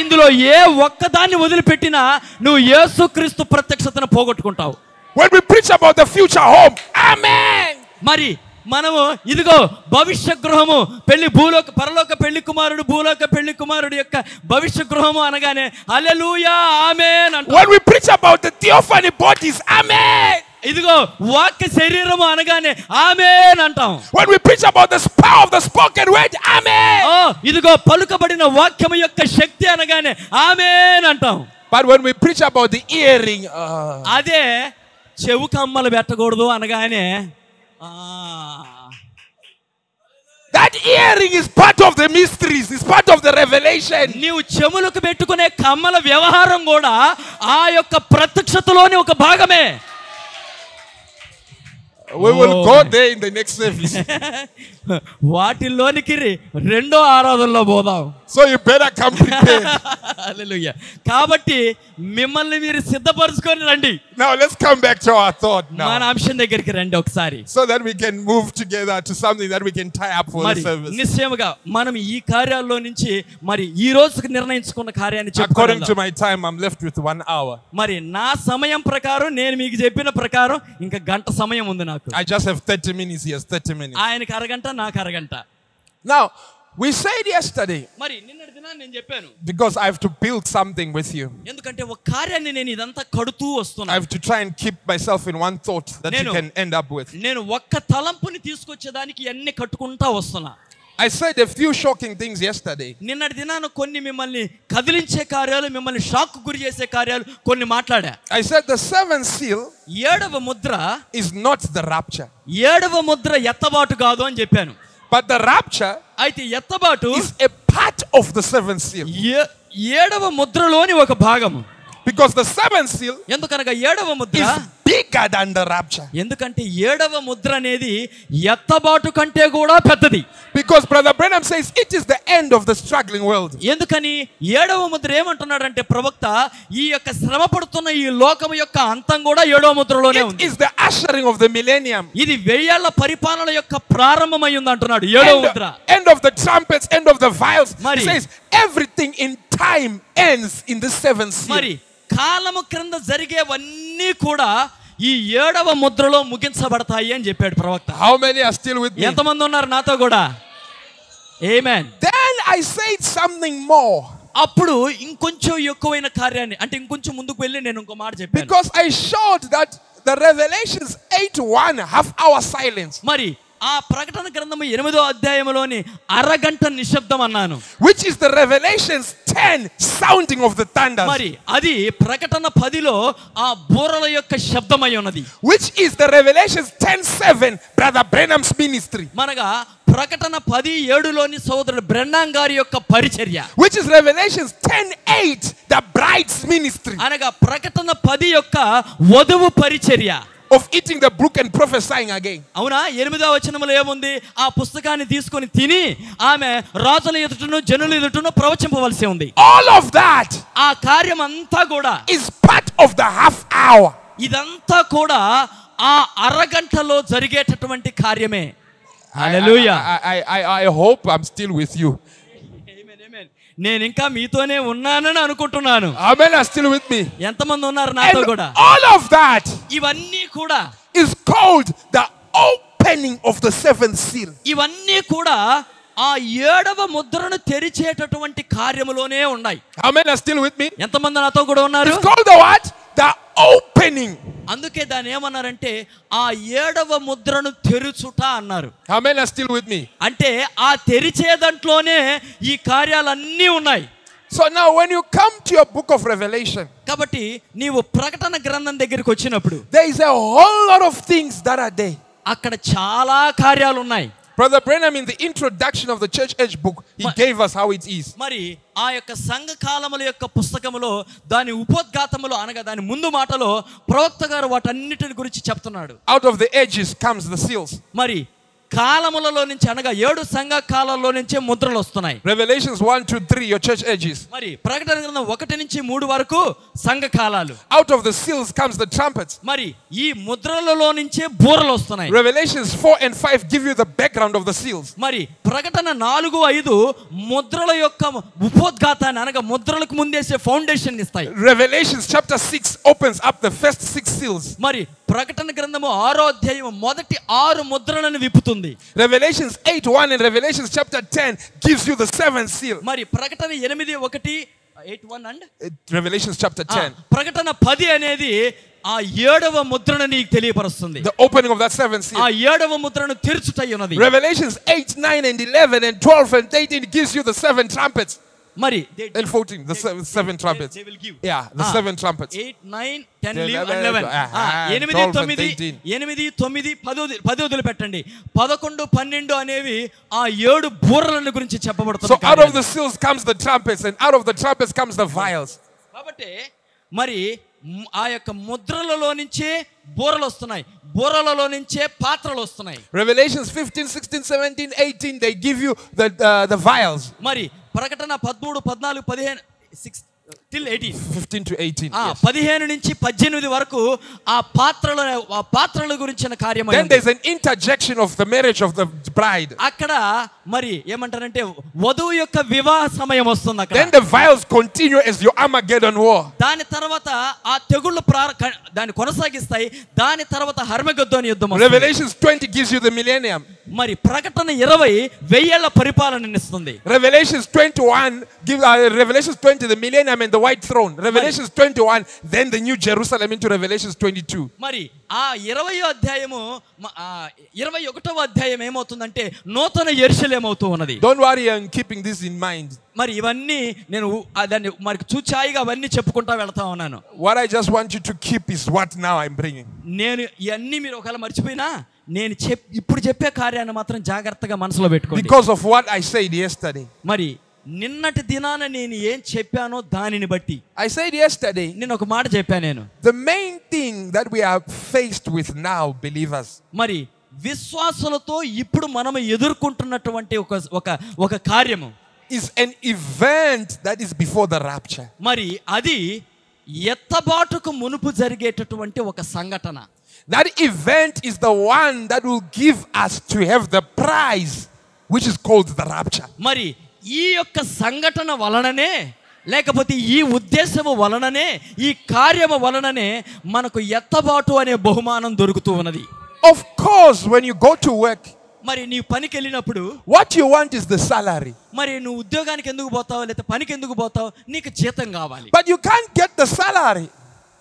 C: ఇందులో ఏ ఒక్కదాన్ని వదిలిపెట్టినా నువ్వు యేసుక్రీస్తు ప్రత్యక్షతను పోగొట్టుకుంటావు
B: When we preach about the future home, Amen.
C: మరి మనము ఇదిగో భవిష్య గృహము పెళ్లి భూలోక పరలోక పెళ్లి కుమారుడు భూలోక పెళ్లి కుమారుడు యొక్క భవిష్య గృహము అనగానే అలెలుయా ఆమెన్ అంట
B: When we preach about the theophany bodies, Amen.
C: ఇదిగో వాక్య శరీరము అనగానే ఆమెన్ అంటాం
B: When we preach about the power of the spoken word, Amen.
C: ఓ ఇదిగో పలుకబడిన వాక్యము యొక్క శక్తి అనగానే ఆమెన్ అంటాం
B: But when we preach about the earring, uh,
C: అదే చెవు కమ్మలు పెట్టకూడదు అనగానే ఆ,
B: that earring is part of the mysteries, it's part of the revelation.
C: నీవు చెవులకు పెట్టుకునే కమ్మల వ్యవహారం కూడా ఆ యొక్క ప్రత్యక్షతలోని ఒక భాగమే
B: We will go there in the next service.
C: వాటిల్లోనికి రి- రెండో ఆరాధనలో పోదాం
B: so you better come prepared.
C: హల్లెలూయా. కాబట్టి మిమ్మల్ని మీరు సిద్ధపరచుకొని రండి
B: now let's come back to our thought
C: మన
B: now.
C: అంశం దగ్గరికి రండి ఒకసారి
B: So that we can move together to something that we can tie up for
C: మరి
B: the service.
C: నిశ్చయముగా మనం ఈ కార్యాల్లో నుంచి మరి ఈ రోజుకు నిర్ణయించుకున్న కార్యాన్ని
B: According to
C: చెప్పుకోవాలి
B: my time, I'm left with one hour.
C: మరి నా సమయం ప్రకారం నేను మీకు చెప్పిన ప్రకారం ఇంకా గంట సమయం ఉంది నాకు
B: I just have 30 minutes. He has 30 minutes.
C: ఆయనకి అరగంట నాకు అరగంట
B: Now, we said yesterday,
C: మరి నిన్నటి దినాన్ని నేను చెప్పాను
B: because I have to build something with you,
C: ఎందుకంటే ఒక కార్యాన్ని నేను ఇదంతా కడుతూ
B: I
C: వస్తున్నాను
B: have to try and keep myself in one thought that you
C: Neno.
B: can end up with.
C: నేను ఒక్క తలంపుని తీసుకొచ్చేదానికి అన్ని కట్టుకుంటా వస్తున్నా
B: I said a few shocking things yesterday.
C: నిన్నటి దినాన కొన్ని మిమ్మల్ని కదిలించే కార్యాలు మిమ్మల్ని షాక్ గురి చేసే కార్యాలు కొన్ని మాట్లాడా
B: I said the seventh seal
C: ఏడవ Mudra
B: is not the rapture,
C: ఏడవ ముద్ర ఎత్తబాటు కాదు అని చెప్పాను
B: but the rapture
C: అయితే ఎత్తబాటు
B: is a part of the seventh seal.
C: ఏ- ఏడవ ముద్రలోని ఒక భాగము
B: Because the seventh seal
C: ఎందుకనగా ఏడవ Mudra
B: is bigger bigger than the rapture.
C: ఎందుకంటే ఏడవ ముద్ర అనేది ఎత్తబాటు కంటే కూడా పెద్దది
B: Because Brother Branham says it is the end of the struggling world.
C: ఎందుకని ఏడవ ముద్ర ఏమంటున్నాడంటే ప్రవక్త ఈ యొక్క శ్రమ పడుతున్న ఈ లోకం యొక్క అంతం కూడా ఏడవ ముద్రలోనే
B: It
C: ఉంది
B: is the ushering of the millennium.
C: ఇది వెయ్యేళ్ల పరిపాలన యొక్క ప్రారంభమై ఉంది అంటున్నాడు ఏడవ
B: End,
C: Mudra
B: end of the trumpets, end of the vials. He
C: Mari.
B: says everything in time ends in the seventh seal.
C: మరి కాలము క్రింద జరిగేవన్నీ కూడా ఈ ఏడవ ముద్రలో ముగించబడతాయి అని చెప్పాడు ప్రవక్త
B: How many are still with me?
C: ఎంతమంది ఉన్నారు నాతో కూడా amen
B: Then I said something more
C: అప్పుడు ఇంకొంచెం ఎక్కువైన కార్యాన్ని అంటే ఇంకొంచెం ముందుకు వెళ్ళి నేను ఇంకో మాట చెప్పాను
B: because I showed that the Revelations 8 1, half hour silence,
C: మరి ఆ ప్రకటన గ్రంథము ఎనిమిదో అధ్యాయంలోని అరగంట నిశ్శబ్దం అన్నాను
B: which is the Revelations 10 sounding of the thunders,
C: మరి అది ప్రకటన పదిలో ఆ బూరల యొక్క శబ్దమై ఉన్నది
B: which is the Revelations 10 7, Brother Branham's ministry,
C: మనగా ప్రకటన పది ఏడులోని సోదరుడు బ్రెన్నాం గారి యొక్క పరిచర్య
B: which is Revelations 10 8, the bride's ministry
C: అనగా ప్రకటన పది యొక్క వధువు పరిచర్య
B: of eating the brook and prophesying again.
C: అవునా ఎనిమిదో వచనములో ఏముంది ఆ పుస్తకాన్ని తీసుకొని తిని ఆమె రాజుల ఎదుటను జనుల ఎదుటను ప్రవచింపవలసి ఉంది
B: All of that
C: ఆ కార్యం అంతా కూడా
B: is part of the half hour.
C: ఇదంతా కూడా ఆ అరగంటలో జరిగేటటువంటి కార్యమే హల్లెలూయా
B: I, I, I, I hope I'm still with you.
C: నేను ఇంకా మీతోనే ఉన్నానని అనుకుంటున్నాను
B: Amen are still with me.
C: ఎంతమంది ఉన్నారు
B: And
C: నాతో కూడా
B: all of that
C: ఇవన్నీ కూడా
B: is called the opening of the seventh seal.
C: ఇవన్నీ కూడా ఆ ఏడవ ముద్రను తెరిచేటటువంటి కార్యములోనే ఉన్నాయి
B: Amen are still with me.
C: ఎంతమంది నాతో కూడా ఉన్నారు
B: It's called the what? The opening.
C: అందుకే దాన్ని ఏమన్నారంటే ఆ ఏడవ ముద్రను తెరుచుట అన్నారు
B: Amen are still with me.
C: అంటే ఆ తెరిచే దాంట్లోనే ఈ కార్యాలన్నీ ఉన్నాయి
B: So now when you come to your book of Revelation,
C: కాబట్టి నీవు ప్రకటన గ్రంథం దగ్గరికి వచ్చినప్పుడు
B: there is a whole lot of things that are there.
C: అక్కడ చాలా కార్యాలు ఉన్నాయి
B: Brother Branham, in the introduction of the church age book, he
C: Ma-
B: gave us how it is.
C: మరి ఆ యొక్క సంఘ కాలముల యొక్క పుస్తకములో దాని ఉపోద్ఘాతములో అనగా దాని ముందు మాటలో ప్రవక్త గారు వాటన్నిటిని గురించి చెప్తున్నాడు
B: Out of the edges comes the seals.
C: మరి కాలములలో నుంచి అనగా ఏడు సంఘ కాలాల్లో నుంచే ముద్రలు వస్తున్నాయి
B: Revelations 1 to 3, your church ages.
C: మరి ప్రకటన గ్రంథం ఒకటి నుంచి మూడు వరకు సంఘ కాలాలు
B: Out of the seals comes the trumpets.
C: మరి ఈ ముద్రలలో నుంచే బూరలు వస్తున్నాయి
B: Revelations 4 and 5 give you the background of the seals.
C: మరి ప్రకటన నాలుగు ఐదు ముద్రల యొక్క ఉపోద్ఘాతాన్ని అనగా ముద్రలకు ముందేసే ఫౌండేషన్ ఇస్తాయి
B: Revelations chapter 6 opens up the first six seals.
C: మరి ప్రకటన గ్రంథము ఆరో అధ్యాయం మొదటి ఆరు ముద్రలను విప్పుతుంది
B: Revelations 8 1 and Revelations chapter 10 gives you the seventh seal.
C: మరి ప్రకటన ఎనిమిది ఒకటి eight one and
B: Uh, Revelations chapter
C: Ah.
B: 10,
C: ప్రకటన పది అనేది ఆ ఏడవ ముద్రను నీకు తెలియపరుస్తుంది
B: the opening of that seventh
C: ఆ
B: seal.
C: ఏడవ ముద్రను తెరుచుటై ఉన్నది
B: Revelations 8, 9, and 11, and 12, and 13 gives you the seven trumpets.
C: మరి
B: And 14, the seven, seven trumpets. Yeah, the seven trumpets.
C: Eight nine ten
B: Then
C: leave
B: 11,
C: eleven
B: aha,
C: Ah, ఎనిమిది
B: 12,
C: తొమ్మిది
B: 13.
C: ఎనిమిది తొమ్మిది పది వదిలి- పది వదిలిపెట్టండి పదకొండు పన్నెండు అనేవి ఆ ఏడు బూరలను గురించి
B: So out
C: చెప్పబడుతుంది
B: of the seals comes the trumpets, and out of the trumpets comes the vials.
C: కాబట్టి మరి మ్- ఆ యొక్క ముద్రలలో నుంచే బూరలు వస్తున్నాయి బూరలలో నుంచే పాత్రలు వస్తున్నాయి
B: Revelations 15, 16, 17, 18, they give you the, uh, the vials.
C: మరి ప్రకటన పదమూడు పద్నాలుగు పదిహేను సిక్స్ టిల్ ఎయిటీన్
B: 15 to 18.
C: ఆ
B: yes.
C: పదిహేను నుంచి పద్దెనిమిది వరకు ఆ పాత్రల ఆ పాత్రల గురించిన కార్యమై
B: Then
C: ఉంది.
B: there's an interjection of the marriage of the bride.
C: అక్కడ మరి ఏమంటారంటే వధువు యొక్క వివాహ సమయం వస్తుంది
B: Then
C: అక్కడ
B: the vials continue as your Armageddon war.
C: దాని తర్వాత ఆ తెగుళ్ళు ప్రార క- దాన్ని కొనసాగిస్తాయి దాని తర్వాత హర్మగద్దోని యుద్ధం వస్తుంది.
B: Revelations 20 gives you the millennium.
C: మరి ప్రకటన ఇరవై వెయ్యేళ్ల పరిపాలన ఇస్తుంది
B: Revelations 21 gives uh, Revelations 20 the millennium and the white throne. Revelations 21 then the new Jerusalem into Revelations 22.
C: మరి ఆ ఇరవై అధ్యాయము మ- ఆ ఇరవై ఒకటవ అధ్యాయం ఏమవుతుందంటే నూతన ఎరుసలేమవుతూ ఉన్నది
B: Don't worry, I'm keeping this in mind.
C: మరి ఇవన్నీ నేను ఉ- ఆ దాన్ని మరి చూచాయిగా అవన్నీ చెప్పుకుంటా వెళ్తా ఉన్నాను
B: What I just want you to keep is what now I'm bringing.
C: నేను ఇవన్నీ మీరు ఒకవేళ మర్చిపోయినా నేను చెప్ ఇప్పుడు చెప్పే కార్యాన్ని మాత్రం జాగ్రత్తగా మనసులో పెట్టుకోండి
B: Because of what I said yesterday.
C: మరి నిన్నటి దినాన నేను ఏం చెప్పానో దానిని బట్టి
B: I said yesterday,
C: నేను ఒక మాట చెప్పాను నేను
B: the main thing that we are faced with now, believers,
C: మరి విశ్వాసులతో ఇప్పుడు మనం ఎదుర్కొంటున్నటువంటి ఒక ఒక ఒక కార్యము
B: is an event that is before the rapture.
C: మరి అది ఎత్తబాటుకు మునుపు జరిగేటటువంటి ఒక సంఘటన
B: That event is the one that will give us to have the prize, which is called the rapture.
C: మరి ఈ యొక్క సంఘటన వలననే లేకపోతే ఈ ఉద్దేశము వలననే ఈ కార్యము వలననే మనకు ఎత్తబాటు అనే బహుమానం దొరుకుతూ ఉన్నది
B: Of course, when you go to work,
C: మరి నీ పనికి వెళ్ళినప్పుడు
B: what you want is the salary.
C: మరి నువ్వు ఉద్యోగానికి ఎందుకు పోతావు లేకపోతే పనికి ఎందుకు పోతావు నీకు జీతం కావాలి
B: But you can't get the salary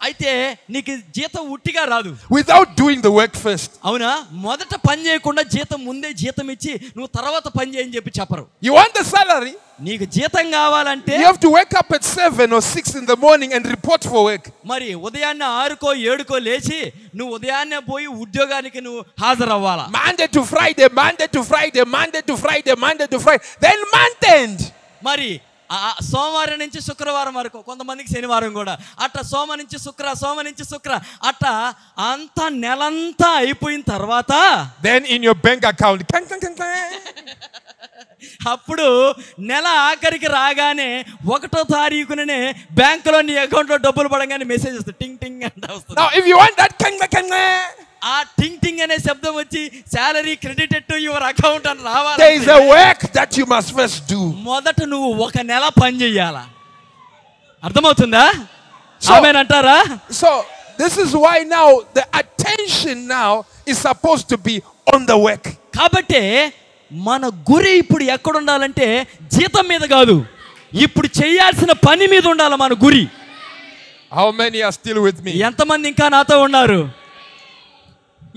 C: అయితే నీకు జీతం ఉట్టిగా రాదు
B: without doing the work first.
C: అవునా మొదట పని చేయకుండా జీతం ముందే జీతం ఇచ్చి నువ్వు తర్వాత పని చేయని చెప్పి చెప్పరు
B: You want the salary,
C: నీకు జీతం కావాలంటే
B: you have to wake up at 7 or 6 in the morning and report for work.
C: మరి ఉదయాన్నే ఆరుకో ఏడుకో లేచి నువ్వు ఉదయాన్నే పోయి ఉద్యోగానికి నువ్వు హాజరవ్వాలా
B: Monday to Friday, Monday to Friday, Monday to Friday, Monday to Friday. Then month end.
C: మరి ఆ సోమవారం నుంచి శుక్రవారం వరకు కొంతమందికి శనివారం కూడా అట్ట సోమ నుంచి శుక్ర సోమ నుంచి శుక్ర అట్ట అంతా నెలంతా అయిపోయిన తర్వాత
B: Then in your bank account. clang, clang, clang, clang.
C: అప్పుడు నెల ఆఖరికి రాగానే ఒకటో తారీఖుననే బ్యాంకులో నీ అకౌంట్లో డబ్బులు పడగానే మెసేజ్ వస్తుంది టింగ్ టింగ్ అంట వస్తుంది
B: Now, if you want that, clang, clang, clang, clang,
C: ఆ టింగ్ టింగ్ అనే శబ్దం వచ్చి salary credit to your account అని
B: there is
C: రావాలి
B: a work that you must first do.
C: మొదట నువ్వు ఒక నెల పని చెయ్యాలా అర్థమవుతుందా
B: So-
C: ఆమెనంటారా
B: So, this is why now the attention now is supposed to be on the work.
C: కాబట్టి మన గురి ఇప్పుడు ఎక్కడ ఉండాలంటే జీతం మీద కాదు ఇప్పుడు చేయాల్సిన పని మీద ఉండాలి మన గురి
B: How many are still with me?
C: ఎంతమంది ఇంకా నాతో ఉన్నారు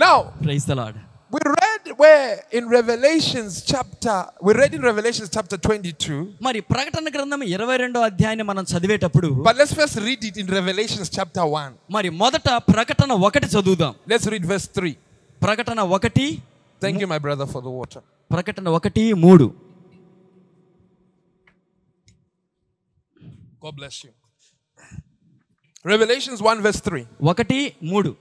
B: Now,
C: praise Lord
B: we read where in Revelations chapter, we read in Revelations chapter 22,
C: మరి ప్రకటన గ్రంథం ఇరవై రెండో అధ్యాయాన్ని మనం చదివేటప్పుడు
B: but let's first read it in Revelations chapter 1.
C: మరి మొదట ప్రకటన ఒకటి చదువుదాం
B: Let's read verse 3.
C: ప్రకటన ఒకటి
B: Thank you, my brother, for the water.
C: ప్రకటన ఒకటి మూడు
B: God bless you. Revelations 1, verse 3.
C: ఒకటి మూడు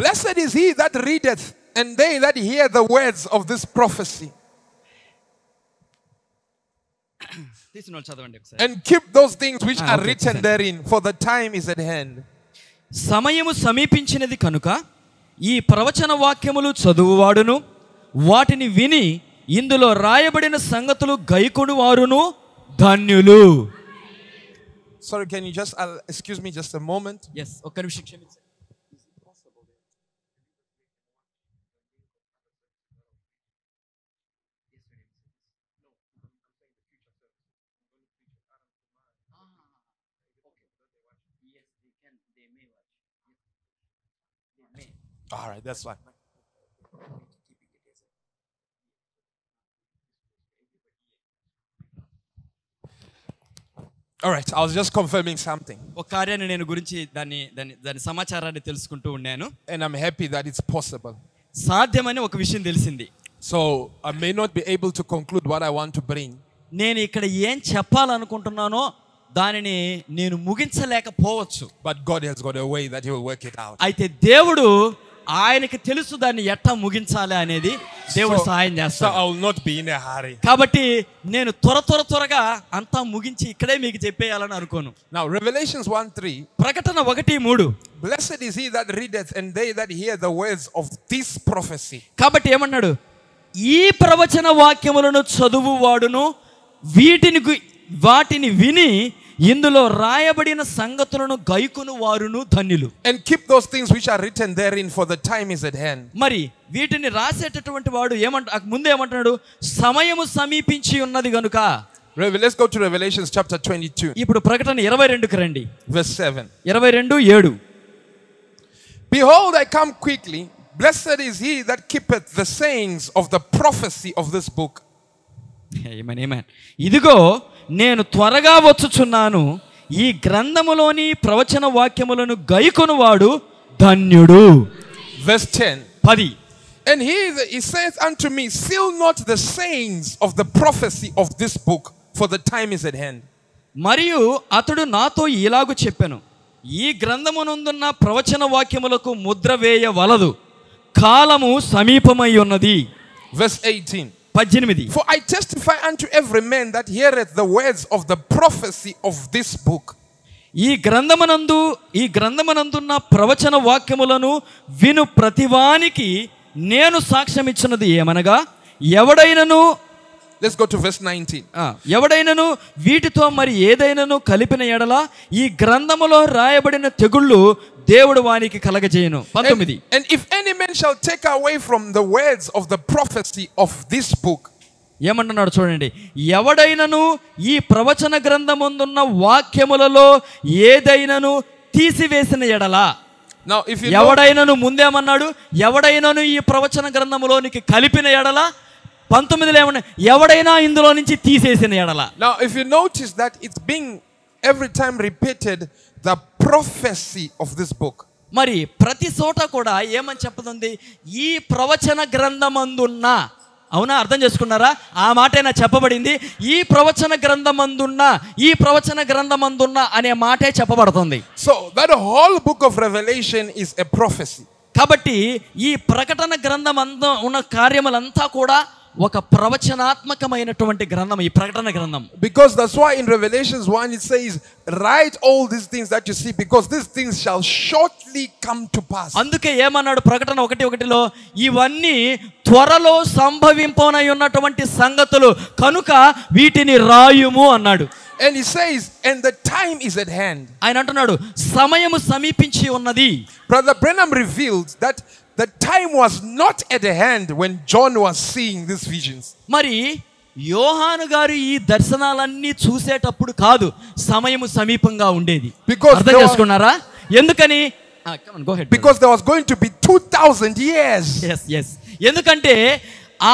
B: Blessed is he that readeth, and they that hear the words of this prophecy,
C: తీసిన వాళ్ళు చదవండి ఒకసారి
B: and keep those things which
C: Ah,
B: are
C: okay,
B: written
C: thank-
B: therein, for the time is at hand.
C: సమయము సమీపించినది కనుక ఈ ప్రవచన వాక్యములు చదువువాడును వాటిని విని ఇందులో రాయబడిన సంగతులు గైకొను వారును ధన్యులు
B: Sorry, can you just uh, excuse me just a moment?
C: Yes ఒక్క నిమిషం క్షమించండి
B: All right, that's fine. All right, I was just confirming something,
C: ఒక కార్యాన్ని నేను గురించి దాన్ని దాని దాని సమాచారాన్ని తెలుసుకుంటూ ఉన్నాను
B: and I'm happy that it's possible.
C: సాధ్యమని ఒక విషయం తెలిసింది
B: So I may not be able to conclude what I want to bring,
C: నేను ఇక్కడ ఏం చెప్పాలనుకుంటున్నానో దానిని నేను ముగించలేకపోవచ్చు
B: but God has got a way that He will work it out.
C: అయితే దేవుడు ఆయనకి తెలుసు దాన్ని ఎట్టా ముగించాలి అనేది దేవుడు
B: So-
C: సహాయం
B: So I
C: చేస్తాడు
B: will not be in a hurry.
C: కాబట్టి నేను త్వర త్వర త్వరగా అంతా ముగించి ఇక్కడే మీకు చెప్పేయాలని అనుకోను
B: Now, Revelations 1 3
C: ప్రకటన ఒకటి మూడు
B: Blessed is he that readeth, and they that hear the words of this prophecy.
C: కాబట్టి ఏమన్నాడు ఈ ప్రవచన వాక్యములను చదువువాడును వీటిని గు- వాటిని విని ఇందులో రాయబడిన సంగతులను గైకును వారును ధన్యులు
B: And keep those things which are written therein, for the time is at hand.
C: మరి వీటిని రాసేటటువంటి వాడు ఏమంట ముందు ఏమంటున్నాడు సమయము సమీపించి ఉన్నది గనుక
B: Rev- Let's go to Revelations chapter 22,
C: ఇప్పుడు ప్రకటన ఇరవై రెండుకి రండి
B: verse 7.
C: ఇరవై రెండు ఏడు
B: Behold, I come quickly. Blessed is he that keepeth the sayings of the prophecy of this book.
C: Amen, amen. ఇదిగో నేను త్వరగా వచ్చుచున్నాను ఈ గ్రంథములోని ప్రవచన వాక్యములను గైకొనువాడు ధన్యుడు
B: Verse 10.
C: పది
B: And he, that- he saith unto me, Seal not the sayings of the prophecy of this book, for the time is at hand.
C: మరియు అతడు నాతో ఇలాగు చెప్పెను ఈ గ్రంథమునందున్న ప్రవచన వాక్యములకు ముద్ర వేయవలదు కాలము సమీపమై ఉన్నది
B: Verse 18.
C: పద్దెనిమిది
B: For I testify unto every man that heareth the words of the prophecy of this book.
C: ఈ గ్రంథమునందు ఈ గ్రంథమునందున్న ప్రవచన వాక్యములను విను ప్రతివానికి నేను సాక్ష్యం ఇచ్చినది ఏమనగా ఎవడైనను
B: Let's go to verse 19.
C: ఆ, ఎవడైనను వీటితో మరి ఏదైనను కలిపిన ఎడల ఈ గ్రంథములో రాయబడిన తెగుళ్ళు దేవుడు వానికి కలగజేయను పంతొమ్మిది
B: And, and if any man shall take away from the words of the prophecy of this book,
C: ఏమంటున్నాడు చూడండి ఎవడైనను ఈ ప్రవచన గ్రంథముందున్న వాక్యములలో ఏదైనను తీసివేసిన ఎడల
B: now if you know,
C: ఎవడైనను ముందేమన్నాడు ఎవడైనను ఈ ప్రవచన గ్రంథములోనికి కలిపిన ఎడల పంతొమ్మిదిలో ఏమన్నా ఎవడైనా ఇందులో నుంచి తీసేసిన ఎడల
B: now if you notice that it's being every time repeated the prophecy of this book.
C: మరి ప్రతి చోట కూడా ఏమని చెప్పదుంది ఈ ప్రవచన గ్రంథమందున్న అవునా అర్థం చేసుకున్నారా ఆ మాటేనా చెప్పబడింది ఈ ప్రవచన గ్రంథమందున్న ఈ ప్రవచన గ్రంథమందున్న అనే మాటే చెప్పబడుతుంది
B: So that whole book of Revelation is a prophecy.
C: కాబట్టి ఈ ప్రకటన గ్రంథం అంద ఉన్న కార్యములంతా కూడా ఒక ప్రవచనాత్మకమైనటువంటి గ్రంథం ఈ ప్రకటన గ్రంథం
B: Because that's why in Revelations 1 it says, Write all these things that you see, because these things shall shortly come to pass.
C: అందుకే ఏమన్నాడు ప్రకటన ఒకటి ఒకటిలో ఇవన్నీ త్వరలో సంభవింపనై ఉన్నటువంటి సంగతులు కనుక వీటిని రాయుము అన్నాడు
B: And he says, And the time is at hand.
C: ఆయన అంటున్నాడు సమయము సమీపించి ఉన్నది
B: Brother Brenham revealed that the time was not at hand when John was seeing these visions.
C: మరి యోహాను గారు ఈ దర్శనాలన్నీ చూసేటప్పుడు కాదు సమయము సమీపంగా ఉండేది
B: Because
C: అర్థం
B: there are-
C: చేసుకున్నారా ఎందుకని ఆ, come on, go ahead, brother.
B: Because there was going to be 2,000 years.
C: Yes yes ఎందుకంటే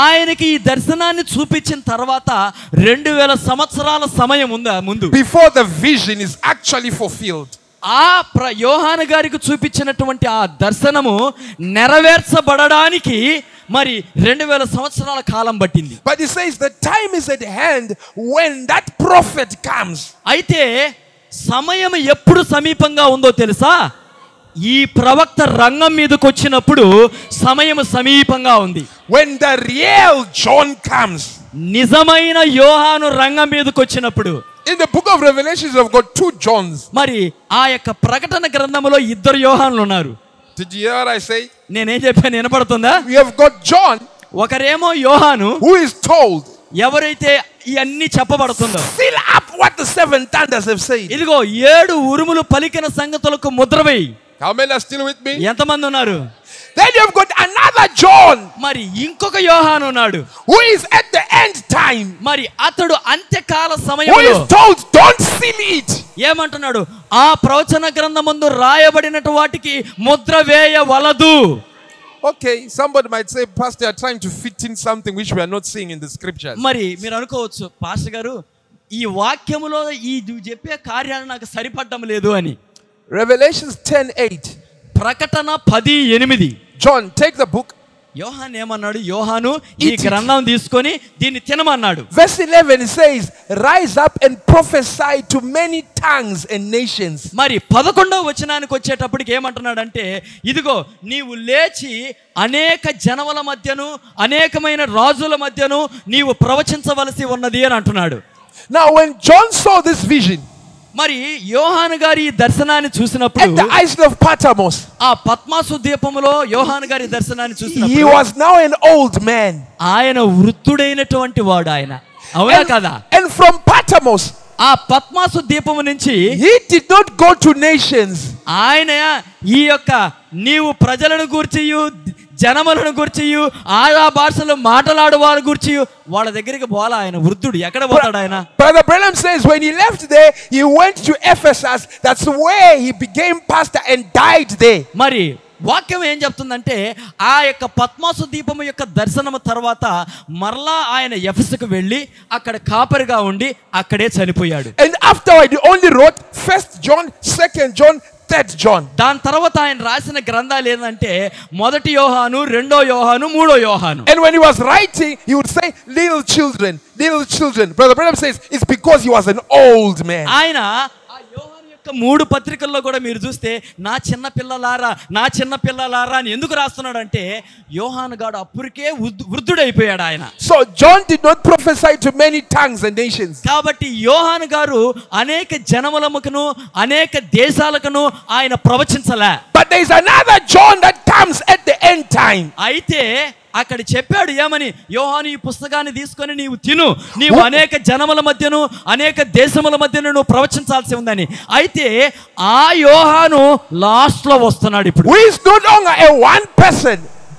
C: ఆయనకి ఈ దర్శనాన్ని చూపించిన తర్వాత రెండు వేల సంవత్సరాల సమయం ఉందా ముందు
B: Before the vision is actually fulfilled.
C: ఆ ప్ర యోహాను గారికి చూపించినటువంటి ఆ దర్శనము నెరవేర్చబడడానికి మరి రెండు వేల సంవత్సరాల కాలం పట్టింది
B: But he says, The time is at hand when that prophet comes.
C: అయితే సమయం ఎప్పుడు సమీపంగా ఉందో తెలుసా ఈ ప్రవక్త రంగం మీదకి వచ్చినప్పుడు సమయం సమీపంగా ఉంది
B: When the real John comes.
C: నిజమైన యోహాను రంగం మీదకి వచ్చినప్పుడు
B: In the book of Revelations, we've got two Johns.
C: మరి ఆ యొక్క ప్రకటన గ్రంథంలో ఇద్దరు యోహాన్లు ఉన్నారు
B: Did you hear what I say?
C: నేనేం చెప్పాను వినపడుతుందా
B: We have got John
C: ఒకరేమో యోహాను
B: who is told,
C: ఎవరైతే ఇవన్నీ చెప్పబడుతుందో
B: Seal up what the seven thunders have said.
C: ఇదిగో ఏడు ఉరుములు పలికిన సంగతులకు ముద్ర వేయి
B: How many are still with me?
C: ఎంతమంది ఉన్నారు
B: Then you've got another John
C: మరి ఇంకొక యోహాను ఉన్నాడు
B: who is at the end time,
C: మరి అతడు అంత్యకాల
B: who
C: సమయంలో
B: is told, Don't seal it.
C: ఏమంటున్నాడు ఆ ప్రవచన గ్రంథమందు రాయబడినటు వాటికి Mudra వేయవలదు
B: Okay, somebody might say, Pastor, you're trying to fit in something which we are not seeing in the scriptures.
C: మరి మీరు అనుకోవచ్చు పాస్టర్ గారు ఈ వాక్యములో ఈ నువ్వు చెప్పే కార్యాలు నాకు సరిపడడం లేదు అని
B: Revelations 10 8.
C: ప్రకటన పది ఎనిమిది
B: John, take the book.
C: యోహాన్ ఏమన్నాడు యోహాను ఈ
B: Eat it.
C: గ్రంథం తీసుకొని దీన్ని తినమన్నాడు
B: Verse 11 it says, Rise up and prophesy to many tongues and nations.
C: మరి పదకొండవ వచనానికి వచ్చేటప్పటికి ఏమంటున్నాడంటే ఇదిగో నీవు లేచి అనేక జనముల మధ్యను అనేకమైన రాజుల మధ్యను నీవు ప్రవచించవలసి ఉన్నది అని అంటున్నాడు
B: Now, when John saw this vision
C: మరి యోహాను గారి ఈ దర్శనాన్ని
B: at
C: చూసినప్పుడు
B: the island of Patmos,
C: ఆ పద్మాసు దీపములో యోహాను గారి దర్శనాన్ని
B: he
C: చూసినప్పుడు
B: was now an old man.
C: ఆయన వృద్ధుడైనటువంటి వాడు ఆయన అవునా కదా
B: and from Patmos,
C: ఆ పద్మాసు దీపము నుంచి
B: he did not go to nations.
C: ఆయన ఈ యొక్క నీవు ప్రజలను గూర్చియు జనములను గూర్చియు ఆయా భాషలు మాట్లాడు వారి గూర్చియు వాళ్ళ దగ్గరికి పోలా ఆయన వృద్ధుడు ఎక్కడ పోతాడు ఆయన
B: Brother Branham says when he left there, he went to Ephesus. That's where he became pastor and died there.
C: మరి వాక్యం ఏం చెప్తుందంటే ఆ యొక్క పద్మాసు దీపము యొక్క దర్శనము తర్వాత మరలా ఆయన ఎఫ్ఎస్కు వెళ్ళి అక్కడ కాపరిగా ఉండి అక్కడే చనిపోయాడు
B: And afterward, he only wrote First John, Second John, third John.
C: దాని తర్వాత ఆయన రాసిన గ్రంథాలు ఏంటంటే మొదటి యోహాను రెండో యోహాను మూడో యోహాను
B: And when he was writing, he would say, Little children, little children. Brother Branham says, It's because he was an old man.
C: ఆయన ఆ యోహాను యొక్క మూడు పత్రికల్లో కూడా మీరు చూస్తే నా చిన్న పిల్లలారా నా చిన్న పిల్లలారా అని ఎందుకు రాస్తున్నాడంటే యోహాను గాడు అప్పటికే వృద్ధు- వృద్ధుడైపోయాడు ఆయన
B: So John did not prophesy to many tongues and nations.
C: కాబట్టి యోహాను గారు అనేక జనములముకును అనేక దేశాలకును ఆయన ప్రవచించలే
B: But there is another John that comes at the end time.
C: అయితే అక్కడ చెప్పాడు ఏమని యోహాను ఈ పుస్తకాన్ని తీసుకొని నీవు తిను నీవు అనేక జనముల మధ్యను అనేక దేశముల మధ్యను నువ్వు ప్రవచించాల్సి ఉందని అయితే ఆ యోహాను లాస్ట్ లో వస్తున్నాడు ఇప్పుడు
B: Who is no longer a one person,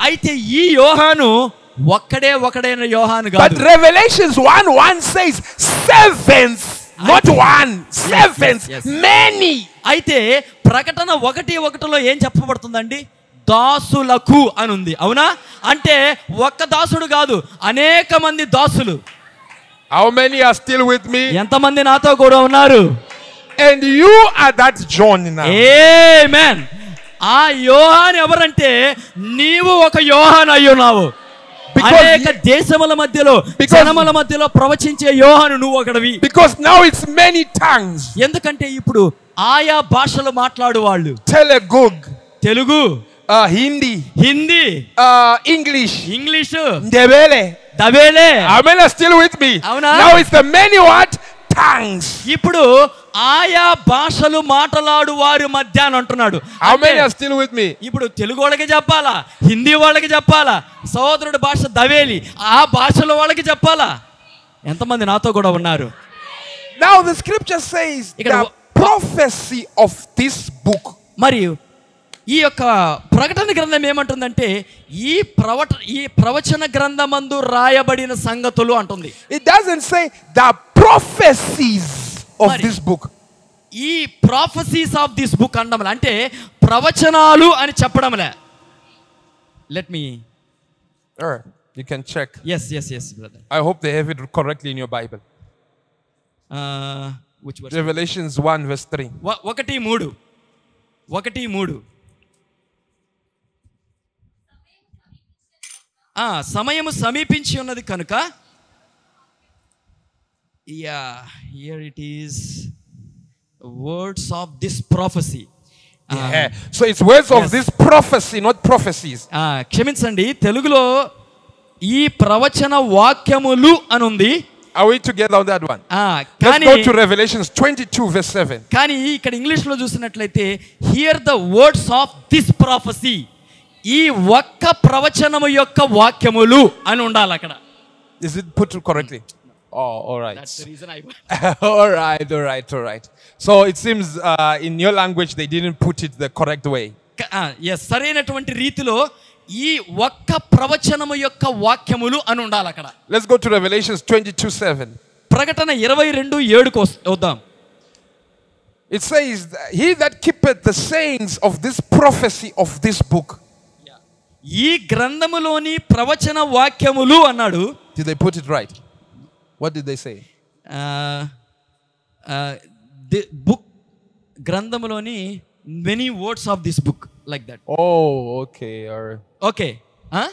C: అయితే ఈ యోహాను ఒక్కడే ఒకడైన యోహాను
B: but
C: కాదు
B: Revelations 1 1 says, Servants, not one, servants,
C: yes.
B: many.
C: అయితే ప్రకటన ఒకటి ఒకటిలో ఏం చెప్పబడుతుందండి దాసులకు అని ఉంది అవునా అంటే ఒక్క దాసుడు కాదు అనేక మంది దాసులు
B: How many are still with me?
C: ఎంతమంది నాతో కూడా ఉన్నారు
B: And you are that John now.
C: Eh. Amen ఆ యోహాన్ ఎవరంటే నీవు ఒక యోహాన్ అయ్యున్నావు
B: Because-
C: అనేక దేశముల మధ్యలో
B: Because-
C: జనముల మధ్యలో ప్రవచించే యోహాను నువ్వు ఒకడివి
B: Because now it's many tongues.
C: ఎందుకంటే ఇప్పుడు ఆయా భాషలు మాట్లాడు వాళ్ళు
B: Telegog,
C: Telugu
B: uh, Hindi,
C: Hindi
B: uh, English,
C: English
B: Ndebele.
C: దబేలే
B: Amen are still with me.
C: Amen.
B: Now it's the many what? Tongues.
C: ఇప్పుడు ఆయా భాషలు మాట్లాడు వారి మధ్య అని అంటున్నాడు
B: Amen
C: అంటే-
B: are still with me.
C: ఇప్పుడు తెలుగు వాళ్ళకి చెప్పాలా హిందీ వాళ్ళకి చెప్పాలా సోదరుడి భాష దవేలి ఆ భాషలో వాళ్ళకి చెప్పాలా ఎంతమంది నాతో కూడా ఉన్నారు
B: Now the scripture says
C: You gotta
B: the prophecy of this book.
C: మరియు ఈ యొక్క ప్రకటన గ్రంథం ఏమంటుందంటే ఈ ప్రవట ఈ ప్రవచన గ్రంథమందు రాయబడిన సంగతులు అంటుంది
B: It doesn't say the prophecies of
C: Mari.
B: this book.
C: ఈ ప్రాఫసీస్ ఆఫ్ దిస్ బుక్ అనడంలే అంటే ప్రవచనాలు అని చెప్పడంలే let me
B: Alright, you can check.
C: Yes yes yes brother
B: I hope they have it correctly in your Bible.
C: Uh, which verse
B: Revelations 1, verse 3.
C: వ- ఒకటి మూడు ఒకటి మూడు ఆ, సమయము సమీపించి ఉన్నది కనుక yeah here it is words of this prophecy
B: Yeah. So it's words of
C: Um, Yes.
B: this prophecy, not prophecies.
C: క్షమించండి తెలుగులో ఈ ప్రవచన వాక్యములు అని ఉంది
B: Are we together on that one?
C: ఆ,
B: Let's
C: కానీ
B: go to Revelations 22, verse 7.
C: కానీ ఇక్కడ ఇంగ్లీష్లో చూసినట్లయితే here the words of this prophecy ఈ ఒక్క ప్రవచనము యొక్క వాక్యములు అని ఉండాలి అక్కడ
B: Is it put correctly? Oh, all right.
C: That's the reason I-
B: all right, all right, all right. So it seems uh, in your language they didn't put it the correct way.
C: క- ఆ, yes, సరైనటువంటి రీతిలో ఈ ఒక్క ప్రవచనము యొక్క వాక్యములు అని ఉండాలి అక్కడ
B: Let's go to Revelations 22 7.
C: ప్రకటన ఇరవై రెండు ఏడుకు వస్- వద్దాం
B: It says, He that keepeth the sayings of this prophecy of this book.
C: ఈ గ్రంథములోని ప్రవచన వాక్యములు అన్నాడు
B: Did they put it right? What did they say?
C: Book గ్రంథములోని many words of this book like that
B: Oh, okay. All right.
C: Okay ఆ?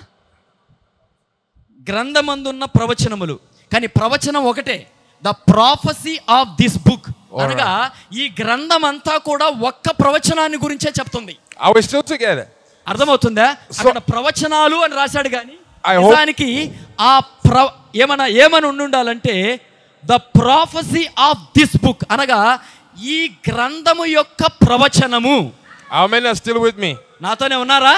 C: గ్రంథమందున్న ప్రవచనములు కానీ ప్రవచనం ఒకటే the prophecy of this book అనగా ఈ గ్రంథం అంతా కూడా ఒక్క ప్రవచనాన్ని గురించే చెప్తుంది
B: Are we still together?
C: అర్థమవుతుందా అక్కడ ప్రవచనాలు అని రాశాడు కానీ
B: I hope-
C: నిజానికి ఆ ప్ర ఏమన్నా ఏమని ఉండి ఉండాలంటే the prophecy of this book అనగా ఈ గ్రంథము యొక్క ప్రవచనము
B: How many are still with me?
C: నాతోనే ఉన్నారా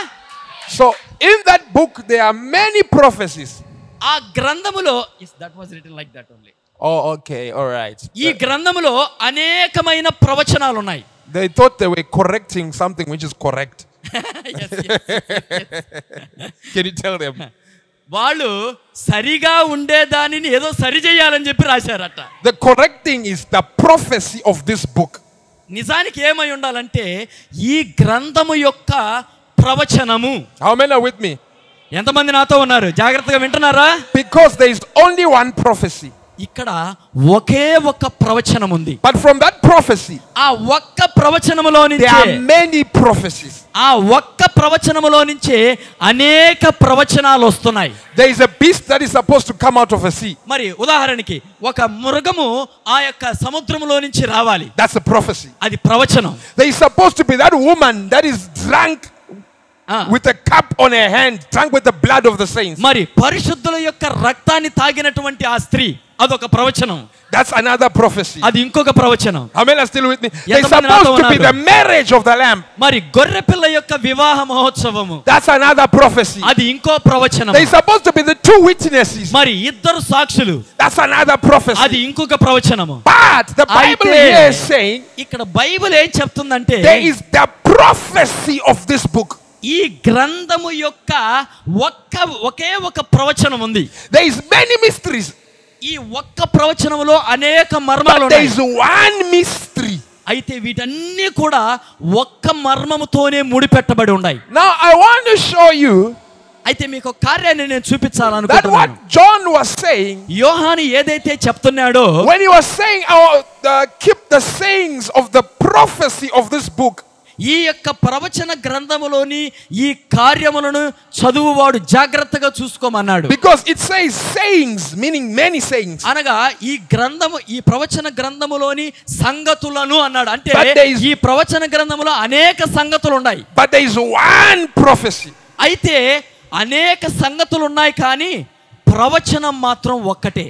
B: So in that book there are many prophecies.
C: ఆ గ్రంథములో that was written like that only
B: Oh, okay, all right.
C: ఈ గ్రంథములో అనేకమైన ప్రవచనాలు ఉన్నాయి
B: They thought they were correcting something which is correct. Can you tell them?
C: వాళ్ళు సరిగా ఉండే దానిని ఏదో సరి చేయాలని చెప్పి రాశారట
B: The correct thing is the prophecy of this book.
C: నిజానికి ఏమై ఉండాలంటే ఈ గ్రంథము యొక్క ప్రవచనము
B: How many are with me?
C: ఎంతమంది నాతో ఉన్నారు జాగ్రత్తగా వింటున్నారా
B: Because there is only one prophecy.
C: ఇక్కడ ఒకే ఒక్క ప్రవచనం ఉంది
B: But from that prophecy,
C: ఆ ఒక్క ప్రవచనములో
B: there
C: నుంచే
B: are many prophecies.
C: ఆ ఒక్క ప్రవచనములో నుంచే అనేక ప్రవచనాలు వస్తున్నాయి
B: There is a beast that is supposed to come out of a sea.
C: మరి ఉదాహరణకి ఒక మృగము ఆ యొక్క సముద్రములో నుంచి రావాలి
B: That's a prophecy.
C: అది ప్రవచనం
B: There is supposed to be that woman that is drunk
C: ఆ,
B: with a cup on her hand, drunk with the blood of the saints.
C: మరి పరిశుద్ధుల యొక్క రక్తాన్ని తాగినటువంటి ఆ స్త్రీ అదొక ప్రవచనం
B: That's another prophecy.
C: అది ఇంకొక ప్రవచనం
B: How many are still with me? There's
C: Yathamana
B: supposed to be
C: Rathavanar.
B: the marriage of the lamb.
C: మరి గొర్రెపిల్ల యొక్క వివాహ మహోత్సవము
B: That's another prophecy.
C: అది ఇంకో ప్రవచనం
B: There's supposed to be the two witnesses.
C: మరి ఇద్దరు సాక్షులు
B: That's another
C: అది
B: prophecy.
C: ఇంకొక ప్రవచనము
B: But the Bible
C: Aithe-
B: here is saying
C: ఇక్కడ బైబిల్ ఏం చెప్తుందంటే
B: there is the prophecy of this book.
C: ఈ గ్రంథము యొక్క ఒక్క ఒకే ఒక ప్రవచనం ఉంది
B: There is many mysteries,
C: ఈ ఒక్క ప్రవచనములో అనేక మర్మాలు
B: but there
C: ఉన్నాయి
B: is one mystery.
C: అయితే వీటన్నీ కూడా ఒక్క మర్మముతోనే ముడిపెట్టబడి ఉన్నాయి
B: Now I want to show you
C: అయితే మీకు ఒక కార్యాన్ని నేను
B: that
C: చూపించాలనుకుంటున్నాను
B: what John was saying
C: యోహాను ఏదైతే చెప్తున్నాడో
B: when he was saying, "Oh, uh, keep the sayings of the prophecy of this book."
C: ఈ యొక్క ప్రవచన గ్రంథములోని ఈ కార్యములను చదువువాడు జాగ్రత్తగా చూసుకోమన్నాడు
B: Because it says sayings, meaning many sayings.
C: అనగా ఈ గ్రంథము ఈ ప్రవచన గ్రంథములోని సంగతులను అన్నాడు అంటే
B: But there is-
C: ఈ ప్రవచన గ్రంథములో అనేక సంగతులు ఉన్నాయి
B: But there is one prophecy.
C: అయితే అనేక సంగతులు ఉన్నాయి కానీ ప్రవచనం మాత్రం ఒక్కటే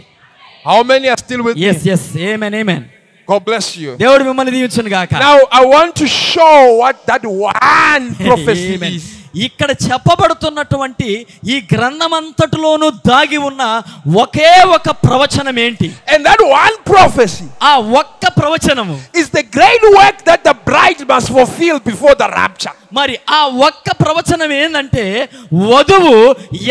B: How many are still with
C: yes yes amen amen
B: me? God bless you.
C: దేవుడు మిమ్మల్ని దీవించను గాక
B: Now I want to show what that one prophecy
C: Amen.
B: is.
C: ఇక్కడ చెప్పబడుతున్నటువంటి ఈ గ్రంథమంతటిలోనూ దాగి ఉన్న ఒకే ఒక ప్రవచనం ఏంటి
B: And that one prophecy
C: ఆ ఒక్క ప్రవచనము
B: is the great work that the bride must fulfill before the rapture.
C: మరి ఆ ఒక్క ప్రవచనం ఏంటంటే వధువు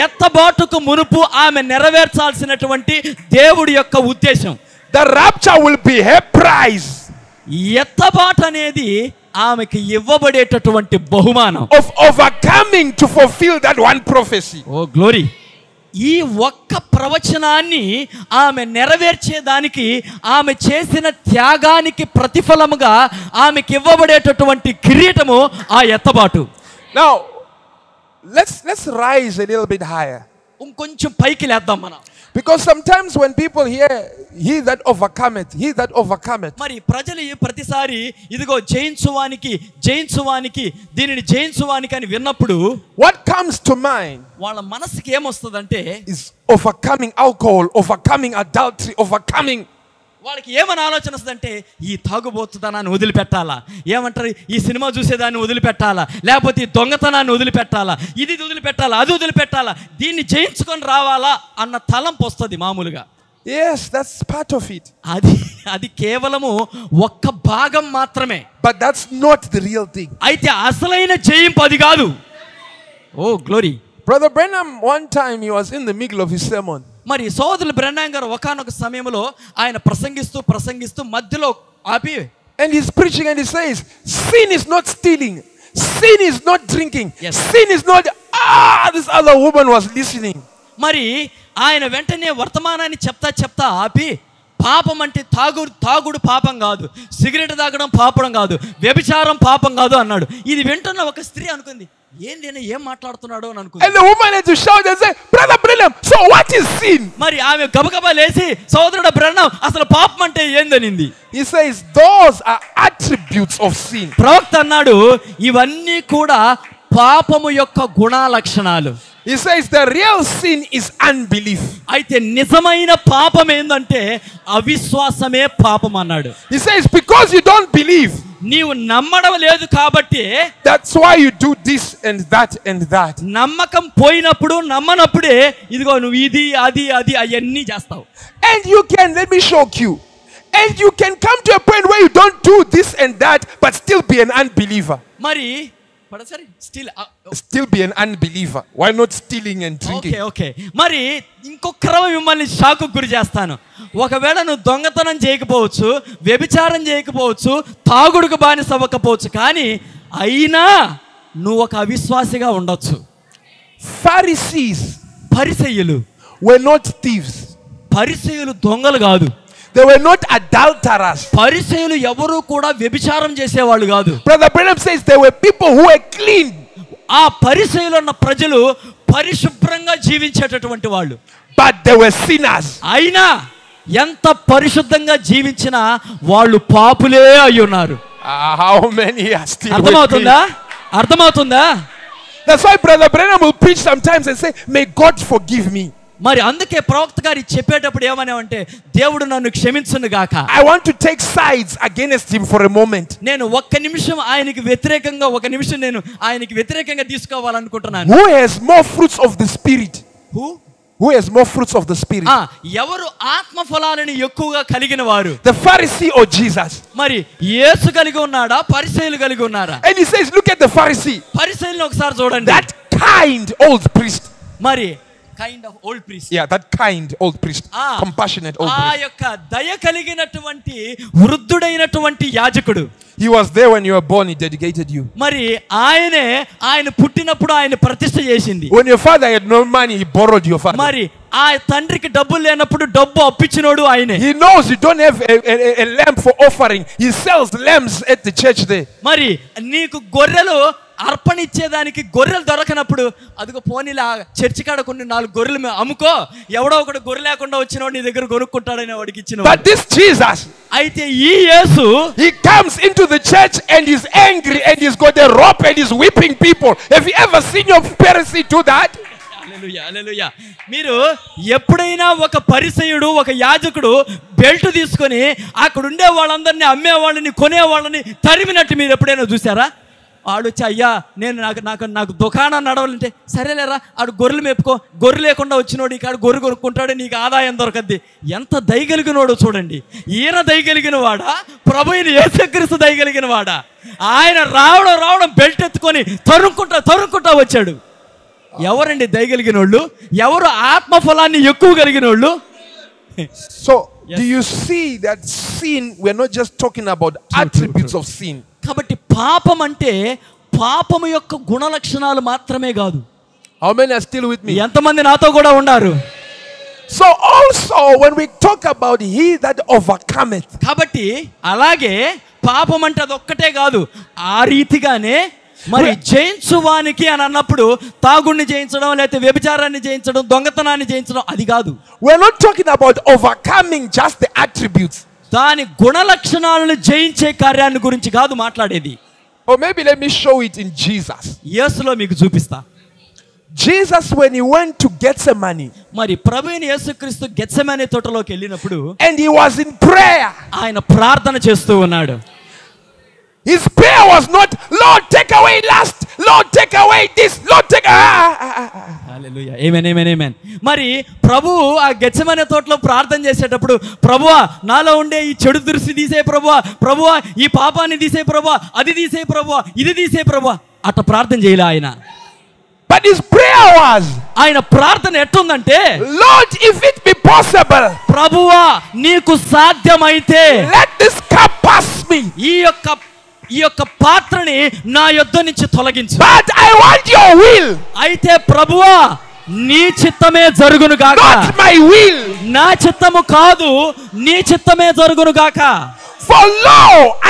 C: ఎత్తబాటుకు మునుపు ఆమె నెరవేర్చాల్సినటువంటి దేవుడి యొక్క ఉద్దేశం
B: The rapture will be her prize
C: ఎత్తబాటు అనేది ఆమెకి ఇవ్వబడేటటువంటి బహుమానం
B: of overcoming to fulfill that one prophecy.
C: Oh glory ఈ ఒక్క ప్రవచనాన్ని ఆమె నెరవేర్చేదానికి ఆమె చేసిన త్యాగానికి ప్రతిఫలముగా ఆమెకి ఇవ్వబడేటటువంటి కిరీటము ఆ ఎత్తబాటు
B: Now, let's let's rise a little bit higher.
C: ఇంకొంచెం పైకి లేద్దాం మనం
B: Because sometimes when people hear, he that overcometh, he that overcometh,
C: మరి ప్రజలు ఈ ప్రతిసారి ఇదిగో జయించువానికి జయించువానికి దీనిని జయించువానికి అని విన్నప్పుడు
B: what comes to mind
C: వాళ్ళ మనసుకి ఏమొస్తుందంటే
B: is overcoming alcohol, overcoming adultery, overcoming.
C: వాళ్ళకి ఏమని ఆలోచన వస్తుందంటే ఈ తాగుబోతుతనాన్ని వదిలిపెట్టాలా ఏమంటారు ఈ సినిమా చూసేదాన్ని వదిలిపెట్టాలా లేకపోతే ఈ దొంగతనాన్ని వదిలిపెట్టాలా ఇది ఇది వదిలిపెట్టాలా అది వదిలిపెట్టాలా దీన్ని జయించుకొని రావాలా అన్న తలంపు వస్తుంది మామూలుగా
B: Yes, that's part of it.
C: అది అది కేవలము ఒక్క భాగం మాత్రమే
B: But that's not the real thing.
C: అయితే అసలైన జయింపు అది కాదు oh glory
B: Brother Branham, one time he was in the middle of his sermon.
C: మరి సోదరులు బ్రహ్నాం గారు ఒకనొక సమయంలో ఆయన ప్రసంగిస్తూ ప్రసంగిస్తూ మధ్యలో ఆపి
B: And he's preaching and he says, Sin is not stealing. Sin is not drinking.
C: Yes.
B: Sin is not. Ah, this other woman was listening.
C: మరి ఆయన వెంటనే వర్తమానాన్ని చెప్తా చెప్తా ఆపి పాపం అంటే తాగుడు తాగుడు పాపం కాదు సిగరెట్ తాగడం పాపడం కాదు వ్యభిచారం పాపం కాదు అన్నాడు ఇది వింటున్న ఒక స్త్రీ అనుకుంది ఏం నేను ఏం మాట్లాడుతున్నాడు అని అనుకుంది
B: And the woman had to shout and say, Brother Branham, so what is sin?
C: మరి ఆమె గబగబా లేచి సోదరుడు బ్రహ్మం అసలు పాపం అంటే ఏందనింది
B: He says, Those are attributes of sin.
C: ప్రవక్త అన్నాడు ఇవన్నీ కూడా పాపము యొక్క గుణాలక్షణాలు
B: He says, The real sin is unbelief.
C: అయితే నిజమైన పాపం ఏందంటే అవిశ్వాసమే పాపం అన్నాడు
B: He says, Because you don't believe,
C: నీవు నమ్మడం లేదు కాబట్టి
B: that's why you do this and that and that.
C: నమ్మకం పోయినప్పుడు నమ్మనప్పుడే ఇదిగో నువ్వు ఇది అది అది అవన్నీ చేస్తావు
B: And you can, let me shock you. And you can come to a point where you don't do this and that, but still be an unbeliever.
C: మరి but sorry, still, uh,
B: Still be an unbeliever. Why not stealing and
C: okay
B: drinking?
C: Okay మరి ఇంకొక క్రమ మిమ్మల్ని షాకు గురి చేస్తాను ఒకవేళ నువ్వు దొంగతనం చేయకపోవచ్చు వ్యభిచారం చేయకపోవచ్చు తాగుడుకు బానిస అవ్వకపోవచ్చు కానీ అయినా నువ్వు ఒక అవిశ్వాసిగా ఉండొచ్చు
B: Pharisees
C: పరిసయ్యులు
B: were not thieves.
C: పరిసయులు దొంగలు కాదు
B: They were not adulterers.
C: పరిసయులు ఎవరు కూడా వ్యభిచారం చేసేవాళ్ళు కాదు
B: Brother Branham says they were people who were clean,
C: ఆ పరిసయులు ఉన్న ప్రజలు పరిశుభ్రంగా జీవించేటటువంటి వాళ్ళు
B: but they were sinners.
C: అయినా ఎంత పరిశుద్ధంగా జీవించినా వాళ్ళు పాపులే అయి ఉన్నారు
B: Ah, how many are still with me?
C: అర్థమవుతుందా అర్థమవుతుందా
B: That's why Brother Branham will preach sometimes and say, May God forgive me.
C: మరి అందుకే ప్రవక్త గారు ఇది చెప్పేటప్పుడు ఏమనేవంటే దేవుడు నన్ను క్షమించును గాక
B: I want to take sides against him for a moment.
C: నేను ఒక్క నిమిషం ఆయనకి వ్యతిరేకంగా ఒక నిమిషం నేను ఆయనకి వ్యతిరేకంగా తీసుకోవాలనుకుంటున్నాను
B: Who has more fruits of the Spirit?
C: Who?
B: Who has more fruits of the Spirit?
C: ఆ, ఎవరు ఆత్మ ఫలాలను ఎక్కువగా కలిగిన వారు
B: The Pharisee or Jesus?
C: మరి యేసు కలిగి ఉన్నాడా పరిశైలు కలిగి ఉన్నారా
B: And he says, Look at the Pharisee,
C: పరిశైలిని ఒకసారి చూడండి
B: that kind old priest.
C: మరి kind of old priest
B: Yeah, that kind old priest,
C: Ah.
B: compassionate old
C: ఆ
B: priest.
C: యొక్క దయ కలిగినటువంటి వృద్ధుడైనటువంటి యాజకుడు
B: He was there when you were born, he dedicated you.
C: మరి ఆయనే ఆయన పుట్టినప్పుడు ఆయన ప్రతిష్ట చేసింది
B: When your father had no money, he borrowed your father.
C: మరి ఆ తండ్రికి డబ్బులు లేనప్పుడు డబ్బు అప్పించినోడు ఆయనే
B: He knows you don't have a, a, a- a lamb for offering. He sells lambs at the church there.
C: మరి నీకు గొర్రెలు అర్పణ ఇచ్చేదానికి గొర్రెలు దొరకనప్పుడు అదిగో పోనీలా చర్చి కాడ కొన్ని నాలుగు గొర్రెలు మేము అమ్ముకో ఎవడో ఒకడు గొర్రె లేకుండా వచ్చినోడు నీ దగ్గర కొనుక్కుంటాడని వాడికి ఇచ్చిన
B: But this Jesus,
C: అయితే ఈ యేసు
B: he comes into the church and he's angry and he's got a rope and he's whipping people. Have you ever seen your Pharisee do that?
C: Hallelujah, hallelujah. మీరు ఎప్పుడైనా ఒక పరిసయుడు ఒక యాజకుడు బెల్ట్ తీసుకొని అక్కడ ఉండే వాళ్ళందరినీ అమ్మే వాళ్ళని కొనే వాళ్ళని తరిమినట్టు మీరు ఎప్పుడైనా చూసారా ఆడు వచ్చి అయ్యా నేను నాకు నాకు నాకు దుకాణం నడవాలంటే సరేలేరా ఆడు గొర్రెలు మెప్పుకో గొర్రె లేకుండా వచ్చినోడు ఇక్కడ గొర్రె కొనుక్కుంటాడు నీకు ఆదాయం దొరకద్ది ఎంత దయగలిగినోడో చూడండి ఈయన దయగలిగిన వాడా ప్రభు ఈయన యేసుక్రీస్తు దయగలిగిన వాడా ఆయన రావడం రావడం బెల్ట్ ఎత్తుకొని తరుక్కుంటా తరుక్కుంటా వచ్చాడు ఎవరండి దయగలిగిన వాళ్ళు ఎవరు ఆత్మ ఫలాన్ని ఎక్కువ కలిగిన వాళ్ళు
B: So,
C: Yes.
B: do you see that sin? We're not just talking about attributes of sin.
C: కాబట్టి పాపం అంటే పాపము యొక్క గుణ లక్షణాలు మాత్రమే కాదు
B: How many are still with me?
C: ఎంతమంది నాతో కూడా ఉన్నారు
B: So, also, when we talk about he that overcometh,
C: కాబట్టి అలాగే పాపం అంటే అదొక్కటే కాదు ఆ రీతిగానే మరి జయించువానికి అని అన్నప్పుడు తాగుడిని జయించడం లేకపోతే వ్యభిచారాన్ని జయించడం దొంగతనాన్ని జయించడం అది కాదు
B: we're not talking about overcoming just the attributes.
C: దాని గుణ లక్షణాలను జయించే కార్యాన్ని గురించి కాదు మాట్లాడేది
B: Or maybe let me show it in Jesus.
C: యేసులో మీకు చూపిస్తా
B: Jesus, when he went to Gethsemane
C: మరి ప్రభుని యేసుక్రీస్తు గెత్సమనే తోటలోకి వెళ్ళినప్పుడు
B: and he was in prayer,
C: ఆయన ప్రార్థన చేస్తూ ఉన్నాడు
B: his prayer was not, Lord, take away lust, Lord, take away this, Lord, take. Ah, ah, ah, ah."
C: హల్లెలూయా. ఆమేన్, ఆమేన్, ఆమేన్. మరి ప్రభు ఆ గెచ్చమనే తోటలో ప్రార్థన చేసేటప్పుడు ప్రభువా నాలో ఉండే ఈ చెడు దృష్టి తీసే ప్రభువా ప్రభువా ఈ పాపాన్ని తీసే ప్రభువా అది తీసే ప్రభువా ఇది తీసే ప్రభువా అట్ట ప్రార్థన చేయలే ఆయన
B: But his prayer was,
C: ఆయన ప్రార్థన ఎట్టుందంటే
B: Lord, if it be possible,
C: ప్రభువా నీకు సాధ్యమైతే
B: let this cup pass me.
C: ఈ యొక్క ఈ యొక్క పాత్రని నా యొద్ద నుంచి తొలగించు
B: But I want your will,
C: అయితే ప్రభువా నీ చిత్తమే జరుగును గాక
B: not my will.
C: నా చిత్తము కాదు నీ చిత్తమే జరుగును గాక
B: For lo,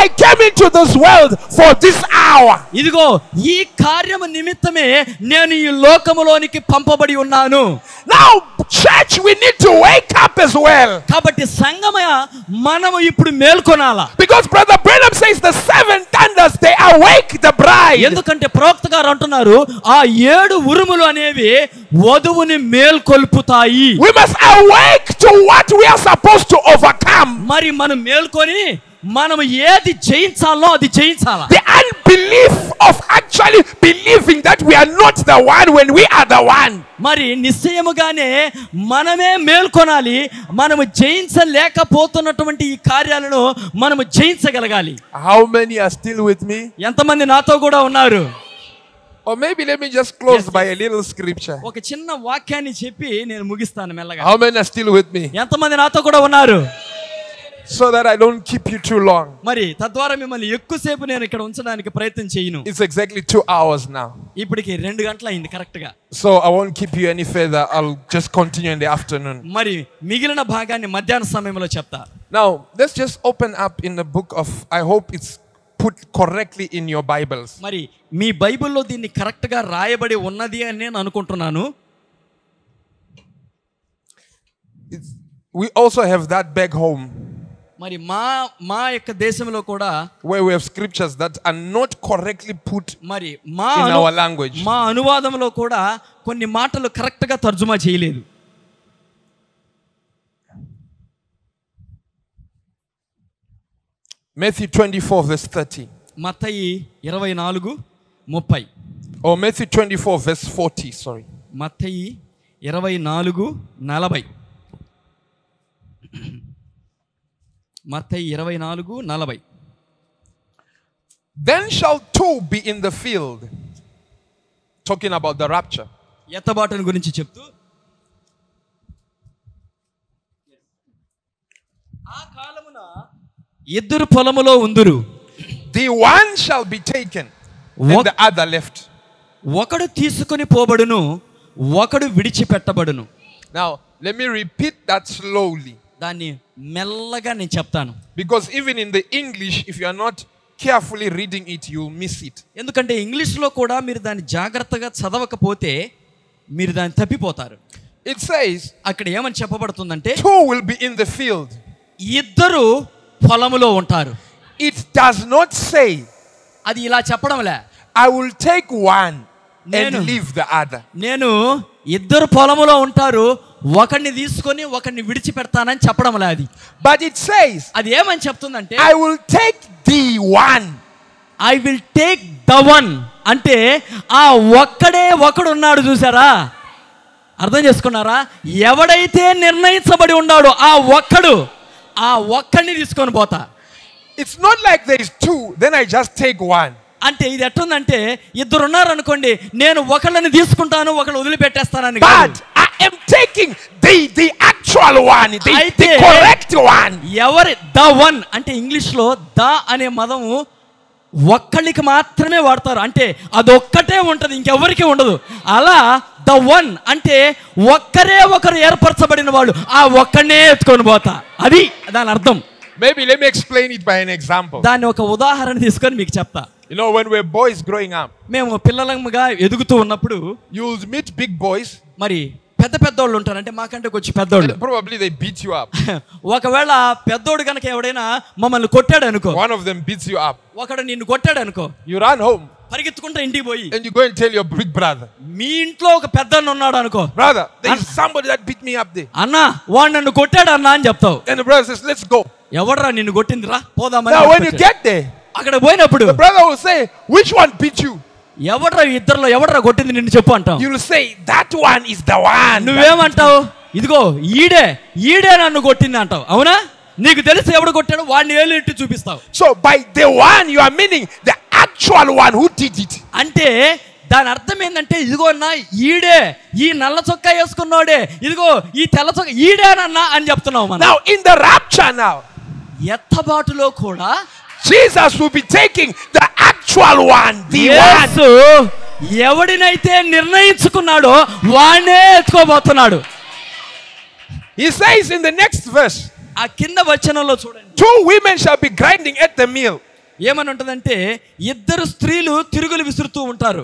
B: I came into this world for this hour.
C: ఇదిగో ఈ కార్యము నిమిత్తమే నేను ఈ లోకములోనికి పంపబడి ఉన్నాను
B: Now, church, we need to wake up as well.
C: కాబట్టి సంగమయ మనము ఇప్పుడు మేల్కొనాలా
B: Because Brother Branham says the seven thunders, they awake the bride.
C: ఎందుకంటే ప్రవక్త గారు అంటున్నారు ఆ ఏడు ఉరుములు అనేవి వధువుని మేల్కొల్పుతాయి
B: We must awake to what we are supposed to overcome.
C: మరి మనం మేల్కొని మనం ఏది జయించాలో అది జయించాలా
B: The unbelief of actually believing that we are not the one when we are the one.
C: మరి నిశ్చయముగానే మనమే మేల్కొనాలి మనము జయించలేకపోతున్నటువంటి ఈ కార్యాలను మనము జయించగలగాలి
B: How many are still with me?
C: ఎంతమంది నాతో కూడా ఉన్నారు
B: Or maybe let me just close
C: Yes,
B: by a little scripture.
C: ఒక చిన్న వాక్యాన్ని చెప్పి నేను ముగిస్తాను మెల్లగా
B: How many are still with me?
C: ఎంతమంది నాతో కూడా ఉన్నారు
B: so that I don't keep you too long.
C: మరి తద్వారా మిమ్మల్ని ఎక్కువసేపు నేను ఇక్కడ ఉంచడానికి ప్రయత్నం చేయను
B: It's exactly two hours now.
C: ఇప్పటికి రెండు గంటలు అయింది కరెక్ట్ గా
B: So I won't keep you any further. I'll just continue in the afternoon.
C: మరి మిగిలిన భాగాన్ని మధ్యాహ్న సమయంలో చెప్తా
B: Now, let's just open up in the book of, I hope it's put correctly in your Bibles.
C: మరి మీ బైబిల్లో దీన్ని కరెక్ట్ గా రాయబడి ఉన్నది అని నేను అనుకుంటున్నాను
B: It's, we also have that back home
C: మరి మా మా యొక్క దేశంలో కూడా
B: where we have scriptures that are not correctly put.
C: మరి మా
B: In
C: అను-
B: our language.
C: మా అనువాదంలో కూడా కొన్ని మాటలు కరెక్ట్ గా తర్జుమా చేయలేదు
B: Matthew 24, verse 30.
C: మత్తయి ఇరవై నాలుగు ముప్పై
B: Or Oh, Matthew 24, verse 40, sorry.
C: మత్తయి ఇరవై నాలుగు నలభై మత్తయి ఇరవై నాలుగు నలభై
B: Then shall two be in the field. Talking about the rapture.
C: ఎత్తబాటును గురించి చెప్తూ ఆ కాలమున ఇద్దరు పొలములో ఉందురు
B: The one shall be taken,
C: What-
B: and the other left.
C: ఒకడు తీసుకొని పోబడును ఒకడు విడిచిపెట్టబడును
B: Now, let me repeat that slowly.
C: దాన్ని మెల్లగా నేను చెప్తాను
B: Because even in the English, if you are not carefully reading it, you'll miss it.
C: ఎందుకంటే ఇంగ్లీష్లో కూడా మీరు దాన్ని జాగ్రత్తగా చదవకపోతే మీరు దాన్ని తప్పిపోతారు
B: It says,
C: అక్కడ ఏమని చెప్పబడుతుందంటే
B: Two will be in the field.
C: ఇద్దరు పొలములో ఉంటారు
B: It does not say,
C: అది ఇలా చెప్పడంలే
B: I will take one
C: Nenu.
B: and leave the other.
C: నేను ఇద్దరు పొలములో ఉంటారు ఒకడిని తీసుకొని ఒకడిని విడిచిపెడతానని చెప్పడంలే అది
B: But it says,
C: అది ఏమని చెప్తుందంటే
B: I will take the one.
C: I will take the one అంటే ఆ ఒక్కడే ఒకడు ఉన్నాడు చూసారా అర్థం చేసుకున్నారా ఎవడైతే నిర్ణయించబడి ఉన్నాడో ఆ ఒక్కడు ఆ ఒక్కడిని తీసుకొని పోతా
B: It's not like there is two, then I just take one.
C: అంటే ఇది ఎట్టుందంటే ఇద్దరు ఉన్నారు అనుకోండి నేను ఒకళ్ళని తీసుకుంటాను ఒకళ్ళు వదిలిపెట్టేస్తానని కాదు.
B: But I am taking the, the actual one, the,
C: I
B: the
C: did.
B: correct one.
C: ఎవరి ద వన్ అంటే ఇంగ్లీష్లో ద అనే పదము ఒక్కళ్ళకి మాత్రమే వాడతారు అంటే అదొక్కటే ఉంటుంది ఇంకెవరికి ఉండదు అలా ద వన్ అంటే ఒక్కరే ఒకరు ఏర్పరచబడిన వాళ్ళు ఆ ఒక్కడనే ఎత్తుకొని పోతా అది దాని అర్థం
B: Maybe let me explain it by an example.
C: దాన్ని ఒక ఉదాహరణ తీసుకొని మీకు చెప్తా
B: You know, when we're boys growing up,
C: మేము పిల్లలముగా ఎదుగుతూ ఉన్నప్పుడు
B: you'll meet big boys,
C: మరి పెద్ద పెద్దోళ్ళు ఉంటారు అంటే మాకంటే కొంచెం పెద్దోళ్ళు
B: and probably they beat you up.
C: ఒకవేళ పెద్దోడు కనుక ఎవడైనా మమ్మల్ని కొట్టాడు అనుకో
B: One of them beats you up.
C: ఒకడు నిన్ను కొట్టాడు అనుకో
B: You run home
C: పరిగెత్తుకుంటా ఇంటికి పోయి
B: and you go and tell your big brother,
C: మీ ఇంట్లో ఒక పెద్ద ఉన్నాడు అనుకో
B: Brother, there's somebody that beat me up there.
C: అన్నా వాడు నన్ను కొట్టాడు అన్నా అని చెప్తావు
B: And the brother says, Let's go.
C: ఎవడరా నిన్ను కొట్టింది రా పోదామని
B: Now, when you
C: అనుకుంటా.
B: get there,
C: అక్కడ పోయినప్పుడు
B: the brother will say, Which one beat you?
C: ఎవడరా ఇద్దరులో ఎవడరా కొట్టింది నిన్ను చెప్పు అంటావు
B: You'll say, That one is the one. that
C: నువ్వేమంటావు ఇదిగో ఈడే ఈడే నన్ను కొట్టింది అంటావు అవునా నీకు తెలిసి ఎవడు కొట్టాడు వాడిని వేలు ఇట్టి చూపిస్తావు
B: So by the one you are meaning the actual one who did it.
C: అంటే దాని అర్థం ఏంటంటే ఇదిగో అన్న ఈడే ఈ నల్ల చొక్కా వేసుకున్నాడే ఇదిగో ఈ తెల్ల చొక్కా ఈడేనన్నా అని చెప్తున్నావు మనం
B: Now in the rapture now,
C: ఎత్తబాటులో కూడా
B: Jesus will be taking the actual one, the one.
C: యేసు ఎవడినైతే నిర్ణయించుకున్నాడో వాడే ఎత్తుకోబోతున్నాడు
B: He says in the next verse,
C: ఆ కింద వచనంలో చూడండి
B: two women shall be grinding at the mill.
C: ఏమని ఉంటుందంటే ఇద్దరు స్త్రీలు తిరుగులు విసురుతూ ఉంటారు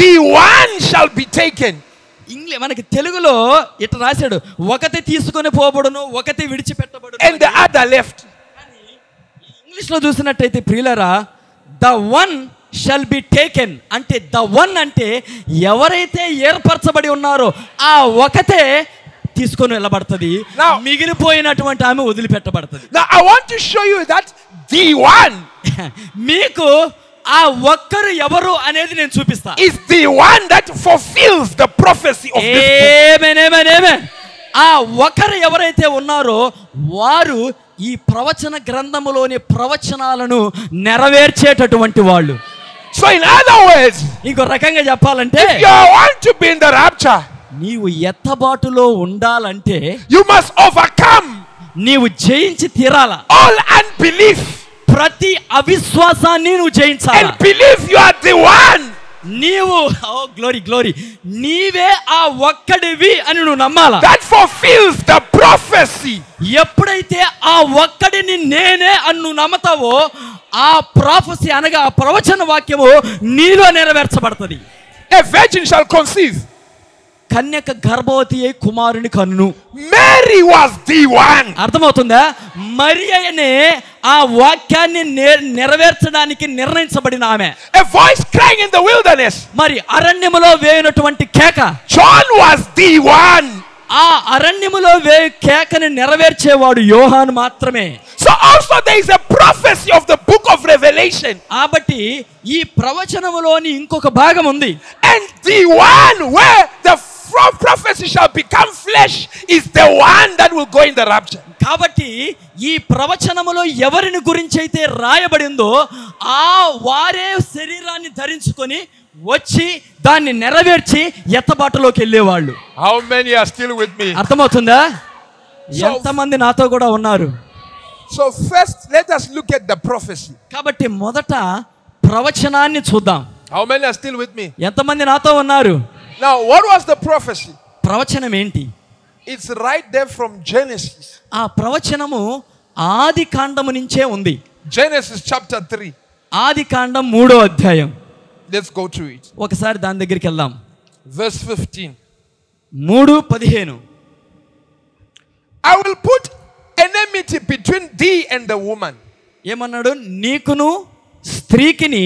B: The one shall be taken.
C: ఇంగ్లీ మనకి తెలుగులో ఇట రాశాడు ఒకటి తీసుకొని పోబడును ఒకటి విడిచిపెట్టబడును
B: And the other left.
C: English లో చూసినట్టయితే ప్రియులరా the one shall be taken అంటే ద వన్ అంటే ఎవరైతే ఏర్పరచబడి ఉన్నారో ఆ ఒకతే తీసుకొని వెళ్ళబడుతుంది
B: Now-
C: మిగిలిపోయినటువంటి ఆమె వదిలిపెట్టబడుతుంది
B: Now I want to show you that the one
C: మీకు ఆ ఒక్కరు ఎవరు అనేది నేను చూపిస్తా
B: is the one that fulfills the prophecy of
C: Eh.
B: this book.
C: Amen, amen, amen. ఆ ఒకరు ఎవరైతే ఉన్నారో వారు ఈ ప్రవచన గ్రంథములోని ప్రవచనాలను నెరవేర్చేటటువంటి వాళ్ళు
B: So in other words,
C: ఇంకో రకంగా చెప్పాలంటే
B: if you want to be in the rapture,
C: నీవు ఎత్తబాటులో ఉండాలంటే
B: you must overcome
C: నీవు జయించి తీరాలా
B: all unbelief
C: ప్రతి అవిశ్వాసాన్ని నువ్వు జయించాలి
B: and believe you are the one.
C: నీవు ఓ గ్లోరీ గ్లోరీ నీవే ఆ ఒక్కడివి అని నువ్వు నమ్మాలా
B: that fulfills the prophecy.
C: ఎప్పుడైతే ఆ ఒక్కడిని నేనే అని నువ్వు నమ్ముతావో ఆ ప్రాఫెసీ అనగా ఆ ప్రవచన వాక్యము నీలో నెరవేర్చబడుతుంది
B: A virgin shall conceive.
C: కన్యక గర్భవతి అయి కుమారుని కన్ను
B: Mary was the one.
C: అర్థమవుతుందా మరి అనే ఆ వాక్యాన్ని నే- నెరవేర్చడానికి నిర్ణయించబడిన ఆమె
B: A voice crying in the wilderness.
C: మరి అరణ్యములో వేయినటువంటి కేక
B: John was the one.
C: ఆ అరణ్యములో వే కేకని నెరవేర్చేవాడు యోహాను మాత్రమే
B: So also there is a prophecy of the book of Revelation.
C: కాబట్టి ఈ ప్రవచనములోని ఇంకొక భాగం ఉంది
B: And the one where the fro- prophecy shall become flesh is the one that will go in the rapture.
C: కాబట్టి ఈ ప్రవచనములో ఎవరిని గురించి అయితే రాయబడిందో ఆ వారే శరీరాన్ని ధరించుకొని వచ్చి దాన్ని నెరవేర్చి ఎత్తబాటులోకి వెళ్ళేవాళ్ళు
B: How many are still with me?
C: అర్థమవుతుందా ఎంతమంది నాతో కూడా ఉన్నారు
B: So first let us look at the prophecy.
C: కాబట్టి మొదట ప్రవచనాన్ని చూద్దాం
B: How many are still with me?
C: ఎంతమంది నాతో ఉన్నారు
B: Now what was the prophecy?
C: ప్రవచనం ఏంటి
B: It's right there from Genesis.
C: ఆ ప్రవచనము ఆది కాండము నుంచే ఉంది
B: Genesis chapter 3.
C: ఆది కాండం మూడో అధ్యాయం
B: Let's go to it.
C: ఒకసారి దాని దగ్గరికి వెళ్దాం
B: Verse 15.
C: మూడు పదిహేను
B: I will put enmity between thee and the woman,
C: ఏమన్నాడు నీకును స్త్రీకిని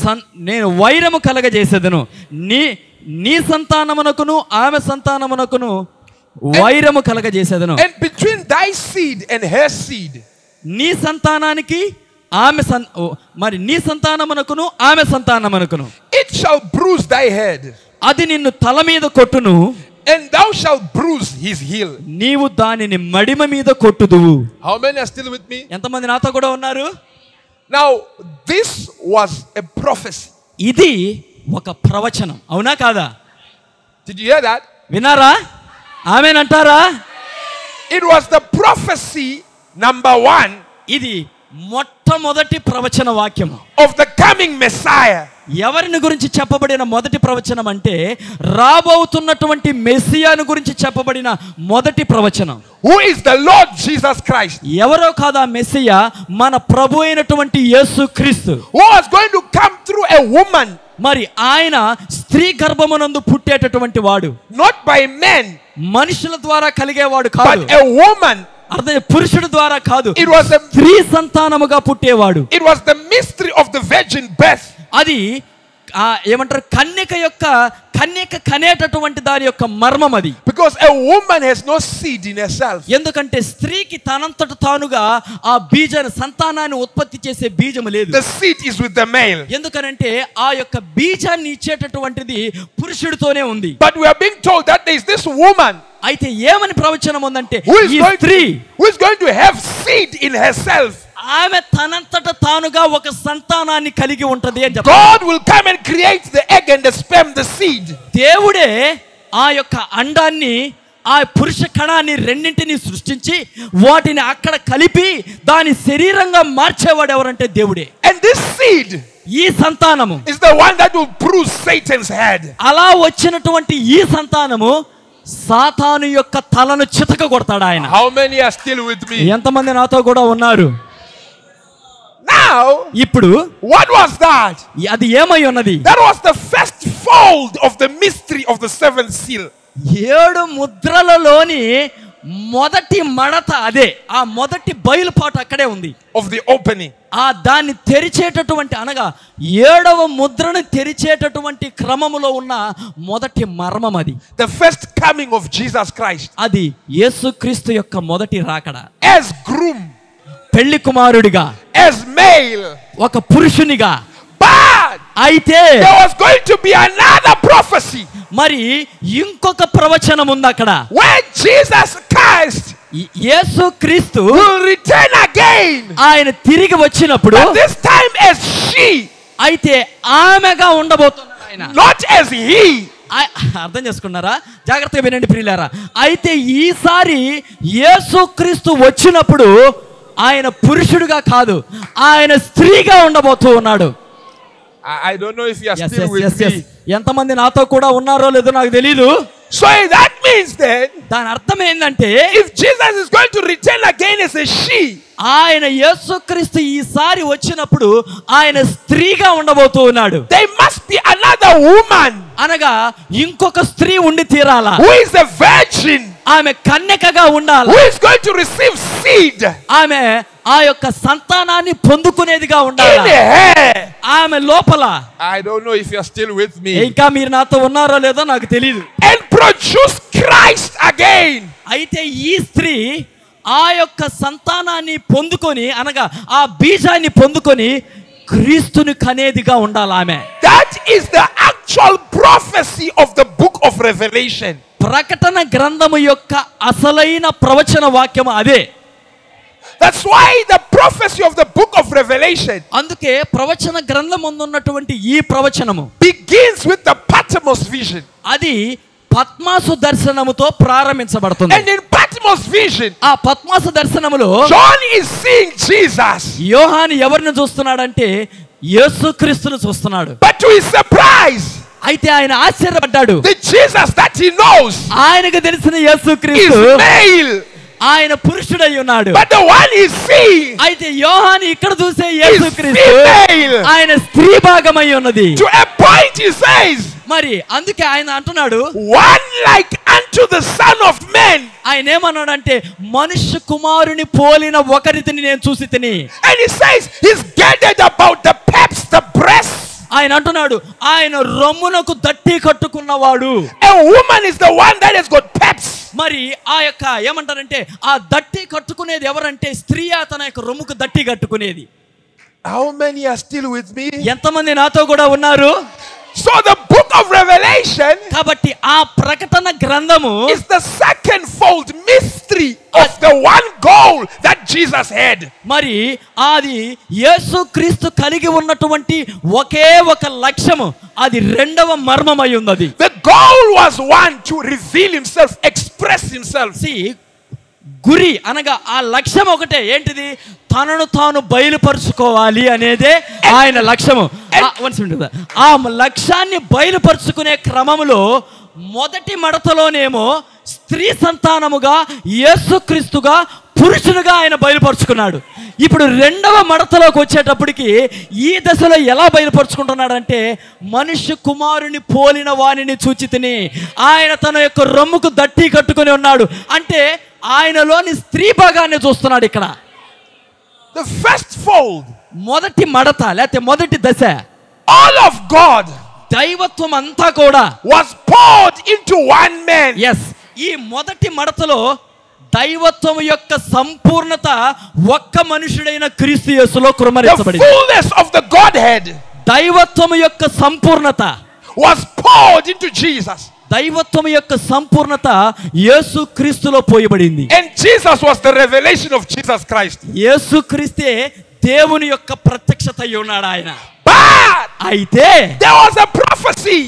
C: సన్ నేను వైరము కలగజేసేదను నీ నీ సంతానమునకును ఆమె సంతానమునకును వైరము కలగజేసేదను
B: and between thy seed and her seed.
C: నీ సంతానానికి ఆమె సన్ ఓ, మరి నీ సంతానమునకును ఆమె సంతానమునకును
B: It shall bruise thy head,
C: అది నిన్ను తల మీద కొట్టును
B: and thou shalt bruise his heel.
C: నీవు దానిని మడిమ మీద కొట్టుదువు
B: How many are still with me?
C: ఎంతమంది నాతో కూడా ఉన్నారు
B: Now, this was a prophecy.
C: ఇది ఒక ప్రవచనం అవునా కాదా
B: Did you hear that?
C: వినారా ఆమెనంటారా
B: It was the prophecy, number one,
C: ఇది మొట్టమొదటి ప్రవచన వాక్యము
B: of the coming Messiah.
C: ఎవరిని గురించి చెప్పబడిన మొదటి ప్రవచనం అంటే రాబోతున్నటువంటి మెస్సియాను గురించి చెప్పబడిన మొదటి ప్రవచనం
B: Who is the Lord Jesus Christ?
C: ఎవరో కాదా మెస్సియా మన ప్రభు అయినటువంటి యేసు క్రీస్తు
B: Who was going to come through a woman,
C: మరి ఆయన స్త్రీ గర్భమునందు పుట్టేటటువంటి వాడు
B: not by men,
C: మనుషుల ద్వారా కలిగేవాడు కాదు
B: but a woman.
C: అర్థం పురుషుడు ద్వారా కాదు
B: It was a
C: స్త్రీ సంతానముగా పుట్టేవాడు
B: It was the mystery of the virgin birth.
C: అది ఆ ఏమంటారు కన్యక యొక్క కన్యక కనేటటువంటి దాని యొక్క మర్మం అది
B: Because a woman has no seed in herself.
C: ఎందుకంటే స్త్రీకి తనంతట తానుగా ఆ బీజాన్ని సంతానాన్ని ఉత్పత్తి చేసే బీజం లేదు
B: The seed is with the male.
C: ఎందుకనంటే ఆ యొక్క బీజాన్ని ఇచ్చేటటువంటిది పురుషుడితోనే ఉంది
B: But we are being told that there is this woman
C: అయితే ఏమని ప్రవచనం ఉందంటే
B: who is,
C: ఈ
B: going
C: స్త్రీ
B: to, who is going to have seed in herself.
C: ఆమె తనంతట తానుగా ఒక సంతానాన్ని కలిగి ఉంటది అని చెప్పారు
B: God will come and create the egg and the sperm, the seed.
C: దేవుడే ఆ యొక్క అండాన్ని ఆ పురుష కణాన్ని రెండింటిని సృష్టించి వాటిని అక్కడ కలిపి దాని శరీరంగా మార్చేవాడు ఎవరంటే దేవుడే
B: And this seed
C: ఈ సంతానము
B: is the one that will bruise Satan's head.
C: అలా వచ్చినటువంటి ఈ సంతానము సాతాను యొక్క తలను చితక కొడతాడు ఆయన
B: How many are still with me?
C: ఎంతమంది నాతో కూడా ఉన్నారు
B: Now,
C: ఇప్పుడు
B: what was that?
C: అది ఏమై ఉన్నది
B: That was the first fold of the mystery of the seventh seal.
C: ఏడు ముద్రలలోని మొదటి మడత అదే ఆ మొదటి బయలుపాటు అక్కడే ఉంది
B: Of the opening.
C: ఆ దాన్ని తెరిచేటటువంటి అనగా ఏడవ ముద్రను తెరిచేటటువంటి క్రమములో ఉన్న మొదటి మర్మం అది
B: the first coming of Jesus Christ
C: అది యేసుక్రీస్తు యొక్క మొదటి రాకడ
B: as groom,
C: పెళ్లి కుమారుడిగా
B: as male.
C: ఒక పురుషునిగా
B: But
C: అయితే
B: there was going to be another prophecy
C: మరి ఇంకొక ప్రవచనం ఉంది అక్కడ
B: where Jesus Christ
C: ఈ- యేసుక్రీస్తు
B: will return again.
C: ఆయన తిరిగి వచ్చినప్పుడు
B: But this time as she,
C: అయితే ఆమెగా ఉండబోతున్నాడు ఆయన
B: not as he.
C: ఆ- అర్థం చేసుకున్నారా జాగ్రత్తగా వినండి ప్రియులారా అయితే ఈసారి యేసుక్రీస్తు వచ్చినప్పుడు ఆయన పురుషుడుగా కాదు ఆయన స్త్రీగా ఉండబోతూ ఉన్నాడు
B: I, I don't know if you are
C: Yes,
B: still
C: yes,
B: with
C: yes, yes.
B: me.
C: ఎంతమంది నాతో కూడా ఉన్నారో లేదో నాకు తెలియదు
B: So that means then,
C: దాని అర్థం ఏంటంటే
B: if Jesus is going to return again as a she,
C: ఆయన యేసుక్రీస్తు ఈసారి వచ్చినప్పుడు ఆయన స్త్రీగా ఉండబోతూ ఉన్నాడు
B: there must be another woman
C: అనగా ఇంకొక స్త్రీ ఉండి తీరాలా
B: who is a virgin
C: ఆమె కన్యకగా ఉండాలి
B: who is going to receive seed in
C: ఆమె ఆ యొక్క సంతానాన్ని పొందుకునేదిగా ఉండాలి
B: her.
C: ఆమె లోపల
B: I don't know if you are still with me.
C: ఇంకా మీరు నాతో ఉన్నారో లేదో నాకు తెలియదు
B: And produce Christ again.
C: అయితే ఈ స్త్రీ ఆ యొక్క సంతానాన్ని పొందుకొని అనగా ఆ బీజాన్ని పొందుకొని క్రీస్తుని కనేదిగా ఉండాలి ఆమె
B: That is the actual prophecy of the book of Revelation.
C: ప్రకటన గ్రంథము యొక్క అసలైన ప్రవచన వాక్యం అదే
B: That's why the prophecy of the book of Revelation
C: అందుకే ప్రవచన గ్రంథం ముందున్నటువంటి ఈ ప్రవచనము
B: begins with the Patmos vision.
C: అది పద్మాసు దర్శనముతో
B: And
C: ప్రారంభించబడుతుంది
B: in Patmos vision,
C: ఆ పద్మాసు దర్శనములో
B: John is seeing Jesus.
C: యోహాను ఎవరిని చూస్తున్నాడంటే యేసుక్రీస్తును చూస్తున్నాడు
B: But to his surprise,
C: అయితే ఆయన ఆశ్చర్యపడ్డాడు
B: the Jesus that he knows
C: ఆయనకు తెలిసిన
B: is
C: యేసుక్రీస్తు
B: male.
C: ఆయన పురుషుడై ఉన్నాడు
B: But the one he's seeing
C: అయితే యోహాను ఇక్కడ చూసే
B: is
C: యేసుక్రీస్తు
B: female.
C: ఆయన స్త్రీ భాగమై ఉన్నది
B: To a point, he says,
C: మరి అందుకే ఆయన అంటున్నాడు
B: One like unto the Son of Man.
C: ఆయన ఏమన్నాడంటే మనుష్య కుమారుని పోలిన ఒకరితిని నేను చూసి తిని
B: And he says, He's gathered about the paps, the breasts.
C: ఆయన అంటున్నాడు ఆయన రొమ్మునకు దట్టి కట్టుకున్నవాడు
B: A woman is the one that has got paps.
C: మరి ఆ యొక్క ఏమంటారంటే ఆ దట్టి కట్టుకునేది ఎవరంటే స్త్రీ ఆ తన యొక్క రొమ్ముకు దట్టి కట్టుకునేది
B: How many are still with me?
C: ఎంతమంది నాతో కూడా ఉన్నారు
B: So the book of Revelation
C: కాబట్టి ఆ ప్రకటన గ్రంథము
B: is the secondfold mystery of the one goal that Jesus had.
C: మరి అది యేసుక్రీస్తు కలిగి ఉన్నటువంటి ఒకే ఒక లక్ష్యము అది రెండవ మర్మమై ఉంది అది
B: The goal was one to reveal himself, express himself.
C: సి గురి అనగా ఆ లక్ష్యం ఒకటే ఏంటిది తనను తాను బయలుపరుచుకోవాలి అనేదే ఆయన లక్ష్యము ఆ- one second కదా. ఆ లక్ష్యాన్ని బయలుపరుచుకునే క్రమంలో మొదటి మడతలోనేమో స్త్రీ సంతానముగా యేసుక్రీస్తుగా పురుషునిగా ఆయన బయలుపరుచుకున్నాడు ఇప్పుడు రెండవ మడతలోకి వచ్చేటప్పటికి ఈ దశలో ఎలా బయలుపరుచుకుంటున్నాడంటే మనుష్య కుమారుని పోలిన వాణిని చూచితిని ఆయన తన యొక్క రొమ్ముకు దట్టి కట్టుకుని ఉన్నాడు అంటే ఆయనలోని స్త్రీ భాగాన్ని చూస్తున్నాడు ఇక్కడ
B: The first fold,
C: మొదటి మడత లేకపోతే మొదటి దశ
B: all of God
C: దైవత్వం అంతా కూడా
B: was poured into one man.
C: Yes ఈ మొదటి మడతలో దైవత్వం యొక్క సంపూర్ణత ఒక్క మనుషుడైన క్రీస్తు యేసులో
B: The
C: కృమరించబడింది
B: fullness of the Godhead
C: దైవత్వం యొక్క సంపూర్ణత
B: was poured into Jesus.
C: దైవత్వం యొక్క సంపూర్ణత యేసు క్రీస్తులో పోయబడింది
B: And Jesus was the revelation of Jesus Christ.
C: యేసు క్రీస్తే దేవుని యొక్క ప్రత్యక్షత అయి ఉన్నాడు ఆయన
B: But
C: అయితే
B: there was a prophecy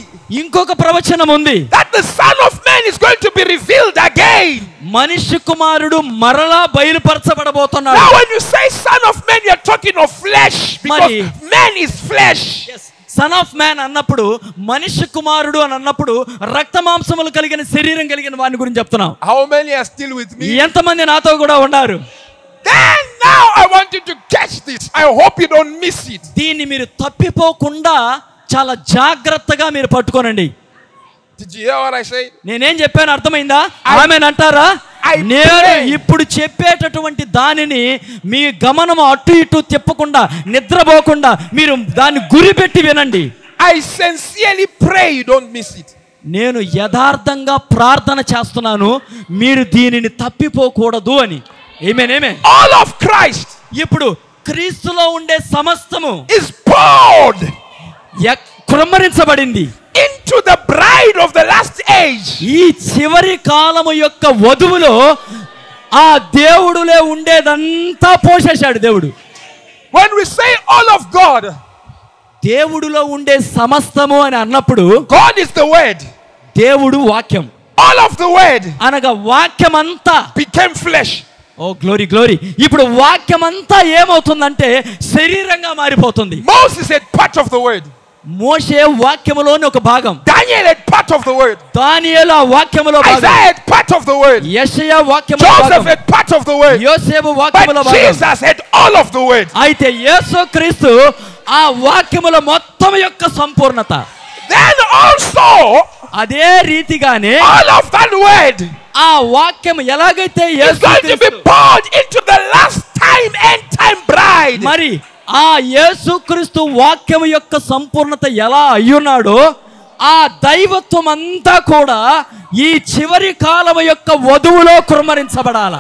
C: ఇంకొక ప్రవచనం ఉంది
B: that the Son of Man is going to be revealed again.
C: మనిషి కుమారుడు మరలా బయలుపరచబడబోతున్నాడు
B: Now, when you say Son of Man, you're talking of flesh because
C: Money.
B: man is flesh.
C: Son of man అన్నప్పుడు మనిషి కుమారుడు అని అన్నప్పుడు రక్త మాంసములు కలిగిన శరీరం కలిగిన వాని గురించి చెప్తున్నాం
B: How many are still with
C: ఎంతమంది నాతో కూడా ఉన్నారు
B: Then now I want you to catch this. I hope you don't miss it.
C: దీన్ని మీరు తప్పిపోకుండా చాలా జాగ్రత్తగా మీరు పట్టుకోనండి
B: Did you hear what I said?
C: నేనేం చెప్పాను అర్థమైందా ఆమె అంటారా
B: I
C: నేను
B: pray.
C: ఇప్పుడు చెప్పేటటువంటి దానిని మీ గమనం అటు ఇటు తిప్పకుండా నిద్రపోకుండా మీరు దాన్ని గురిపెట్టి వినండి
B: I sincerely pray you don't miss it.
C: నేను యథార్థంగా ప్రార్థన చేస్తున్నాను మీరు దీనిని తప్పిపోకూడదు అని ఏమేనేమే
B: All of Christ
C: ఇప్పుడు క్రీస్తులో ఉండే సమస్తము
B: is poured
C: ఎక్- కృమ్మరించబడింది
B: into the bride of the last age.
C: ఈ చివరి కాలము యొక్క వధువులో ఆ దేవుడులే ఉండేదంతా పోషేశాడు దేవుడు
B: When we say all of God,
C: దేవుడిలో ఉండే సమస్తము అని అన్నప్పుడు
B: God is the Word.
C: దేవుడు వాక్యం
B: All of the word
C: అనగా వాక్యం అంతా
B: became flesh.
C: Oh glory glory ఇప్పుడు వాక్యం అంతా ఏమవుతుందంటే శరీరంగా మారిపోతుంది
B: Moses had part of the word.
C: మోషే వాక్యములోని ఒక భాగం
B: Daniel had part of the word.
C: దానియేలు ఆ వాక్యములో భాగం
B: Isaiah had part of the word.
C: యెషయ వాక్యములో
B: Joseph
C: భాగం
B: had part of the word.
C: యోసేపు వాక్యములో
B: But
C: భాగం
B: Jesus had all of the word.
C: అయితే యేసు క్రీస్తు ఆ వాక్యముల మొత్తం యొక్క సంపూర్ణత
B: Then also,
C: అదే రీతిగానే
B: all of that word
C: ఆ వాక్యం ఎలాగైతే
B: is
C: Yesu
B: going to be
C: క్రీస్తు
B: poured into the last time end time bride.
C: మరి ఆ యేసుక్రీస్తు వాక్యం యొక్క సంపూర్ణత ఎలా అయ్యున్నాడో ఆ దైవత్వం అంతా కూడా ఈ చివరి కాలం యొక్క వధువులో కురమరించబడాల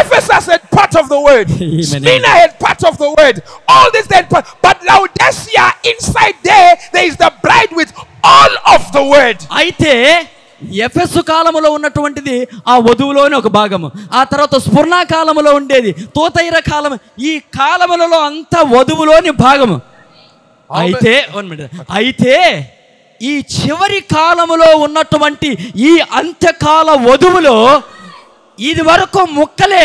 B: Ephesus had part of the word.
C: Amen.
B: Smyrna had part of the word. All this had part. But Laodicea, inside there, there is the bride with all of the word.
C: అయితే ఎఫెసు కాలంలో ఉన్నటువంటిది ఆ వధువులోని ఒక భాగము ఆ తర్వాత స్ఫుర్ణ కాలంలో ఉండేది తోతైర కాలం ఈ కాలములలో అంతా వధువులోని భాగము అయితే one minute. అయితే ఈ చివరి కాలములో ఉన్నటువంటి ఈ అంత్యకాల వధువులో ఇది వరకు ముక్కలే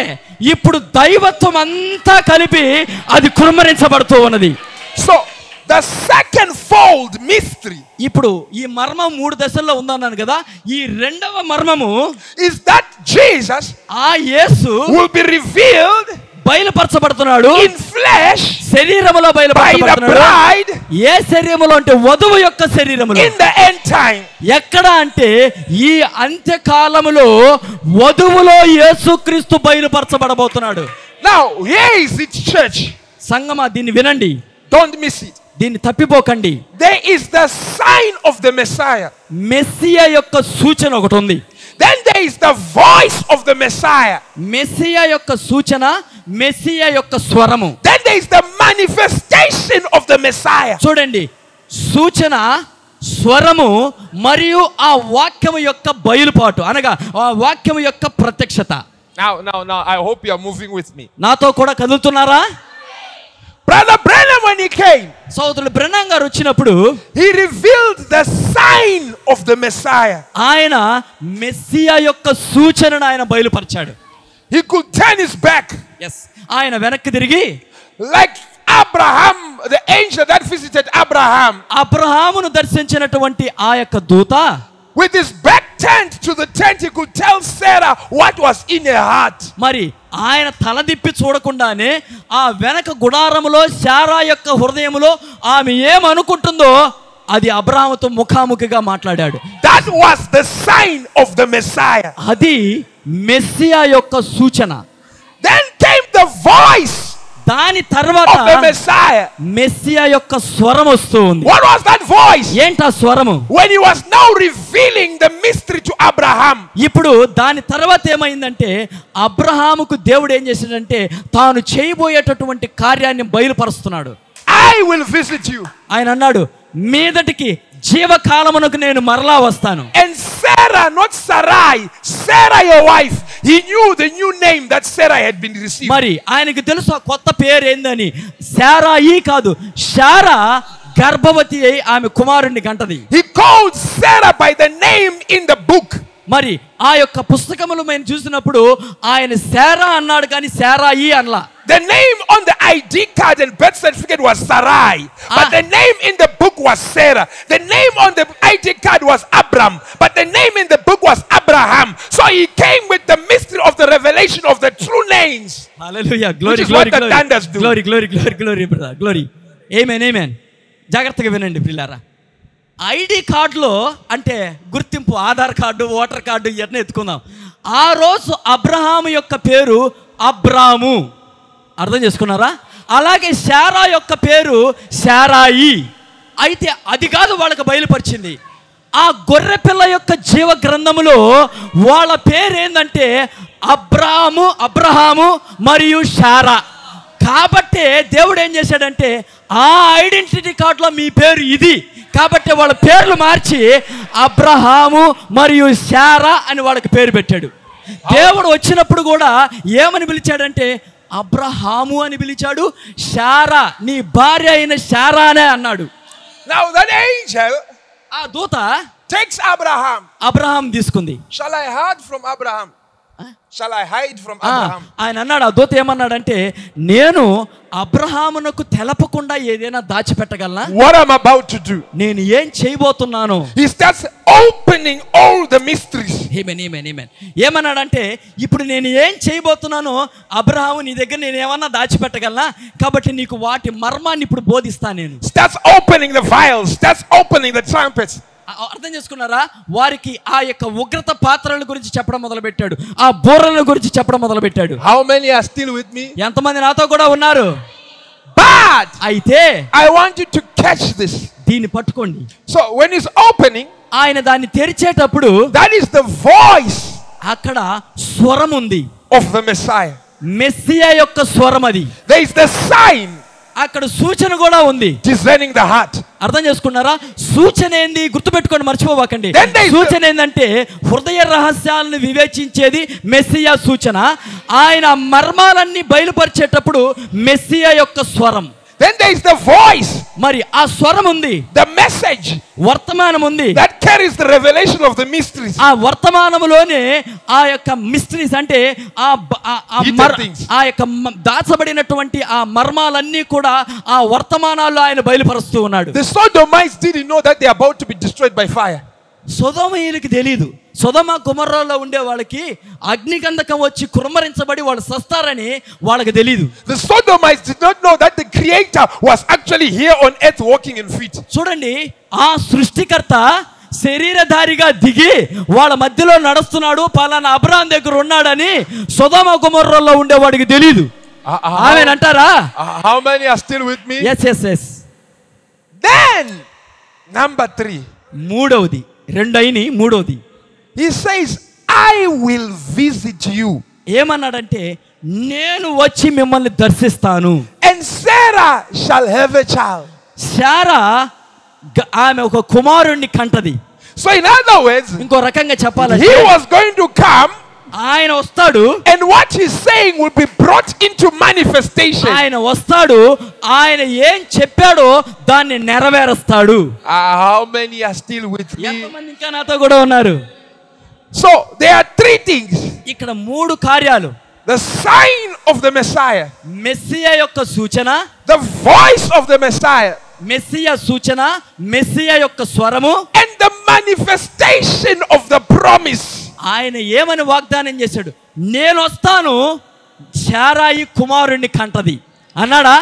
C: ఇప్పుడు దైవత్వం అంతా కలిపి అది కురుమరించబడుతూ ఉన్నది
B: So the second fold mystery
C: ఇప్పుడు ఈ మర్మం మూడు దశల్లో ఉందన్నాను కదా ఈ రెండవ మర్మము
B: is that Jesus
C: ఆ యేసు
B: will be revealed
C: బయలుపరచబడుతున్నాడు
B: in flesh
C: శరీరములో
B: by the
C: బయలుపరచబడుతున్నాడు
B: bride
C: ఏ శరీరములో అంటే వధువు యొక్క శరీరములో
B: in the end time.
C: ఎక్కడ అంటే ఈ అంత్యకాలములో వధువులో యేసుక్రీస్తు బయలుపరచబడబోతున్నాడు
B: Now, here is it, church.
C: సంగమా దీన్ని వినండి
B: Don't miss it.
C: దీన్ని తప్పిపోకండి
B: There is the sign of the Messiah.
C: Messiah యొక్క సూచన ఒకటి ఉంది
B: Then there is the voice of the Messiah.
C: Messiah యొక్క సూచన మెస్సియా యొక్క స్వరము
B: Then there is the manifestation of the Messiah.
C: చూడండి సూచన స్వరము మరియు ఆ వాక్యము యొక్క బయలుపాటు అనగా ఆ వాక్యము యొక్క ప్రత్యక్షత
B: Now, now, now, I hope you are moving with me.
C: నాతో కూడా కదులుతున్నారా
B: Brother Brenham, when he came,
C: సోదరుడు బ్రహ్మం గారు వచ్చినప్పుడు
B: he revealed the sign of the Messiah.
C: ఆయన మెస్సియా యొక్క సూచనను ఆయన బయలుపరిచాడు
B: He could turn his back
C: yes ఆయన వెనక్కి తిరిగి
B: like Abraham, the angel that visited Abraham,
C: అబ్రహామును దర్శించినటువంటి ఆ యొక్క దూత
B: with his back turned to the tent, he could tell Sarah what was in her heart.
C: మరి ఆయన తలదిప్పి చూడకుండానే ఆ వెనక గుడారములో శారా యొక్క హృదయములో ఆమె ఏమనుకుంటుందో అది అబ్రహాముతో ముఖాముఖిగా మాట్లాడాడు
B: That was the sign of the Messiah.
C: అది మెస్సియా యొక్క సూచన
B: Then came the voice
C: దాని
B: of
C: తర్వాత
B: the Messiah.
C: మెస్సియా యొక్క స్వరం వస్తూ ఉంది
B: What was that voice?
C: ఏంటా స్వరము
B: When he was now revealing the mystery to Abraham,
C: ఇప్పుడు దాని తర్వాత ఏమైందంటే అబ్రహాముకు దేవుడు ఏం చేశాడంటే తాను చేయబోయేటటువంటి కార్యాన్ని బయలుపరుస్తున్నాడు
B: I will visit you.
C: ఆయన అన్నాడు మీదటికి జీవకాలమునకు నేను మరలా వస్తాను
B: And Sarah, not Sarai, Sarah, your wife, he knew the new name that Sarah had been received.
C: మరి ఆయనకు తెలుసు ఆ కొత్త పేరు ఏందని శారాయి కాదు శారా గర్భవతి అయి ఆమె కుమారుణ్ణి గంటది
B: He called Sarah by the name in the book.
C: మరి ఆ యొక్క పుస్తకములు మేము చూసినప్పుడు ఆయన శారా అన్నాడు కానీ Sarai అనలా
B: The name on the ID card and birth certificate was Sarai, but
C: Ah.
B: the name in the book was Sarah. The name on the ID card was Abram, but the name in the book was Abraham. So he came with the mystery of the revelation of the true names.
C: Hallelujah.
B: Which
C: Glory,
B: is
C: glory,
B: what the
C: glory.
B: thunders do.
C: Glory, glory, glory, glory, brother. Glory. Amen, amen. జాగ్రత్తగా వినండి పిల్లారా ఐడి కార్డులో అంటే గుర్తింపు ఆధార్ కార్డు ఓటర్ కార్డు ఇవన్నీ ఎత్తుకుందాం ఆ రోజు అబ్రహాము యొక్క పేరు అబ్రాము అర్థం చేసుకున్నారా అలాగే శారా యొక్క పేరు శారాయి అయితే అది కాదు వాళ్ళకి బయలుపరిచింది ఆ గొర్రె పిల్ల యొక్క జీవ గ్రంథములో వాళ్ళ పేరు ఏంటంటే అబ్రాము అబ్రహాము మరియు శారా కాబట్టే దేవుడు ఏం చేశాడంటే ఆ ఐడెంటిటీ కార్డులో మీ పేరు ఇది కాబట్టి వాళ్ళ పేర్లు మార్చి అబ్రహాము మరియు శారా అని వాళ్ళకి పేరు పెట్టాడు దేవుడు వచ్చినప్పుడు కూడా ఏమని పిలిచాడంటే అబ్రహాము అని పిలిచాడు శారా నీ భార్య అయిన శారానే అన్నాడు
B: Now that angel
C: ఆ దూత
B: takes Abraham.
C: అబ్రహాం తీసుకుంది
B: Shall I hide from Abraham? Shall I hide from
C: ఆ,
B: Abraham?
C: ఆయన అన్నాడు ఆ దూత ఏమన్నాడంటే నేను అబ్రహామునకు తెలపకుండా ఏదైనా దాచిపెట్టగలనా
B: What I'm about to do.
C: నేను ఏం చేయబోతున్నాను
B: He starts opening all the mysteries.
C: Amen amen amen ఏమన్నాడంటే ఇప్పుడు నేను ఏం చేయబోతున్నానో అబ్రహాము నీ దగ్గర నేను ఏమన్నా దాచిపెట్టగలనా కాబట్టి నీకు వాటి మర్మాన్ని ఇప్పుడు బోధిస్తా నేను
B: Starts opening the vials. Starts opening the trumpets.
C: ఆ- అర్థం చేసుకున్నారా వారికి ఆ యొక్క ఉగ్రత పాత్రల గురించి చెప్పడం మొదలుపెట్టాడు ఆ బూరల గురించి చెప్పడం మొదలుపెట్టాడు
B: How many are still with me?
C: ఎంతమంది నాతో కూడా ఉన్నారు
B: But
C: అయితే
B: I want you to catch this.
C: దీన్ని పట్టుకోండి
B: So when it's opening,
C: ఆయన దాన్ని తెరిచేటప్పుడు
B: that is the voice
C: అక్కడ స్వరం ఉంది
B: of the Messiah.
C: మెస్సియా యొక్క స్వరం అది
B: There is the sign
C: అక్కడ సూచన కూడా ఉంది
B: discerning the heart.
C: అర్థం చేసుకున్నారా సూచన ఏంది గుర్తుపెట్టుకోండి మర్చిపోబాకండి
B: Then they-
C: సూచన ఏంటంటే హృదయ రహస్యాలను వివేచించేది మెస్సియా సూచన ఆయన మర్మాలన్నీ బయలుపరిచేటప్పుడు మెస్సియా యొక్క స్వరం
B: Then there is the voice,
C: మరి ఆ స్వరం ఉంది
B: the message
C: వర్తమానం ఉంది
B: that carries the revelation of the mysteries.
C: ఆ వర్తమానంలోనే ఆ యొక్క మిస్టరీస్ అంటే ఆ బ- ఆ- ఆ
B: Hidden
C: మర్-
B: things.
C: ఆ యొక్క మ- దాచబడినటువంటి ఆ మర్మాలన్నీ కూడా ఆ వర్తమానాల్లో ఆయన బయలుపరుస్తూ ఉన్నాడు
B: The Sodomites didn't know that they are about to be destroyed by fire.
C: సొదమయులకి తెలియదు సొదమ కుమర్రాల్లో ఉండే వాళ్ళకి అగ్నిగంధకం వచ్చి కుమ్మరించబడి వాళ్ళు సస్తారని వాళ్ళకి తెలియదు
B: The Sodomites did not know that the Creator was actually here on earth walking in feet.
C: చూడండి ఆ సృష్టికర్త శరీరధారిగా దిగి వాళ్ళ మధ్యలో నడుస్తున్నాడు పలానా అబ్రాహం దగ్గర ఉన్నాడని సొదమ కుమర్రాల్లో ఉండేవాడికి తెలియదు
B: Uh, uh,
C: ఆమె అంటారా
B: uh, how many are still with me?
C: Yes yes yes
B: Then, number three,
C: మూడవది రెండైని మూడవది
B: he says, I will visit you.
C: ఏమన్నాడంటే నేను వచ్చి మిమ్మల్ని దర్శిస్తాను
B: And Sarah shall have a child.
C: Sarah గ- ఆమె ఒక కుమారుణ్ణి కంటది
B: So, in other words,
C: ఇంకో రకంగా
B: he
C: చెప్పాలంటే
B: was going to come,
C: ఆయన వస్తాడు
B: and what he's saying will be brought into manifestation. Uh,
C: ఆయన వస్తాడు ఆయన ఏం చెప్పాడో దాన్ని నెరవేరుస్తాడు
B: Ah, how many are still with me?
C: ఎంతమంది ఇంకా నాతో కూడా ఉన్నారు
B: So, there are three things
C: ఇక్కడ మూడు కార్యాలు
B: the sign of the Messiah,
C: Messiah యొక్క సూచన
B: the voice of the Messiah,
C: Messiah సూచన మెస్సియా యొక్క స్వరము
B: and the manifestation of the promise.
C: ఆయన ఏమని వాగ్దానం చేశాడు నేను వస్తాను శారాయి కుమారుణ్ణి కంటది అన్నాడా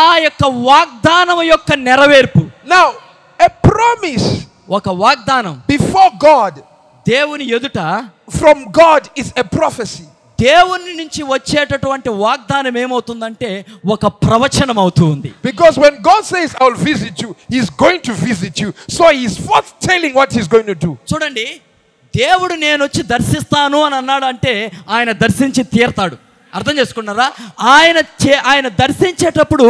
C: ఆ యొక్క వాగ్దానం యొక్క నెరవేర్పు
B: Now, a promise
C: ఒక వాగ్దానం
B: before God,
C: దేవుని ఎదుట
B: from God, is a prophecy.
C: దేవుని నుంచి వచ్చేటటువంటి వాగ్దానం ఏమవుతుందంటే ఒక ప్రవచనం అవుతూ ఉంది
B: Because when God says, I'll visit you, He's going to visit you. So He's forth telling what He's going to do.
C: చూడండి దేవుడు నేను వచ్చి దర్శిస్తాను అని అన్నాడు అంటే ఆయన దర్శించి తీరతాడు అర్థం చేసుకున్నారా ఆయన చే ఆయన దర్శించేటప్పుడు